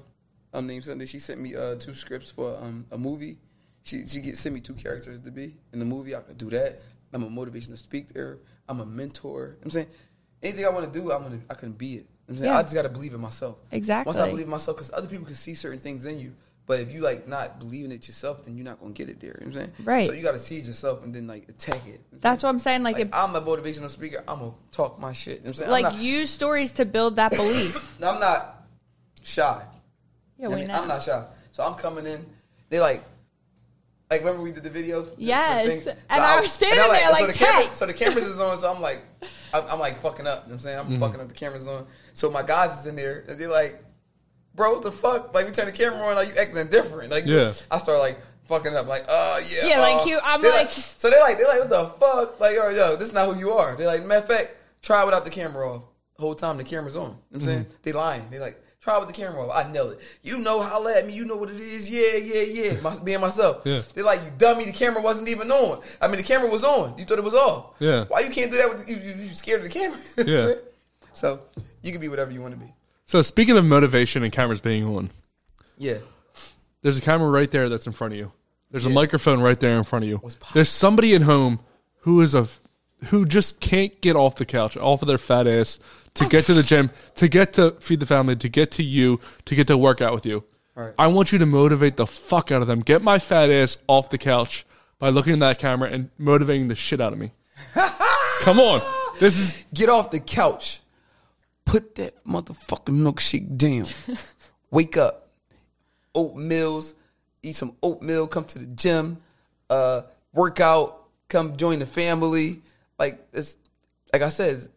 Speaker 3: um, named Sunday. She sent me uh two scripts for um a movie. She she get, sent me two characters to be in the movie. I could do that. I'm a motivational speaker. I'm a mentor. You know what I'm saying anything I want to do, I'm gonna I can be it. You know what I'm saying
Speaker 2: Yeah.
Speaker 3: I just gotta believe in myself.
Speaker 2: Exactly.
Speaker 3: Once I believe in myself, because other people can see certain things in you. But if you like not believing it yourself, then you're not gonna get it there. You know what I'm saying
Speaker 2: Right.
Speaker 3: So you gotta see it yourself and then like attack it.
Speaker 2: that's what i'm saying like,
Speaker 3: Like,
Speaker 2: it
Speaker 3: I'm a motivational speaker. I'm gonna talk my shit. You know what I'm saying?
Speaker 2: like
Speaker 3: I'm not,
Speaker 2: use stories to build that belief
Speaker 3: <laughs> I'm not shy.
Speaker 2: yeah
Speaker 3: I
Speaker 2: we
Speaker 3: mean,
Speaker 2: know
Speaker 3: I'm not shy. So I'm coming in. They like, like remember we did the video? The- the
Speaker 2: Yes.
Speaker 3: thing? So
Speaker 2: And I was standing there
Speaker 3: so
Speaker 2: like,
Speaker 3: the camera,
Speaker 2: "Tay."
Speaker 3: so the cameras is on. So I'm like, I'm, I'm like fucking up. You know what I'm saying I'm fucking up. The cameras on. So my guys is in there and they're like, bro, what the fuck? Like we turn the camera on, like you acting different. Like
Speaker 1: Yeah.
Speaker 3: I start like. Fucking up, like, oh yeah,
Speaker 2: Yeah, like
Speaker 3: uh,
Speaker 2: you- I'm
Speaker 3: they're
Speaker 2: like-
Speaker 3: so they're like, they're like, what the fuck? Like, yo, yo, this is not who you are. They're like, matter of fact, try without the camera off. Whole time the camera's on. You know what I'm saying
Speaker 1: Mm-hmm.
Speaker 3: they lying. They like, try with the camera off. I know it. You know how at me. You know what it is. Yeah, yeah, yeah. My, being myself.
Speaker 1: Yeah.
Speaker 3: They're like, you dummy. The camera wasn't even on. I mean, the camera was on. You thought it was off.
Speaker 1: Yeah.
Speaker 3: Why you can't do that? With, you, you, you scared of the camera.
Speaker 1: Yeah.
Speaker 3: <laughs> so you can be whatever you want to be.
Speaker 1: So speaking of motivation and cameras being on,
Speaker 3: Yeah.
Speaker 1: there's a camera right there that's in front of you. There's a microphone right there in front of you. There's somebody at home who is a f- who just can't get off the couch, off of their fat ass to get to the gym, to get to feed the family, to get to you, to get to work out with you. I want you to motivate the fuck out of them. Get my fat ass off the couch by looking in that camera and motivating the shit out of me. Come on. This is
Speaker 3: Get off the couch. Put that motherfucking milkshake down. Wake up. Oatmeals. Eat some oatmeal. Come to the gym. Uh, work out. Come join the family. Like it's like I said, it's-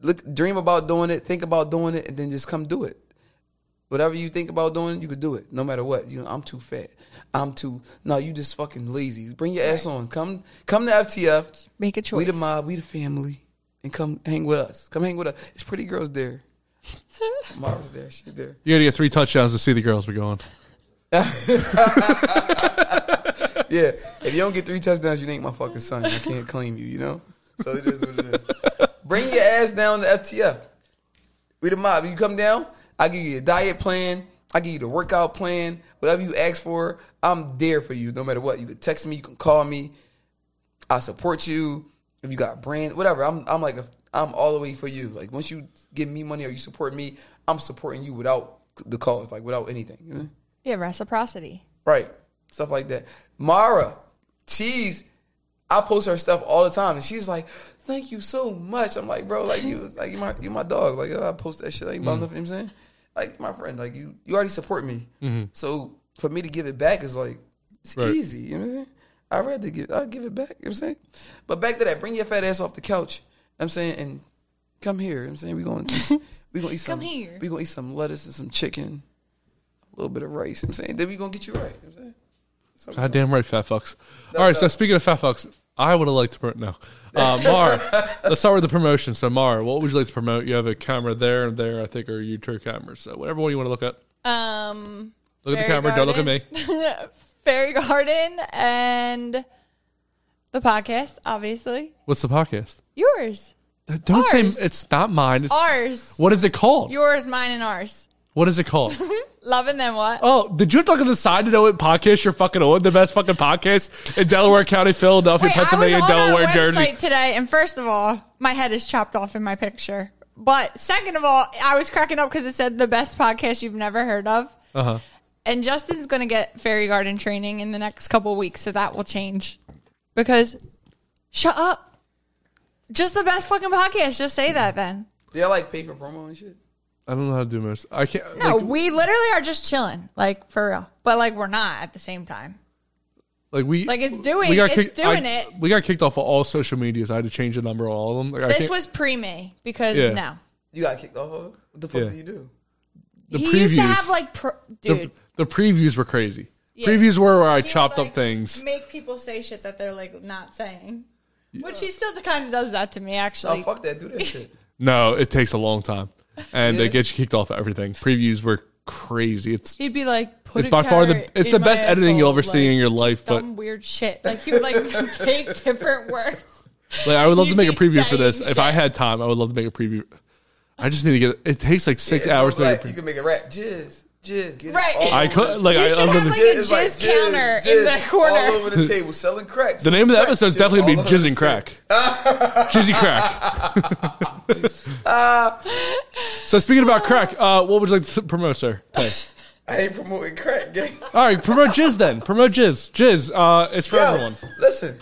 Speaker 3: look dream about doing it, think about doing it, and then just come do it. Whatever you think about doing, you could do it, no matter what. You know, I'm too fat. I'm too no. You just fucking lazy. Bring your ass on. Come, come to FTF.
Speaker 2: Make a
Speaker 3: We the
Speaker 2: choice.
Speaker 3: mob, we the family, and come hang with us. Come hang with us. It's pretty
Speaker 2: <laughs>
Speaker 3: girls there. Mara's there. She's there.
Speaker 1: you gotta get three touchdowns to see the girls be going.
Speaker 3: <laughs> Yeah. If you don't get three touchdowns, you ain't my fucking son. I can't claim you. You know. So it is what it is. Bring your ass down to FTF. We the mob. You come down. I give you a diet plan. I give you the workout plan. Whatever you ask for, I'm there for you. No matter what, you can text me. You can call me. I support you. If you got brand, whatever, I'm I'm like a, I'm all the way for you. Like once you give me money or you support me, I'm supporting you without the cause, like without anything. you know?
Speaker 2: Yeah, reciprocity.
Speaker 3: Right. Stuff like that. Mara, she's I post her stuff all the time and she's like, Thank you so much. I'm like, bro, like you like you my you my dog. Like I post that shit like about nothing, you know what I'm saying? Like my friend, like you you already support me. So for me to give it back is like it's
Speaker 1: Right.
Speaker 3: easy, you know what I'm saying? I'd rather give I'll give it back, you know what I'm saying? But back to that, bring your fat ass off the couch, you know what I'm saying, and come here, you know what I'm saying we're gonna we gonna eat some
Speaker 2: Come here.
Speaker 3: we gonna eat some lettuce and some chicken, a little bit of rice, you know what I'm saying? Then we gonna get you right, you know what I'm saying?
Speaker 1: Goddamn right, fat fucks. All right, so speaking of fat fucks, I would have liked to promote. No,
Speaker 2: <laughs>
Speaker 1: uh, Mar. let's start with the promotion. So, Mar, what would you like to promote? You have a camera there and there, I think, or you two cameras. So, whatever one you want to look at.
Speaker 2: Um,
Speaker 1: Look at the
Speaker 2: Fairy
Speaker 1: camera. Don't look at me.
Speaker 2: Garden. <laughs> Fairy Garden and the podcast, obviously.
Speaker 1: What's the podcast?
Speaker 2: Yours.
Speaker 1: Don't
Speaker 2: Ours.
Speaker 1: say it's not mine. It's,
Speaker 2: Ours.
Speaker 1: What is it called?
Speaker 2: Yours, mine, and ours.
Speaker 1: What is it
Speaker 2: <laughs>
Speaker 1: called?
Speaker 2: Loving them what?
Speaker 1: oh, did you have to look at the side to know what podcast you're fucking on? The best fucking podcast in Delaware County, Philadelphia,
Speaker 2: Wait,
Speaker 1: Pennsylvania,
Speaker 2: I was on
Speaker 1: Delaware,
Speaker 2: our
Speaker 1: Jersey.
Speaker 2: website today, and first of all, my head is chopped off in my picture. But second of all, I was cracking up because it said the best podcast you've never heard of.
Speaker 1: Uh huh.
Speaker 2: And Justin's going to get fairy garden training in the next couple weeks, so that will change. Because shut up. Just the best fucking podcast. Just say that then.
Speaker 3: Do y'all like pay for promo and shit?
Speaker 1: I don't know how to do most. I can't.
Speaker 2: No,
Speaker 1: like,
Speaker 2: we literally are just chilling, like for real. But like we're not at the same time.
Speaker 1: Like we
Speaker 2: Like, it's doing- it's
Speaker 1: I-
Speaker 2: doing it.
Speaker 1: We got kicked off of all social medias. I had to change the number on all of them. Like, I
Speaker 2: This
Speaker 1: can't-
Speaker 2: was pre me because
Speaker 1: Yeah.
Speaker 2: no,
Speaker 3: You got kicked off of? What the fuck
Speaker 1: Yeah.
Speaker 3: do you do?
Speaker 1: the
Speaker 2: he used to have like pro- dude.
Speaker 1: the, the previews were crazy. Previews were where I
Speaker 2: He would,
Speaker 1: chopped
Speaker 2: like,
Speaker 1: up things.
Speaker 2: Make people say shit that they're like not saying. Which he still kind of does that to me,
Speaker 3: Oh
Speaker 2: actually.
Speaker 3: fuck that, do that shit.
Speaker 1: No, it takes a long time, and they get you kicked off of everything. Previews were crazy. It's
Speaker 2: He'd be like, put
Speaker 1: It's
Speaker 2: a
Speaker 1: by far the-
Speaker 2: carrot
Speaker 1: it's
Speaker 2: in
Speaker 1: the
Speaker 2: my
Speaker 1: best editing you'll
Speaker 2: asshole,"
Speaker 1: ever see in
Speaker 2: like,
Speaker 1: your
Speaker 2: just
Speaker 1: life, but-
Speaker 2: dumb weird shit. Like he
Speaker 1: <laughs>
Speaker 2: would like take different words.
Speaker 1: like I would
Speaker 2: <laughs>
Speaker 1: love to
Speaker 2: You'd
Speaker 1: make a
Speaker 2: be
Speaker 1: preview for this
Speaker 2: saying
Speaker 1: if I
Speaker 2: shit.
Speaker 1: had time. I would love to make a preview. I just need to get. It takes like <laughs> six
Speaker 3: It's
Speaker 1: hours to
Speaker 3: like
Speaker 1: make a
Speaker 3: you
Speaker 1: preview.
Speaker 3: can make a rap. Jizz, jizz, get it
Speaker 2: Right.
Speaker 3: all
Speaker 1: I
Speaker 3: over the-
Speaker 1: could like
Speaker 2: You
Speaker 1: I.
Speaker 2: should
Speaker 1: I
Speaker 2: <laughs> have,
Speaker 1: love
Speaker 2: like-
Speaker 1: it.
Speaker 2: a jizz counter in the corner.
Speaker 3: all over
Speaker 1: <laughs>
Speaker 3: the table, selling cracks.
Speaker 1: the name of the episode is definitely gonna be Jizz and Crack. Jizzy Crack. so speaking about crack, uh, what would you like to promote, sir? Hey.
Speaker 3: I ain't promoting crack,
Speaker 1: <laughs>
Speaker 3: gang.
Speaker 1: All right, promote Jizz then. Promote Jizz. Jizz, uh, it's for
Speaker 3: Yo,
Speaker 1: everyone.
Speaker 3: Listen,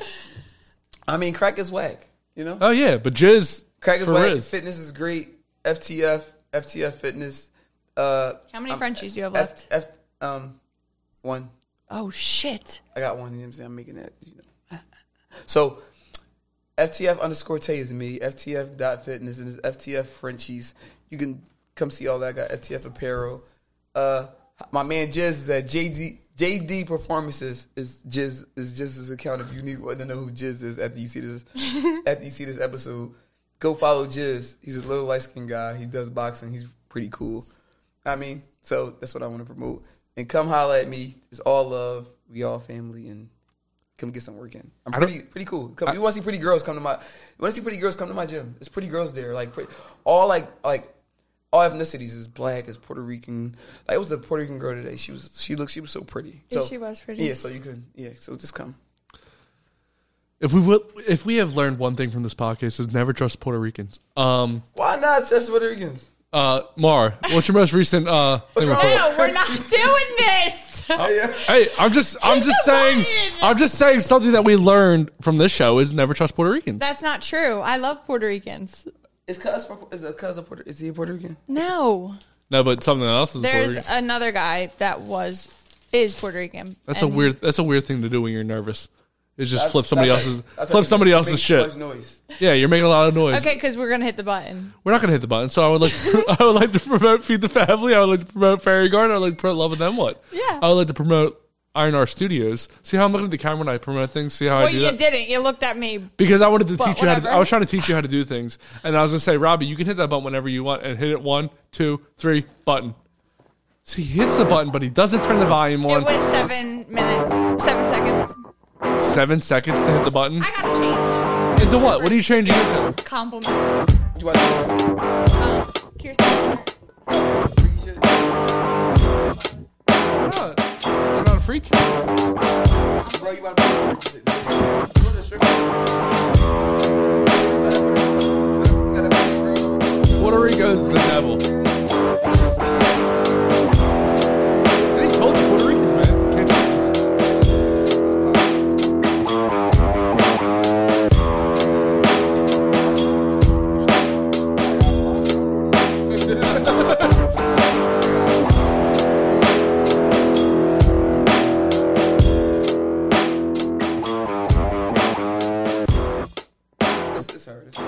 Speaker 3: I mean, crack is whack. You know,
Speaker 1: Oh yeah, but Jizz
Speaker 3: crack is
Speaker 1: for
Speaker 3: whack.
Speaker 1: Riz.
Speaker 3: Fitness is great. FTF, FTF fitness. Uh,
Speaker 2: How many Frenchies do you have
Speaker 3: F,
Speaker 2: left?
Speaker 3: F, um, one.
Speaker 2: Oh shit!
Speaker 3: I got one. You know what I'm saying? I'm making that. You know. <laughs> So, FTF underscore Tay is me. FTF dot fitness and it's FTF Frenchies. You can come see all that. I got FTF apparel. Uh, my man Jizz is at JD. JD Performances is Jizz is Jizz's account. If you need to know who Jizz is after you see this, after you see this episode, go follow Jizz. He's a little light skinned guy. He does boxing. He's pretty cool. I mean, so that's what I want to promote. And come holla at me. It's all love. We all family and come get some work in. I'm
Speaker 1: don't-
Speaker 3: pretty pretty cool. Come, you want to see pretty girls come to my you want to see pretty girls come to my gym. There's pretty girls there. Like pretty, all like like all ethnicities is black, is Puerto Rican. Like it was a Puerto Rican girl today. She was she looked she was so pretty.
Speaker 2: Yeah,
Speaker 3: So
Speaker 2: she was pretty.
Speaker 3: Yeah, so you can yeah, so just come.
Speaker 1: If we will, if we have learned one thing from this podcast is never trust Puerto Ricans. Um,
Speaker 3: Why not just Puerto Ricans? <laughs>
Speaker 1: Uh, Mar, what's your most recent? Uh, thing with-
Speaker 2: No, <laughs> we're not doing this.
Speaker 1: hey, I'm just, I'm just
Speaker 2: a
Speaker 1: saying,
Speaker 2: lion.
Speaker 1: I'm just saying something that we learned from this show is never trust Puerto Ricans.
Speaker 2: <laughs> That's not true. I love Puerto Ricans.
Speaker 3: Is cuz from- is a cuz a Puerto is he a Puerto Rican?
Speaker 2: No,
Speaker 1: no, but something else is Puerto
Speaker 2: there's
Speaker 1: Rican.
Speaker 2: another guy that was is Puerto Rican.
Speaker 1: That's a
Speaker 2: and-
Speaker 1: weird, that's a weird thing to do when you're nervous. Is just flip somebody
Speaker 3: That's-
Speaker 1: else's,
Speaker 3: that's
Speaker 1: flip
Speaker 3: like-
Speaker 1: somebody
Speaker 3: make
Speaker 1: else's
Speaker 3: too
Speaker 1: shit.
Speaker 3: Much noise.
Speaker 1: Yeah, you're making a lot of noise.
Speaker 2: Okay, because we're gonna hit the button.
Speaker 1: We're not gonna hit the button. So I would like, I would like to <laughs> promote Feed the Family. I would like to promote Fairy Garden. I would like to promote Love and Then What.
Speaker 2: Yeah.
Speaker 1: I would like to promote Iron R Studios. See how I'm looking at the camera when I promote things. See how
Speaker 2: Well,
Speaker 1: I do
Speaker 2: you
Speaker 1: that.
Speaker 2: didn't. You looked at me.
Speaker 1: Because I wanted to
Speaker 2: But
Speaker 1: teach you how to.
Speaker 2: whatever.
Speaker 1: I was trying to teach you how to do things, and I was gonna say, Robbie, you can hit that button whenever you want, and hit it one, two, three, button. So he hits the button, but he doesn't turn the volume
Speaker 2: It
Speaker 1: on.
Speaker 2: was seven minutes, seven seconds.
Speaker 1: Seven seconds to hit the button.
Speaker 2: I gotta change.
Speaker 1: Into what? What are you changing it to?
Speaker 2: Compliment.
Speaker 3: What you want to
Speaker 2: Oh, Kirsten.
Speaker 3: do? Freaky shit?
Speaker 1: You're not a freak.
Speaker 3: Bro, you want to play freaky shit. You go to the strip club.
Speaker 1: Puerto Rico's the devil. See, he told you Puerto Ricans, man. Can't trust them.
Speaker 3: This is her. This is her.